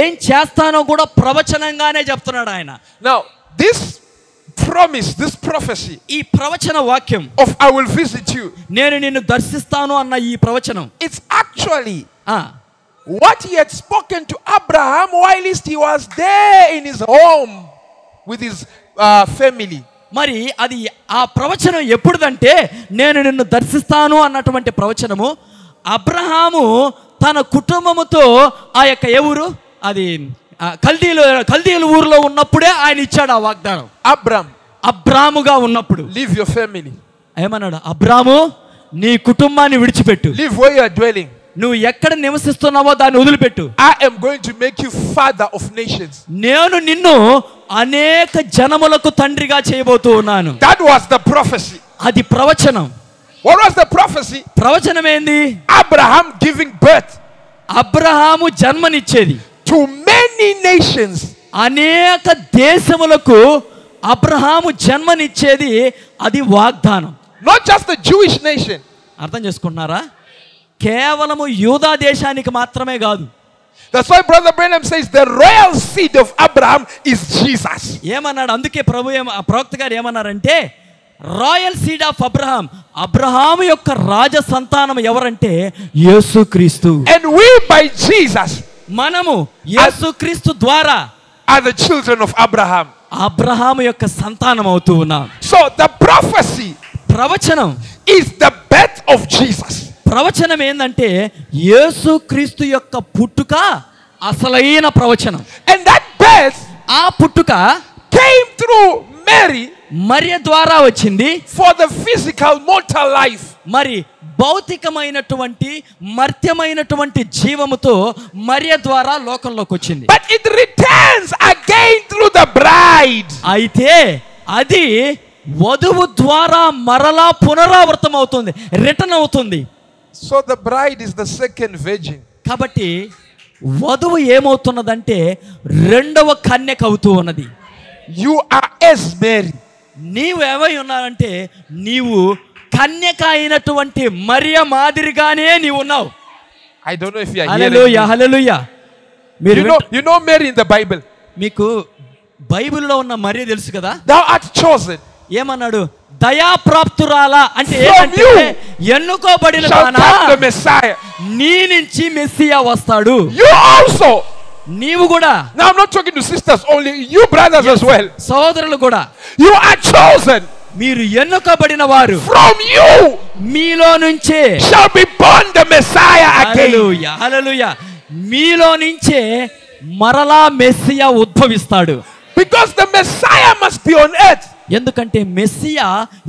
C: ఏం చేస్తానో కూడా ప్రవచనంగానే చెప్తున్నాడు ఆయన
B: Now, this promise, this prophecy
C: ఈ ప్రవచన వాక్యం
B: of I will visit you,
C: నేను నిన్ను దర్శిస్తాను అన్న ఈ ప్రవచనం
B: it's actually
C: ఆ,
B: what he had spoken to Abraham whilst he was there in his home with his uh, family.
C: మరి అది ఆ ప్రవచనం ఎప్పుడుదంటే నేను నిన్ను దర్శిస్తాను అన్నటువంటి ప్రవచనము అబ్రహాము తన కుటుంబముతో ఆ యొక్క ఏ ఊరు అది ఆ, కల్దీలు కల్దీలు ఊరిలో ఉన్నప్పుడే ఆయన ఇచ్చాడు ఆ వాగ్దానం
B: Abram,
C: అబ్రాముగా ఉన్నప్పుడు
B: leave your family,
C: ఏమన్నాడు అబ్రాము నీ కుటుంబాన్ని విడిచిపెట్టు
B: leave where you are dwelling.
C: నువ్వు ఎక్కడ నివసిస్తున్నావో దాన్ని వదిలిపెట్టు
B: I am going to make you father of nations.
C: నేను నిన్ను అనేక జనములకు తండ్రిగా చేయబోతూ ఉన్నాను
B: That was the prophecy.
C: అది ప్రవచనం
B: What was the prophecy?
C: ప్రవచనం ఏంది
B: Abraham giving birth
C: Abraham జన్మనిచ్చేది
B: to many nations.
C: అనేక దేశములకు అబ్రహాము జన్మనిచ్చేది అది వాగ్దానం
B: Not just the Jewish nation,
C: అర్థం చేసుకుంటున్నారా కేవలము యూదా దేశానికి మాత్రమే కాదు
B: That's why Brother Branham says the royal seed of Abraham is Jesus.
C: ఏమన్నాడు అందుకే ప్రభు ఏమ ఆ ప్రవక్త గారు ఏమన్నారంటే royal seed of Abraham Abraham యొక్క రాజ సంతానం ఎవరంటే యేసుక్రీస్తు
B: And we, by Jesus,
C: మనము యేసుక్రీస్తు ద్వారా
B: are the children of Abraham.
C: Abraham యొక్క సంతానం అవుతూ ఉన్నాం
B: So the prophecy
C: ప్రవచనం
B: is the birth of Jesus.
C: ప్రవచనం ఏంటంటే యేసు క్రీస్తు యొక్క పుట్టుక అసలైన ప్రవచనం
B: And that birth
C: ఆ పుట్టుక
B: came through Mary
C: మర్య ద్వారా వచ్చింది
B: for the physical mortal life.
C: మరి భౌతికమైనటువంటి మర్త్యమైనటువంటి జీవముతో మర్య ద్వారా లోకంలోకి వచ్చింది
B: But it returns again through the bride.
C: అయితే అది వధువు ద్వారా మరలా పునరావృతం అవుతుంది రిటర్న్ అవుతుంది
B: So the bride is the second virgin.
C: కాబట్టి వధువు ఏమవుతున్నదంటే రెండవ కన్యక అవుతూ ఉన్నది
B: You are as Mary.
C: నీవు ఏమై ఉన్నావంటే నీవు కన్యక అయినటువంటి మరియ మాదిరిగానే నీవు ఉన్నావు
B: I don't know if you are hearing.
C: Hallelujah
B: me.
C: హల్లెలూయా మీరు
B: You know, you know Mary in the Bible.
C: మీకు బైబిల్లో ఉన్న మరియ తెలుసు కదా
B: Thou art chosen.
C: ఏమన్నాడు దయాప్రాప్తురాలా అంటే
B: From
C: ఏమంటే
B: you
C: ఎన్నుకోబడిన
B: Shall
C: వానా,
B: come the Messiah.
C: నీ నుంచి మెస్సియా వస్తాడు
B: You also.
C: నీవు కూడా
B: Now I'm not talking to sisters only. You brothers as well.
C: సహోదరులు కూడా
B: You are chosen.
C: మీరు ఎన్నుకోబడిన వారు
B: From you
C: మీలో నుంచే
B: shall be born the Messiah again.
C: హల్లెలూయా హల్లెలూయా మీలో నుంచే మరలా మెస్సియా ఉద్భవిస్తాడు
B: Because the Messiah must be on earth.
C: ఎందుకంటే మెస్సియా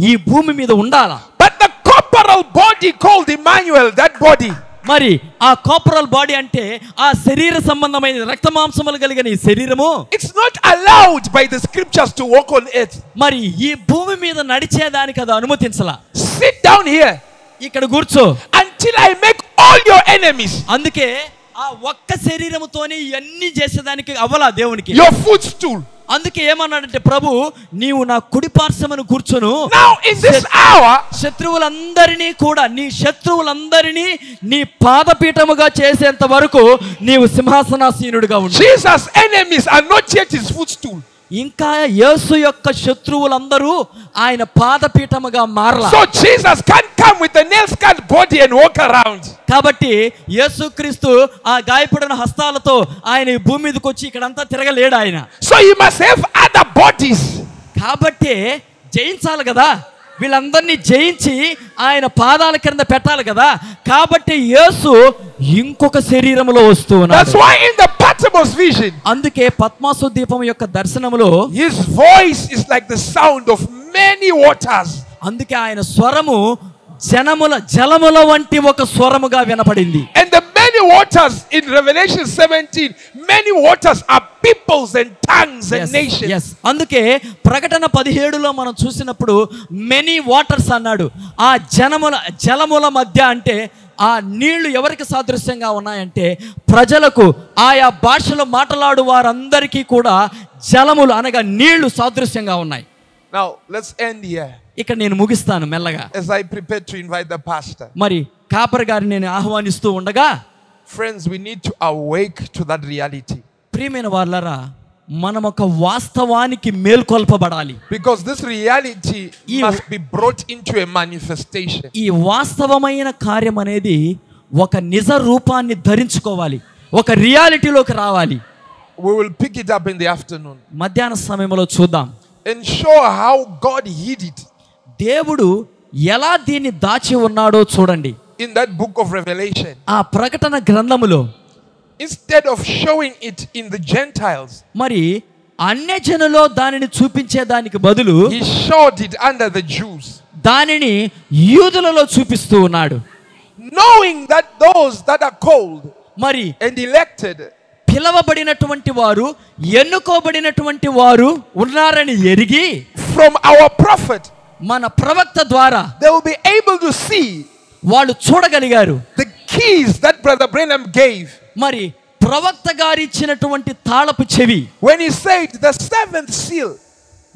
C: ఈ భూమి మీద ఉండాలా
B: But the corporal body called Emmanuel, that body,
C: మరి ఆ కోపరల్ బాడీ అంటే ఆ శరీర సంబంధమైన రక్త మాంసములు కలిగిన ఈ శరీరము
B: it's not allowed by the scriptures to walk on earth.
C: మరి ఈ భూమి మీద నడిచేదానికి అది అనుమతించలా
B: Sit down here
C: ఇక్కడ కూర్చో
B: until I make all your enemies
C: అందుకే ఆ ఒక్క శరీరముతోనే ఇవన్నీ చేసేదానికి అవ్వలా దేవునికి
B: your footstool.
C: అందుకే ఏమన్నాడంటే ప్రభు నీవు నా కుడి పార్శ్వమును కూర్చొను
B: Now, in this hour,
C: శత్రువులందరినీ కూడా నీ శత్రువులందరినీ నీ పాదపీఠముగా చేసేంత వరకు నీవు సింహాసనాసీనుడిగా ఉండు
B: Jesus' enemies are not yet his footstool.
C: ఇంకా యేసు యొక్క శత్రువులందరూ ఆయన పాదపీఠముగా మారలా
B: So, Jesus can't come with a nail scarred body and walk around.
C: కాబట్టి యేసుక్రీస్తు ఆ గాయపడిన హస్తాలతో ఆయన ఈ భూమి మీదకి వచ్చి ఇక్కడంతా తిరగలేడు ఆయన
B: So, he must have other bodies.
C: కాబట్టి జయించాలి కదా వీళ్ళందరినీ జయించి ఆయన పాదాల కింద పెట్టాలి కదా కాబట్టి యేసు ఇంకొక శరీరంలో వస్తూ
B: That's
C: ఉన్నాడు
B: why, in the Patmos vision,
C: అందుకే పద్మాసు దీపం యొక్క దర్శనములో
B: His voice is like the sound of many waters.
C: అందుకే ఆయన స్వరము జనముల జలముల వంటి ఒక స్వరముగా వినపడింది
B: And the many waters in Revelation 17, many waters are peoples and tongues and
C: Yes,
B: nations.
C: yes. అందుకే ప్రకటన పదిహేడులో మనం చూసినప్పుడు మెనీ వాటర్స్ అన్నాడు ఆ జనముల జలముల మధ్య అంటే ఆ నీళ్లు ఎవరికి సాదృశ్యంగా ఉన్నాయంటే ప్రజలకు ఆయా భాషలో మాట్లాడు వారందరికీ కూడా జలములు అనగా నీళ్లు సాదృశ్యంగా ఉన్నాయి
B: Now, let's end here
C: ఇక్కడ నేను ముగిస్తాను మెల్లగా
B: as I prepare to invite the pastor.
C: మరి కాపర్ గారిని నేను ఆహ్వానిస్తూ ఉండగా
B: Friends, we need to awake to that reality
C: ప్రియమైన వాళ్ళరా మనం ఒక వాస్తవానికి మేల్కొల్పబడాలి
B: because this reality
C: You-
B: must be brought into a manifestation.
C: ఈ వాస్తవమైన కార్యం అనేది ఒక నిజ రూపాన్ని ధరించుకోవాలి ఒక రియాలిటీలోకి రావాలి
B: We will pick it up in the afternoon
C: మధ్యాహ్న సమయంలో చూద్దాం
B: and show how God hid it
C: దేవుడు ఎలా దీన్ని దాచి ఉన్నాడో చూడండి
B: in that book of Revelation.
C: ఆ ప్రకటన గ్రంథములో
B: Instead of showing it in the Gentiles,
C: మరి అన్యజనులో దానిని చూపించేదానికి బదులు
B: he showed it under the Jews.
C: దానిని యూదులలో చూపిస్తూ ఉన్నాడు
B: knowing that those that are called
C: మరి
B: and elected
C: పిలవబడినటువంటి వారు ఎన్నుకోబడినటువంటి వారు ఉన్నారని ఎరిగి
B: from our prophet,
C: మన ప్రవక్త ద్వారా
B: they will be able to see
C: వాళ్ళు చూడగలిగారు
B: the keys that Brother Branham gave
C: మరి ప్రవక్త గారు ఇచ్చినటువంటి తాళపు చెవి
B: when he said the seventh seal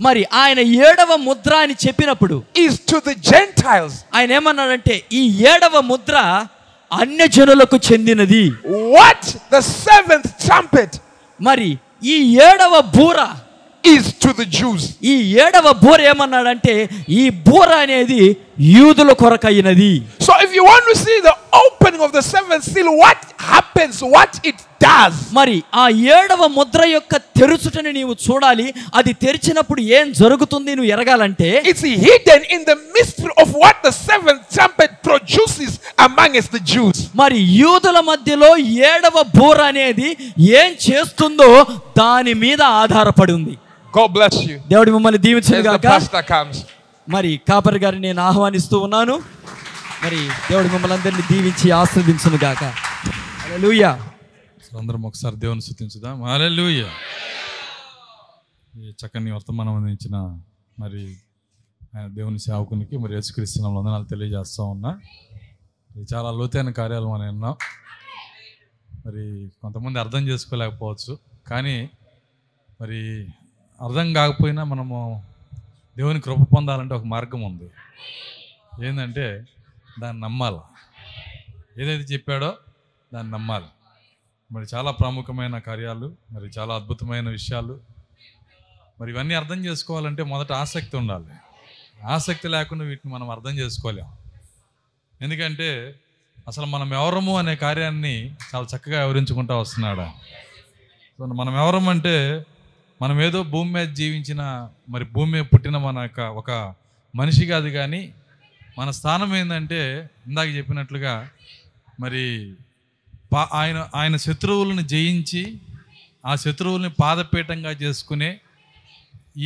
C: మరి ఆయన ఏడవ ముద్ర అని చెప్పినప్పుడు
B: is to the Gentiles.
C: ఆయన ఏమన్నాడంటే ఈ ఏడవ ముద్ర అన్యజనులకు చెందినది
B: What the seventh trumpet
C: మరి ఈ ఏడవ బూర
B: is to the Jews.
C: ఈ ఏడవ బూర ఏమన్నాడంటే ఈ బూర అనేది యూదుల కొరకైనది
B: So if If you want to see the opening of the seventh seal, what happens, what it does.
C: మరి ఆ ఏడవ ముద్ర యొక్క తెరుచుటని నీవు చూడాలి అది తెరిచినప్పుడు ఏం జరుగుతుంది నువ్వు ఎరగాలంటే
B: It's hidden in the mystery of what the seventh trumpet produces amongst the Jews.
C: మరి యూదుల మధ్యలో ఏడవ బూర అనేది ఏం చేస్తుందో దాని మీద ఆధారపడి ఉంది
B: God bless you.
C: దేవుడు మిమ్మల్ని దీవించిన
B: As the
C: గాక
B: pastor comes.
C: మరి కాపరి గారిని నేను ఆహ్వానిస్తూ ఉన్నాను మరి దేవుడు మిమ్మల్ని అందరినీ దీవించి ఆస్వాదించును గాక హల్లెలూయా
D: సో అందరం ఒకసారి దేవుని స్థుతించుదాం హల్లెలూయా ఈ చక్కని వర్తమానం అందించిన మరి ఆయన దేవుని సేవకునికి మరి యేసుక్రీస్తున్న వందనాలు తెలియజేస్తా ఉన్నా ఇది చాలా లోతైన కార్యాలు మనం విన్నాం మరి కొంతమంది అర్థం చేసుకోలేకపోవచ్చు కానీ మరి అర్థం కాకపోయినా మనము దేవుని కృప పొందాలంటే ఒక మార్గం ఉంది ఏంటంటే దాన్ని నమ్మాలి ఏదైతే చెప్పాడో దాన్ని నమ్మాలి మరి చాలా ప్రాముఖ్యమైన కార్యాలు మరి చాలా అద్భుతమైన విషయాలు మరి ఇవన్నీ అర్థం చేసుకోవాలంటే మొదట ఆసక్తి ఉండాలి ఆసక్తి లేకుండా వీటిని మనం అర్థం చేసుకోలేం ఎందుకంటే అసలు మనం ఎవరము అనే కార్యాన్ని చాలా చక్కగా వివరించుకుంటా వస్తున్నాడు సో మనం ఎవరం అంటే మనం ఏదో భూమి మీద జీవించిన మరి భూమి మీద పుట్టిన మన యొక్క ఒక మనిషి కాదు కానీ మన స్థానం ఏంటంటే ఇందాక చెప్పినట్లుగా మరి పా ఆయన ఆయన శత్రువులను జయించి ఆ శత్రువుల్ని పాదపీఠంగా చేసుకునే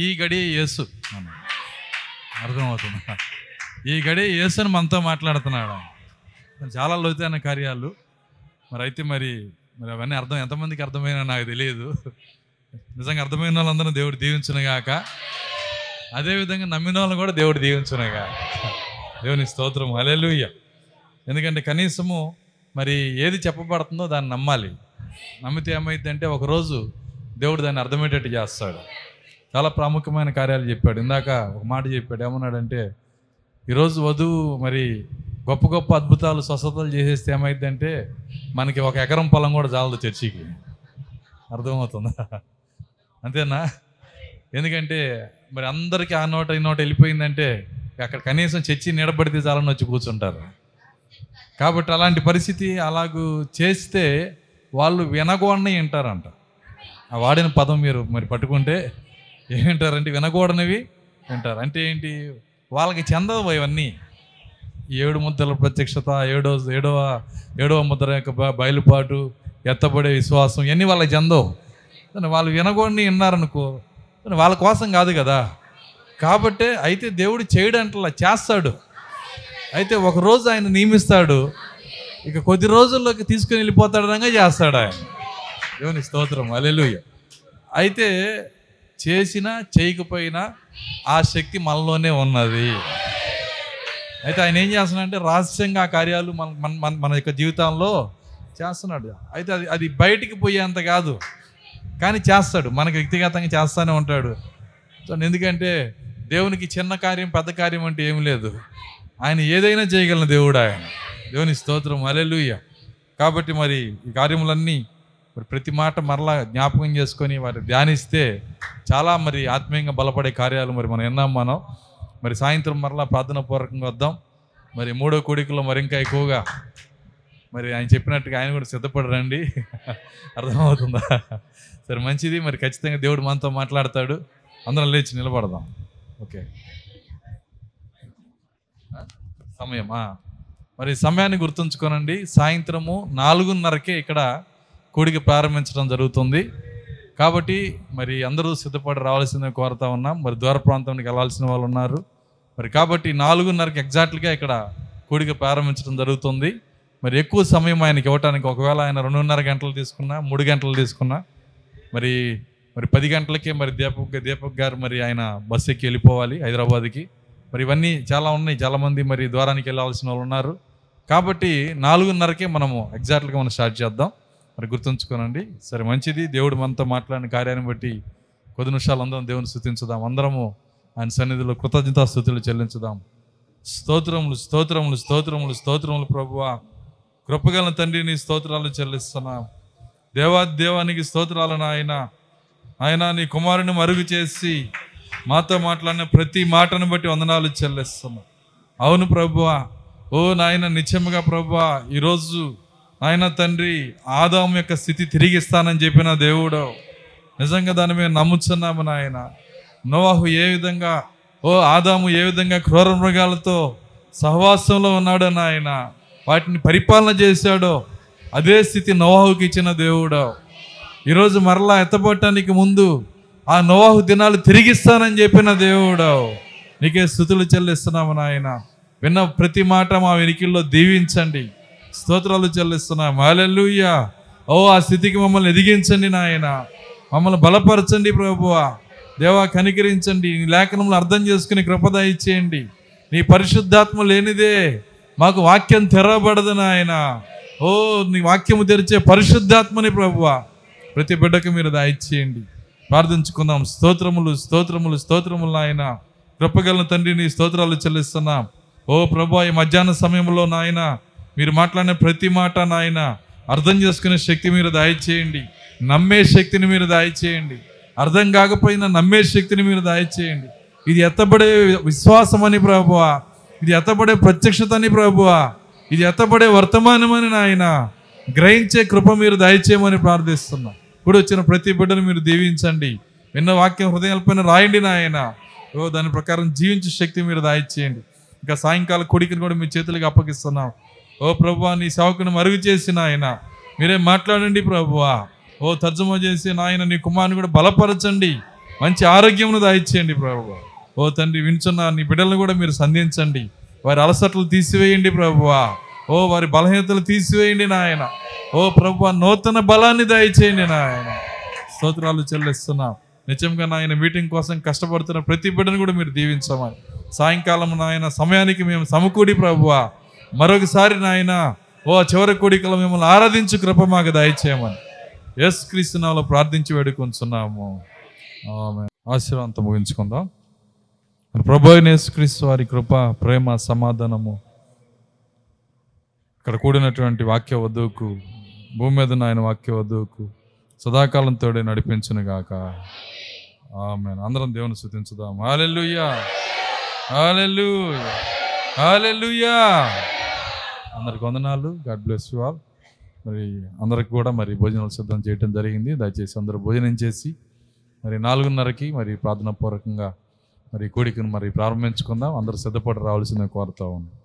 D: ఈ గడి యేసు మనం అర్థమవుతుందా ఈ గడి యేసు అని మనతో మాట్లాడుతున్నాడు ఆయన. చాలా లోతైన కార్యాలు మరి అయితే మరి మరి అవన్నీ అర్థం ఎంతమందికి అర్థమైనా నాకు తెలియదు నిజంగా అర్థమైన వాళ్ళందరూ దేవుడు దీవించునుగాక అదేవిధంగా నమ్మిన వాళ్ళని కూడా దేవుడు దీవించునుగాక దేవుని స్తోత్రం హల్లెలూయా ఎందుకంటే కనీసము మరి ఏది చెప్పబడుతుందో దాన్ని నమ్మాలి నమ్మితే ఏమైందంటే ఒకరోజు దేవుడు దాన్ని అర్థమయ్యేటట్టు చేస్తాడు చాలా ప్రాముఖ్యమైన కార్యాలు చెప్పాడు ఇందాక ఒక మాట చెప్పాడు ఏమన్నాడంటే ఈరోజు వధువు మరి గొప్ప గొప్ప అద్భుతాలు స్వస్థతలు చేసేస్తే ఏమైందంటే మనకి ఒక ఎకరం పొలం కూడా చాలదు చర్చికి అర్థమవుతుందా అంతేనా ఎందుకంటే మరి అందరికీ ఆ నోట ఈ నోట వెళ్ళిపోయిందంటే అక్కడ కనీసం చర్చి నిడబడితే చాలని వచ్చి కూర్చుంటారు కాబట్టి అలాంటి పరిస్థితి అలాగూ చేస్తే వాళ్ళు వినగోడనే వింటారంట ఆ వాడిన పదం మీరు మరి పట్టుకుంటే ఏంటారంటే వినగోడనివి వింటారు అంటే ఏంటి వాళ్ళకి చెందవు ఇవన్నీ ఈ ఏడు ముద్రల ప్రత్యక్షత ఏడో ఏడవ ఏడవ ముద్ర యొక్క బ- బయలుపాటు ఎత్తబడే విశ్వాసం ఇవన్నీ వాళ్ళకి చెందవు కానీ వాళ్ళు వినగోడిని విన్నారనుకో కానీ వాళ్ళ కోసం కాదు కదా కాబట్టే అయితే దేవుడు చేయడంట్లా చేస్తాడు అయితే ఒక రోజు ఆయన నియమిస్తాడు ఇక కొద్ది రోజుల్లోకి తీసుకుని వెళ్ళిపోతాడు అనగా చేస్తాడు ఆయన దేవుని స్తోత్రం అలెలుయ్య అయితే చేసినా చేయకపోయినా ఆ శక్తి మనలోనే ఉన్నది అయితే ఆయన ఏం చేస్తున్నాడంటే రహస్యంగా ఆ కార్యాలు మన మన మన- మన యొక్క జీవితంలో చేస్తున్నాడు అయితే అది అది బయటికి పోయేంత కాదు కానీ చేస్తాడు మనకి వ్యక్తిగతంగా చేస్తానే ఉంటాడు సో ఎందుకంటే దేవునికి చిన్న కార్యం పెద్ద కార్యం అంటే ఏమి లేదు ఆయన ఏదైనా చేయగలన దేవుడు ఆయన దేవుని స్తోత్రం అలెలుయ్య కాబట్టి మరి ఈ కార్యములన్నీ మరి ప్రతి మాట మరలా జ్ఞాపకం చేసుకొని వారి ధ్యానిస్తే చాలా మరి ఆత్మీయంగా బలపడే కార్యాలు మరి మనం విన్నాం మనం మరి సాయంత్రం మరలా ప్రార్థన పూర్వకంగా వద్దాం మరి మూడో కోడికలో మరి ఇంకా ఎక్కువగా మరి ఆయన చెప్పినట్టుగా ఆయన కూడా సిద్ధపడరండి అర్థమవుతుందా సరే మంచిది మరి ఖచ్చితంగా దేవుడు మనతో మాట్లాడతాడు అందరం లేచి నిలబడదాం ఓకే సమయమా మరి సమయాన్ని గుర్తుంచుకోనండి సాయంత్రము నాలుగున్నరకే ఇక్కడ కూడిక ప్రారంభించడం జరుగుతుంది కాబట్టి మరి అందరూ సిద్ధపడి రావాల్సిందే కోరుతా ఉన్నాం మరి దూర ప్రాంతానికి వెళ్ళాల్సిన వాళ్ళు ఉన్నారు మరి కాబట్టి నాలుగున్నరకి ఎగ్జాక్ట్గా ఇక్కడ కూడిక ప్రారంభించడం జరుగుతుంది మరి ఎక్కువ సమయం ఆయనకి ఇవ్వటానికి ఒకవేళ ఆయన రెండున్నర గంటలు తీసుకున్నా మూడు గంటలు తీసుకున్నా మరి మరి పది గంటలకే మరి దీపక్ దీపక్ గారు మరి ఆయన బస్ ఎక్కి వెళ్ళిపోవాలి హైదరాబాద్కి మరి ఇవన్నీ చాలా ఉన్నాయి చాలామంది మరి ద్వారానికి వెళ్ళాల్సిన వాళ్ళు ఉన్నారు కాబట్టి నాలుగున్నరకే మనము ఎగ్జాక్ట్గా మనం స్టార్ట్ చేద్దాం మరి గుర్తుంచుకోనండి సరే మంచిది దేవుడు మనతో మాట్లాడిన కార్యాన్ని బట్టి కొద్ది నిమిషాలు అందరం దేవుని స్థుతించుదాం అందరము ఆయన సన్నిధిలో కృతజ్ఞతా స్థుతులు చెల్లించుదాం స్తోత్రములు స్తోత్రములు స్తోత్రములు స్తోత్రములు ప్రభువా కృపగల తండ్రిని స్తోత్రాలు చెల్లిస్తున్నాం దేవాదేవానికి స్తోత్రాలు నాయన ఆయన నీ కుమారుని మరుగు చేసి మాతో మాట్లాడిన ప్రతి మాటను బట్టి వందనాలు చెల్లిస్తున్నాం అవును ప్రభువా ఓ నాయన నిత్యముగా ప్రభా ఈరోజు నాయన తండ్రి ఆదాము యొక్క స్థితి తిరిగిస్తానని చెప్పిన దేవుడు నిజంగా దాని మీద నమ్ముచున్నాము నాయన నోవాహు ఏ విధంగా ఓ ఆదాము ఏ విధంగా క్రూర మృగాలతో సహవాసంలో ఉన్నాడో నాయన వాటిని పరిపాలన చేశాడో అదే స్థితి నోవాహుకి ఇచ్చిన దేవుడు ఈరోజు మరలా ఎత్తపడటానికి ముందు ఆ నోవాహు దినాలు తిరిగిస్తానని చెప్పిన దేవుడు నీకే స్థుతులు చెల్లిస్తున్నాము నాయన విన్న ప్రతి మాట మా వెనికిల్లో దీవించండి స్తోత్రాలు చెల్లిస్తున్నాము హల్లెలూయా ఓ ఆ స్థితికి మమ్మల్ని ఎదిగించండి నాయన మమ్మల్ని బలపరచండి ప్రభువా దేవా కనికరించండి నీ లేఖనములు అర్థం చేసుకుని కృపద ఇచ్చేయండి నీ పరిశుద్ధాత్మ లేనిదే మాకు వాక్యం తెరవబడదు నాయన ఓ నీ వాక్యము తెరిచే పరిశుద్ధాత్మని ప్రభువా ప్రతి బిడ్డకు మీరు దయచేయండి ప్రార్థించుకుందాం స్తోత్రములు స్తోత్రములు స్తోత్రములు నాయన కృపగల తండ్రి నీ స్తోత్రాలు చెల్లిస్తున్నాం ఓ ప్రభా ఈ మధ్యాహ్న సమయంలో నాయన మీరు మాట్లాడిన ప్రతి మాట నాయన అర్థం చేసుకునే శక్తి మీరు దయచేయండి నమ్మే శక్తిని మీరు దయచేయండి అర్థం కాకపోయినా నమ్మే శక్తిని మీరు దయచేయండి ఇది ఎత్తబడే విశ్వాసం అని ప్రభువా ఇది ఎత్తబడే ప్రత్యక్షత అని ప్రభువా ఇది ఎత్తబడే వర్తమానమని నాయన గ్రహించే కృప మీరు దయచేయమని ప్రార్థిస్తున్నాం ఇప్పుడు వచ్చిన ప్రతి బిడ్డను మీరు దీవించండి విన్న వాక్యం హృదయాలపైన రాయండి నాయన ఓ దాని ప్రకారం జీవించే శక్తి మీరు దయచేయండి ఇంకా సాయంకాల కొడికను కూడా మీ చేతులకు అప్పగిస్తున్నాం ఓ ప్రభువా నీ సేవకుని మరుగు చేసి నాయన మీరే మాట్లాడండి ప్రభువా ఓ తర్జుమా చేసి నాయన నీ కుమారుని కూడా బలపరచండి మంచి ఆరోగ్యమును దయచేయండి ప్రభువా ఓ తండ్రి వింటున్న నీ బిడ్డలను కూడా మీరు సంధించండి వారి అలసట్లు తీసివేయండి ప్రభువా ఓ వారి బలహీనతలు తీసివేయండి నాయన ఓ ప్రభు నూతన బలాన్ని దయచేయండి నాయన స్తోత్రాలు చెల్లిస్తున్నాం నిజంగా నాయన మీటింగ్ కోసం కష్టపడుతున్న ప్రతి బిడ్డను కూడా మీరు దీవించమని సాయంకాలం నాయన సమయానికి మేము సమకూడి ప్రభువా మరొకసారి నాయన ఓ చివరి కోడికలు మిమ్మల్ని ఆరాధించు కృప మాకు దయచేయమని ఎస్ క్రీస్తునాలో ప్రార్థించి వేడుకొంచున్నాము ఆమె ఆశీర్వాదంతో ముగించుకుందాం ప్రభు అయిన యేసుక్రీస్తు వారి కృప ప్రేమ సమాధానము ఇక్కడ కూడినటువంటి వాక్య వధువుకు భూమి మీద నాయన వాక్య వధువుకు సదాకాలం తోడే నడిపించును గాక ఆమె అందరం దేవుని స్థుతించుదాం హాలెలుయా హాలెలుయా హాలెలుయా అందరికి వందనాలు గాడ్ బ్లెస్ యు ఆల్ మరి అందరికి కూడా మరి భోజనాలు సిద్ధం చేయటం జరిగింది దయచేసి అందరూ భోజనం చేసి మరి నాలుగున్నరకి మరి ప్రార్థనాపూర్వకంగా మరి కోడికను మరి ప్రారంభించుకుందాం అందరూ సిద్ధపడి రావాల్సిందని కోరుతా ఉన్నాం